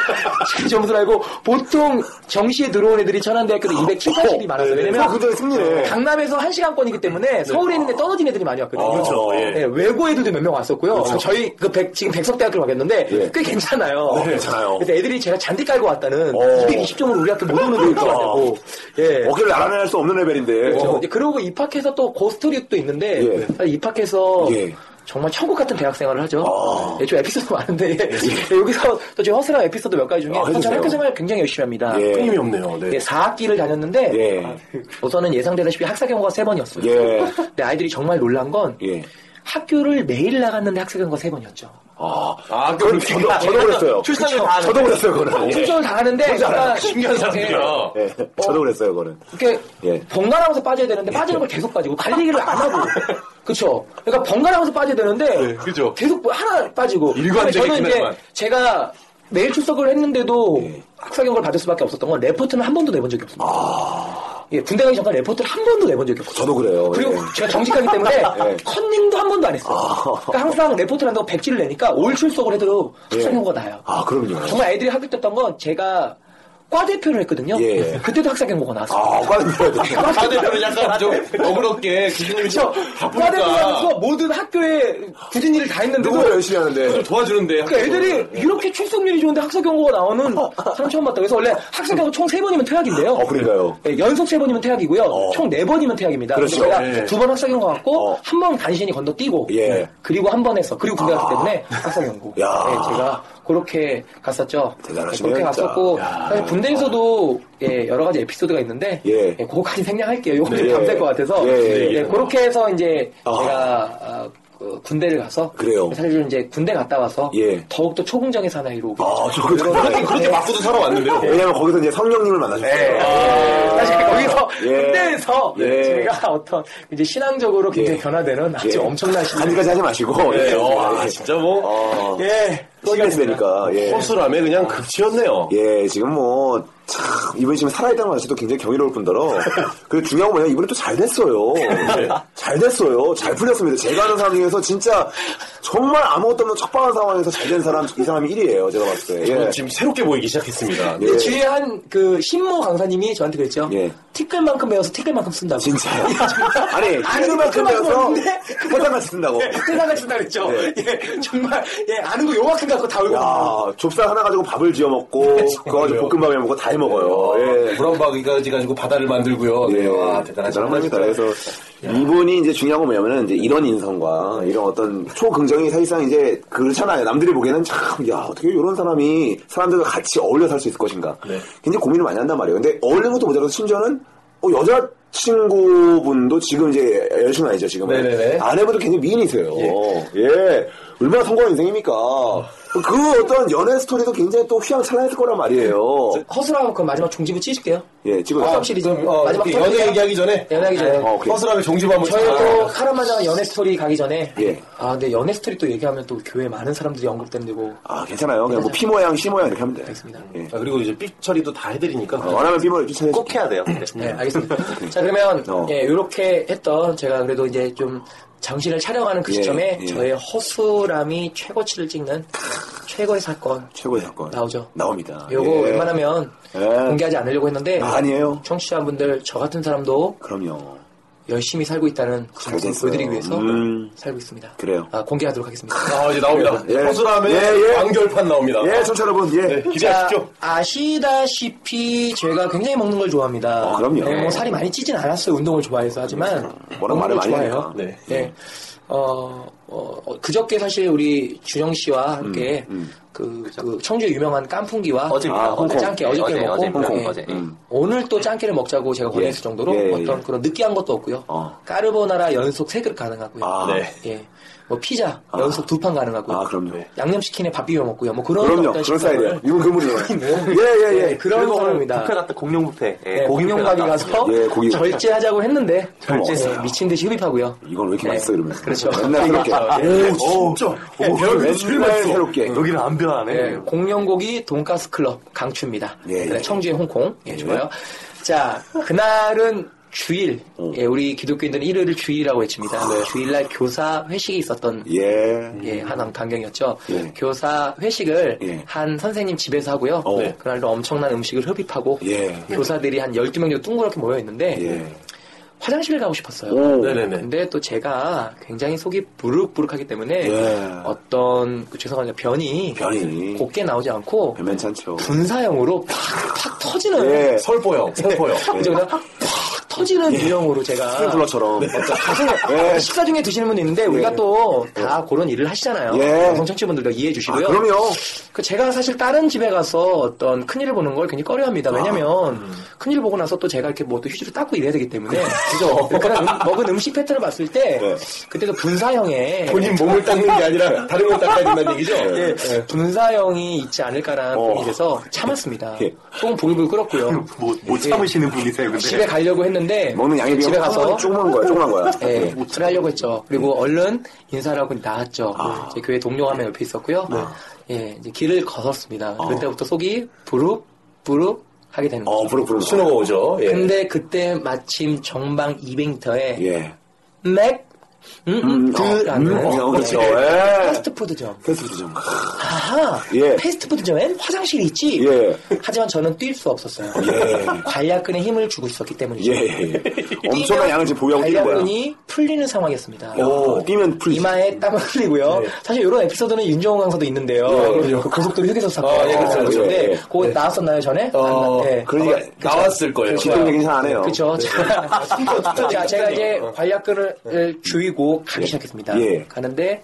제 점수를 알고 보통 정시에 들어온 애들이 천안대학교도 270이 많았어요.
어,
왜냐면
근데 승리네. 네.
강남에서 한시간권이기 때문에 서울에 있는데 떨어진 애들이 많이
아,
왔거든요.
그렇죠, 예.
네, 외고 애들도 몇 명 왔었고요.
그렇죠.
저희 그 백- 지금 백석대학교로 가겠는데 꽤 괜찮아요.
예. 어, 괜찮아요. 어.
그래서 애들이 제가 잔디 깔고 왔다는 220점으로 우리 학교 못 오는 애들 있어가지고 예.
그러니까. 어깨를 알아낼 수 없는 레벨인데.
네.
그렇죠. 이제 그러고 입학해서 또 고스토리도 있는데
어. 예.
사실 입학해서
예. 아.
정말 천국 같은 대학 생활을 하죠. 예, 좀 에피소드 많은데 예, 여기서 또 저희 허스랑 에피소드 몇 가지 중에
아, 해주세요.
저는 학교 생활 굉장히 열심히 합니다.
예.
힘이 없네요. 네.
네, 4학기를 다녔는데
예.
아, 우선은 예상되다시피 학사 경우가 세번이었어요
예.
근데 아이들이 정말 놀란 건
예.
학교를 매일 나갔는데 학사 경우가 세번이었죠
아, 아 그건 저도, 저도 그랬어요.
출석을
그쵸? 저도 그랬어요, 그거는. 예.
출전을 다 하는데 제가
신기한 사람들이야.
예. 저도 그랬어요, 그거는.
이렇게
예.
번갈아가면서 빠져야 되는데 빠지는 걸 계속 빠지고 달리기를 안 하고 그쵸 그러니까 번갈아가면서 빠져야 되는데
네, 그죠.
계속 뭐 하나 빠지고
일관되게
그다음에 저는
그날만.
이제 제가 매일 출석을 했는데도
예.
학사 경고를 받을 수밖에 없었던 건 레포트는 한 번도 내본 적이 없습니다 예, 군대 가기 전까지 레포트를 한 번도 내본 적이 없었어요
아. 저도 그래요.
그리고
예.
제가 정직하기 때문에
예. 아.
컨닝도 한 번도 안 했어요 그러니까 항상 레포트를 한다고 백지를 내니까 올 출석을 해도 학사 경고가 나요
아, 그럼요.
정말 애들이 학교 때던 건 제가 과 대표를 했거든요
예.
그때도 학사 경고가 나왔어요
아, 과는 그래야 돼.
다들 약간 좀 억울하게 기준을
그렇죠. 과대표하면서 모든 학교에 굳은 일을 다
누구나
했는데도
열심히 하는데.
도와주는데.
예,
그러니까 애들이 이렇게 출석률이 좋은데 학사 경고가 나오는 사람 처음 봤다. 그래서 원래 학사 경고 총 세번이면 퇴학인데요.
어, 아. 그러니까요. 어.
네, 연속 세번이면 퇴학이고요. 총 네번이면 퇴학입니다.
그렇죠.
제가
예.
두 번 학사 경고 갖고
어.
한 번 간신히 건너뛰고
예. 아.
그리고 한 번 해서 그리고 군대 갔기 때문에 학사 경고.
야.
네, 제가 그렇게 갔었죠.
대단하시네요,
그렇게
진짜.
갔었고 사실 군대에서도 예, 여러 가지 에피소드가 있는데
예.
예, 그거까지 생략할게요. 이건
예.
좀 밤샐 것 같아서
예, 예,
예,
예.
그렇게 해서 이제
아.
제가 아, 그 군대를 가서
그래요.
사실 이제 군대 갔다 와서
예.
더욱 더 초궁정의 사나이로 오게
아, 저거
그렇죠.
그렇게
그렇게
맞고도 살아왔는데요. 네.
왜냐면 거기서 이제 성령님을 만나셨어요.
아,
사실 거기서
예.
군대에서
예.
제가 어떤 이제 신앙적으로 굉장히
예.
변화되는 아주
예.
엄청난 신앙
간지까지 하지 마시고.
네,
예.
어, 아, 진짜 뭐.
어,
예.
시간이 되니까. 예.
허술함에 그냥 극치였네요.
예, 지금 뭐
참, 이번 시즌 살아있다는 것 자체도 굉장히 경이로울 뿐더러. 그리고 중요한 건 뭐냐, 이번에 또 잘 됐어요. 네. 잘 됐어요. 잘 풀렸습니다. 제가 아는 사람 중에서 진짜 정말 아무것도 없는 척박한 상황에서 잘 된 사람, 이 사람이 1위에요. 제가 봤을 때.
저는
예.
지금 새롭게 보이기 시작했습니다. 네.
예.
뒤에 한그 신모 강사님이 저한테 그랬죠.
예.
티끌만큼 배워서 티끌만큼 쓴다고.
진짜요? 아니,
아니,
그만큼
그만큼
배워서
없는데?
포장같이 쓴다고.
네.
뜰다가 쓴다 그랬죠. 예, 정말 예 아는 거 요만큼 갖고 다 울고.
야, 좁쌀 하나 가지고 밥을 지어 먹고, 그거 가지고 볶음밥 해 먹고 다 해 먹어요.
네.
예.
물한방 뭐, 이가지 가지고 바다를 만들고요. 네, 와, 대단한
대단한 겁니다. 그래서 이분이 이제 중요한 건 뭐냐면은 이제 이런 인성과 이런 어떤 초긍정이 사실상 이제 그렇잖아요. 남들이 보기에는 참, 야, 어떻게 이런 사람이 사람들과 같이 어울려 살 수 있을 것인가.
네.
굉장히 고민을 많이 한단 말이에요. 근데 어울리는 것도 모자라서 심지어는 어, 여자 친구분도 지금 이제 여자친구 아니죠 지금은
네네네.
아내분도 굉장히 미인이세요. 예, 얼마나 성공한 인생입니까.
어.
그 어떤 연애 스토리도 굉장히 또 휘황찬란했을 거란 말이에요.
네.
허술하고 그 마지막 종지부 찢을게요.
예, 지금
아, 시리즈 마지막
이렇게
토론이야.
어, 연애 얘기하기 전에
연애하기 전에.
어, 오케이.
허술하게 종지부 한번
저희 또
쳐요.
카라마자 연애 스토리 가기 전에
아. 예.
아 근데 연애 스토리 또 얘기하면 또 교회 많은 사람들이 언급되는데고
아, 괜찮아요. 그냥 뭐 피 모양, 시 모양 이렇게 하면 돼.
알겠습니다.
예.
아, 그리고 이제 삑 처리도 다 해드리니까
어, 원하면 피 모양 추천해.
꼭 해야 돼요. 네.
네 알겠습니다. 자 그러면
어.
예 이렇게 했던 제가 그래도 이제 좀 정신을 차려가는 그
예,
시점에
예.
저의 허술함이 최고치를 찍는 최고의 사건
최고의 사건.
나오죠.
나옵니다.
아, 요거
예.
웬만하면
예.
공개하지 않으려고 했는데
아, 아니에요.
청취자분들 저 같은 사람도
그럼요.
열심히 살고 있다는 그 모습을
됐어요.
보여드리기 위해서
음.
살고 있습니다.
그래요.
아, 공개하도록 하겠습니다.
아, 이제 나옵니다.
예.
허술함의
예, 예.
완결판 나옵니다.
예, 청취자 여러분, 예.
기대하십시오.
자, 아시다시피 제가 굉장히 먹는 걸 좋아합니다.
어, 그럼요.
네, 뭐 살이 많이 찌진 않았어요. 운동을 좋아해서 하지만
워낙
먹는
말을
걸
많이
좋아해요.
하니까. 음.
네.
네. 어, 어, 어, 그저께 사실 우리 준영
음,
씨와 함께 그, 그 청주의 유명한 깐풍기와
어제입니다.
아, 홍콩.
짱깨 어저께
어제,
먹고
어제입니다.
예.
어제. 음.
오늘 또 짱깨를 먹자고 제가 권했을 정도로
예, 예,
어떤
예.
그런 느끼한 것도 없고요.
어.
까르보나라 연속 세 그릇 가능하고요.
아,
네.
예. 뭐 피자 연속 두 판 가능하고요.
아, 그럼요.
양념치킨에 밥 비벼 먹고요. 뭐 그런
그럼요.
어떤
그런
식감을-
사이드예요. 이분 그분이에요.
네.
예, 예, 예.
그런 사람입니다.
부페 갔다 공룡 부페. 예,
네,
공룡
공룡
부페
가게
갔다
가서
왔습니다.
예, 고기.
절제하자고 했는데
절제했어요.
예, 미친 듯이 흡입하고요.
이건 왜 이렇게 맛있어, 이러면서.
그렇죠.
맨날 새롭게. 예. 오, 진짜. 오, 맨날 새롭게.
예, 여기는 안 변하네.
예, 공룡고기 돈가스 클럽 강추입니다.
예, 예.
네, 청주의 홍콩. 예, 좋아요. 자, 그날은 주일.
음.
예, 우리 기독교인들은 일요일을 주일이라고 외칩니다.
아.
주일날 교사 회식이 있었던
예.
예, 한 강경이었죠.
예.
교사 회식을
예.
한 선생님 집에서 하고요.
어.
네. 그날도 엄청난 음식을 흡입하고
예.
교사들이 한 12명 정도 둥그렇게 모여 있는데
예.
화장실을 가고 싶었어요.
오.
네네네.
근데 또 제가 굉장히 속이 부룩부룩하기 때문에
예.
어떤 그 죄송합니다 변이,
변이.
곱게 나오지 않고
변면찮죠.
분사형으로 팍팍 터지는
예.
설포형, 설포형.
그죠? 그냥 팍 터지는 유형으로 제가
스프링클러처럼. 예.
그래서 식사 중에 드시는 분도 있는데 우리가 또 다 그런 일을 하시잖아요.
예.
여성 청취분들도 이해해
아,
주시고요.
그럼요.
그 제가 사실 다른 집에 가서 어떤 큰일을 보는 걸 굉장히
아.
꺼려합니다. 왜냐면
음.
큰일 보고 나서 또 제가 이렇게 뭐 또 휴지를 닦고 이래야 되기 때문에 그죠. 그런 음- 먹은 음식 패턴을 봤을 때
그렇죠. 네.
그때도 분사형에
본인 몸을 닦는 게 아니라 다른 걸 닦아야 된다는 얘기죠?
예, 분사형이 있지 않을까라는
어.
고민이 돼서 참았습니다.
예.
조금 보글보글 끓었고요.
못, 못 참으시는 분이세요, 근데.
집에 가려고 했는데
먹는 양이
집에 가서
조그만 거야, 조그만 거야.
예, 잘 하려고 했죠. 그리고
음.
얼른 인사를 하고 나왔죠.
아.
이제 교회 동료가 한 명 옆에 있었고요.
네.
예, 이제 길을 걸었습니다. 그때부터 속이 부룩부룩 하게 되는 거죠.
아. 어, 부르부르.
신호가 오죠. 예.
근데 그때 마침 전방 200m에
예.
맥, 음, 음, 드라는
어, 그렇죠. 예.
패스트푸드점.
패스트 좀.
아하,
예.
패스트푸드점엔 화장실이 있지.
예.
하지만 저는 뛸 수 없었어요.
예.
관략근에 힘을 주고 있었기 때문이죠.
예, 예. 예. 엄청난 양을 지금 보유하고 있는 거야.
관략근이 풀리는 상황이었습니다.
오, 뛰면 풀리지. 네.
이마에 땀을 흘리고요. 사실 이런 에피소드는 윤정호 강사도 있는데요. 그 고속도로 휴게소 사건.
아, 예, 그렇죠,
그렇죠.
근데
네, 예. 그렇죠.
그거 나왔었나요 전에?
어,
안 나- 예.
그러니까 나왔을 거예요. 아.
직동 얘기는 잘 안 해요.
그렇죠.
네.
자, 제가 이제 관략근을 주이고 가기 시작했습니다.
예. 아,
가는데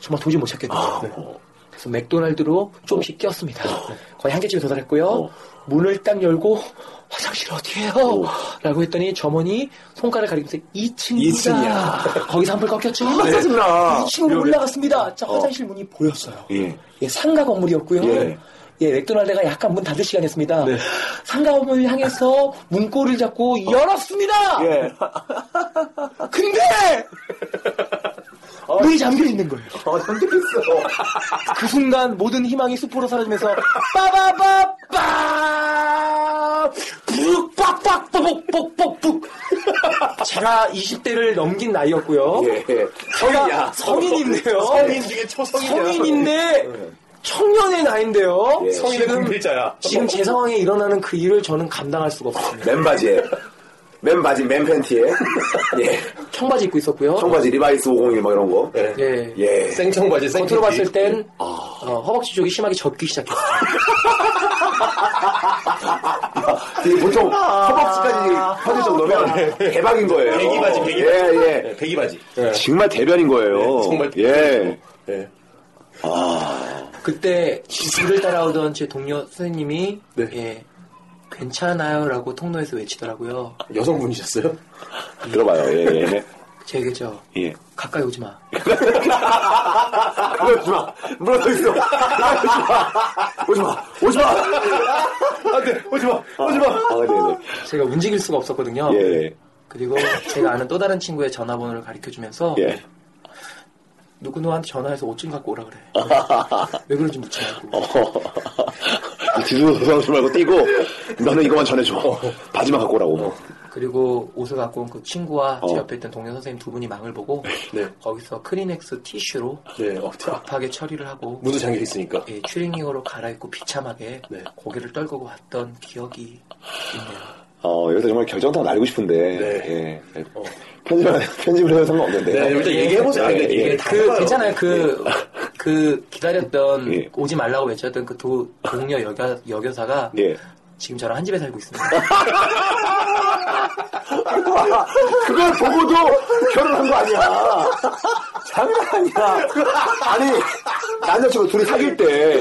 정말 도저히 못 찾겠더라고요. 네. 그래서 맥도날드로 조금씩 끼었습니다.
어.
거의 한 개쯤에 도달했고요. 문을 딱 열고 화장실 어디예요? 라고 했더니 점원이 손가락 가리면서 2층이다.
2층이야. 아,
거기서 한불 꺾였죠.
짜증나.
2층으로 올라갔습니다. 자, 화장실 문이 보였어요.
어. 예.
예, 상가 건물이었고요.
예. 네.
예. 맥도날드가 약간 문 닫을 시간이었습니다. 상가 건물 향해서 문고를 잡고 열었습니다.
예.
근데 문이 잠겨 있는 거예요.
어, 잠들겠어.
그 순간 모든 희망이 수포로 사라지면서 빠바바빠 아, 북, 빡, 빡, 빡, 빡, 빡, 북. 제가 20대를 넘긴 나이였고요.
예,
제가 성인인데요.
예. 성인 중에 초성인이야.
성인인데, 청년의 나이인데요.
예. 성인의 분필자야.
지금 제 상황에 일어나는 그 일을 저는 감당할 수가 없습니다.
맨바지에. 맨바지, 맨팬티에. 예.
청바지 입고 있었고요.
청바지, 리바이스 501, 뭐 이런 거.
예.
예.
생청바지, 예. 아.
겉으로 봤을 땐 어, 허벅지 쪽이 심하게 젖기 시작했어요.
이게 보통 허벅지까지 퍼질 정도면 대박인 거예요.
아. 배기바지, 배기바지.
예, 예.
네, 배기바지.
정말 대변인 거예요.
네, 정말
예.
예.
그때 뒤를 따라오던 제 동료 선생님이
네.
예, 괜찮아요라고 통로에서 외치더라고요.
여성분이셨어요?
들어봐요. 예, 예.
제게 저
예.
가까이 오지 마.
오지 마. 물어서 있어. 오지 마. 오지 마.
안 돼, 오지 마, 오지 마.
아, 네, 네.
제가 움직일 수가 없었거든요.
예, 예.
그리고 제가 아는 또 다른 친구의 전화번호를 가르쳐 주면서
예.
누구누구한테 전화해서 옷 좀 갖고 오라 그래. 왜 그런지 묻지 말고.
어. 뒤로 돌아오지 말고 뛰고 너는 이것만 전해줘. 바지만 갖고 오라고.
어,
그리고 옷을 갖고 온 그 친구와
어.
제
네.
옆에 있던 동료 선생님 두 분이 망을 보고 거기서 크리넥스 티슈로
네, 어, 다
급하게 처리를 하고
문도 잠겨 있으니까.
예, 추리닝으로 갈아입고 비참하게
네.
고개를 떨구고 왔던 기억이 있네요.
어, 여기서 정말 결정타고 날리고 싶은데.
네.
예. 편집을, 편집을 해도 상관없는데.
네, 일단 얘기해보세요.
예,
이게
예.
다
그
해봐요. 예.
괜찮아요. 그, 그 기다렸던
예.
오지 말라고 외쳤던 그 도- 동료 여가, 여교사가
예.
지금 저랑 한 집에 살고 있습니다.
그걸 보고도 결혼한 거 아니야. 장난 아니야. 아니, 남자친구 둘이 사귈 때,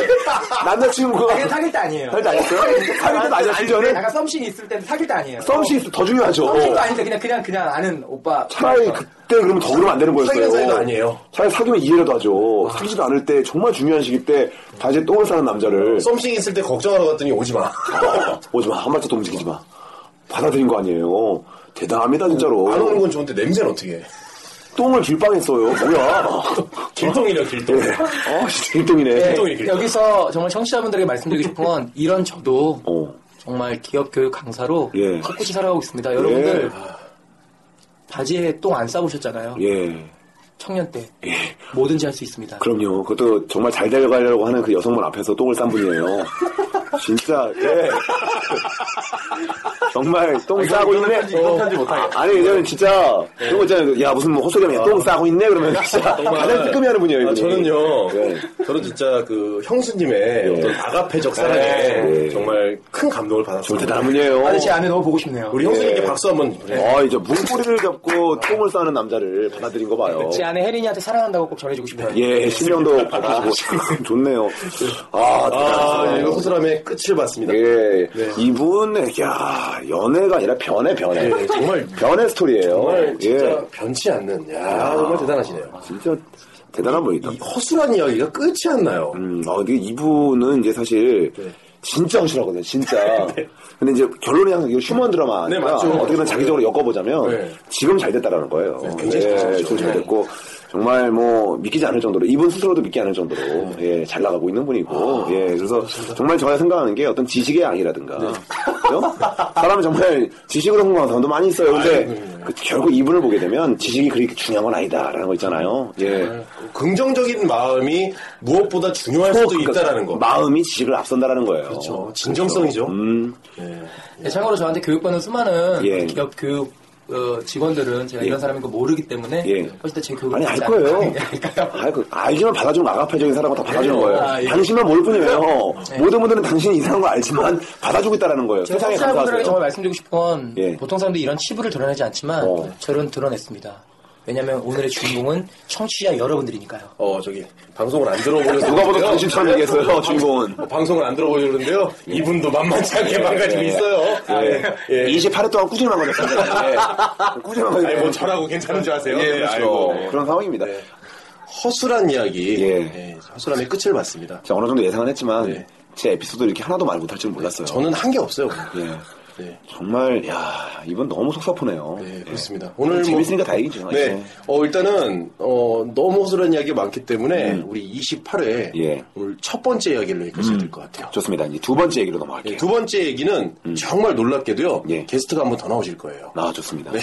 남자친구가.
이게 사귈 때 아니에요.
사귈 때 아니었어요? 사귈 때도 아니었어요. 저는
약간 썸씽이 있을 때는 사귈 때 아니에요.
썸씽이 더 중요하죠.
썸씽도 아닌데 그냥 그냥 그냥 아는 오빠.
차라리 그때 그러면 더 그러면 안 되는 거였어요.
사귀는 사이도 아니에요.
차라리 사귀면 이해라도 하죠. 사귀지도 않을 때 정말 중요한 시기 때 다시 똥을 싸는 남자를
썸씽 있을 때 걱정하러 갔더니 오지 마.
오지 마. 한 발짝도 움직이지 마. 받아들인 거 아니에요. 대단합니다, 진짜로.
안 오는 건 좋은데 냄새는 어떻게 해?
똥을 길빵했어요. 뭐야.
길동이네요, 길동.
아, 진짜 일동이네.
일동이 예, 길동.
예, 여기서 정말 청취자분들에게 말씀드리고 싶은 건 이런 저도
어.
정말 기업 교육 강사로
예.
꿋꿋이 살아가고 있습니다. 여러분들
예.
바지에 똥 안 싸보셨잖아요.
예.
청년 때 뭐든지 할 수 있습니다.
그럼요. 그것도 정말 잘 데려가려고 하는 그 여성분 앞에서 똥을 싼 분이에요. 진짜, 예. 정말
아,
똥 싸고 있네. 어. 아니, 저는 진짜,
예.
이런 거 있잖아요. 야, 무슨 뭐 헛소리하면 똥 싸고 있네? 그러면 진짜 가장 뜨끔해 하는 분이에요.
아,
이분이.
저는요,
예.
저는 진짜 그 형수님의
네.
어떤 아가페적 사랑에
예.
정말 큰 감동을
정말
받았습니다.
대단한 분이에요.
아니 제 안에 너무 보고 싶네요.
우리 형수님께 박수 한번 보내요.
아, 이제 물꼬리를 잡고 똥을 싸는 남자를 받아들인 거 봐요.
제 안에 혜린이한테 사랑한다고 꼭 전해주고 싶어요.
예, 신명도 바뀌시고 좋네요. 아,
네. 아,
대단하시네요.
이거 네. 호소람의 끝을 봤습니다.
예, 이분, 야 연애가 아니라 변해, 변해.
예, 정말
변의 스토리예요 아.
정말 진짜
예,
변치 않는, 야 정말 대단하시네요.
진짜 대단한 분이다.
이 허술한 이야기가 끝이 안 나요.
음, 아, 근데 이분은 이제 사실
네.
진짜 확실하거든요, 진짜. 근데 이제 결론이 항상 이거 휴먼 드라마.
네, 맞죠.
어떻게든 자기적으로 엮어보자면
네.
지금 잘 됐다라는 거예요.
굉장히
예,
잘 됐죠. 네.
지금 잘 됐고. 정말 뭐 믿기지 않을 정도로 이분 스스로도 믿기 않을 정도로
네.
예, 잘 나가고 있는 분이고
아,
예 그래서 정말 제가 생각하는 게 어떤 지식의 양이라든가
네.
그죠? 사람은 정말 지식으로 성공한 사람도 많이 있어요
네.
근데 그 결국 이분을 보게 되면 지식이 그렇게 중요한 건 아니다라는 거 있잖아요 예
긍정적인 마음이 무엇보다 중요할 수도
그러니까
있다라는 거.
마음이 지식을 앞선다라는 거예요
그렇죠. 진정성이죠.
음,
네, 참고로 저한테 교육받는 수많은
예.
기업 교육 어, 직원들은 제가 이런 사람인 거 모르기 때문에
예.
어쨌든 제 교육을
아니 알
받지
그렇죠.
거예요.
않-
그러니까.
알까요?
알 거, 알지만 받아주면 아가페적인 사람은 다 받아주는
네.
거예요.
아, 예.
당신만 모를 뿐이에요. 모든 분들은 당신이 이상한 거 알지만 받아주고 있다라는 거예요.
제가
세상에
청취자분들에게
감사하세요.
정말 말씀드리고 싶은 건
예.
보통 사람들이 이런 치부를 드러내지 않지만
어.
저는 드러냈습니다. 왜냐하면 오늘의 주인공은 청취자 여러분들이니까요.
어, 저기, 방송을 안 들어보려서.
누가 봐도 당신처럼 얘기했어요. 주인공은.
어, 방송을 안 들어보려고 그러는데요.
예.
이분도 만만치 않게 망가지고 있어요. 예. 예.
28회 동안 꾸준히 망가졌습니다. 예. 꾸준히
아니, 뭐
망가졌어요.
저라고 괜찮은 줄 아세요?
예,
네,
그렇죠.
아이고, 네.
그런 상황입니다.
허술한 이야기.
예.
예, 허술함의 끝을 봤습니다.
제가 어느 정도 예상은 했지만
네.
제 에피소드 이렇게 하나도 말 못할 줄 몰랐어요.
저는 한 게 없어요.
예. 정말 야 이번 너무 속사포네요.
네, 그렇습니다.
오늘
오늘
재밌으니까
뭐-
다행이죠.
네.
예.
어, 일단은, 어, 너무 허술한 이야기가 많기 때문에,
음.
우리 28회,
예.
오늘 첫 번째 이야기를 여기까지 해야 될 것 같아요.
좋습니다. 음. 이제 두 번째 얘기로 넘어갈게요. 음. 예.
네, 두 번째 얘기는 정말 놀랍게도요, 게스트가 한 번 더 나오실 거예요.
아, 좋습니다. 아,
네.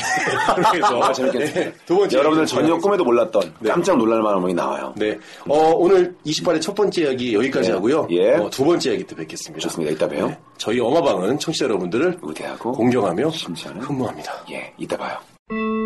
그래서,
재밌겠습니다.
네, 두 번째.
여러분들
얘기는
전혀 꿈에도 몰랐던 깜짝 놀랄 만한 분이 나와요.
네. 어, 오늘 28회 첫 번째 이야기 여기까지
예.
하고요.
예.
어, 두 번째 이야기 때 뵙겠습니다.
좋습니다. 이따 봬요.
저희 어마방은 청취자 여러분들을
우대하고
네. 공경하며
심지어는
흠모합니다.
예, 이따 봐요.
음.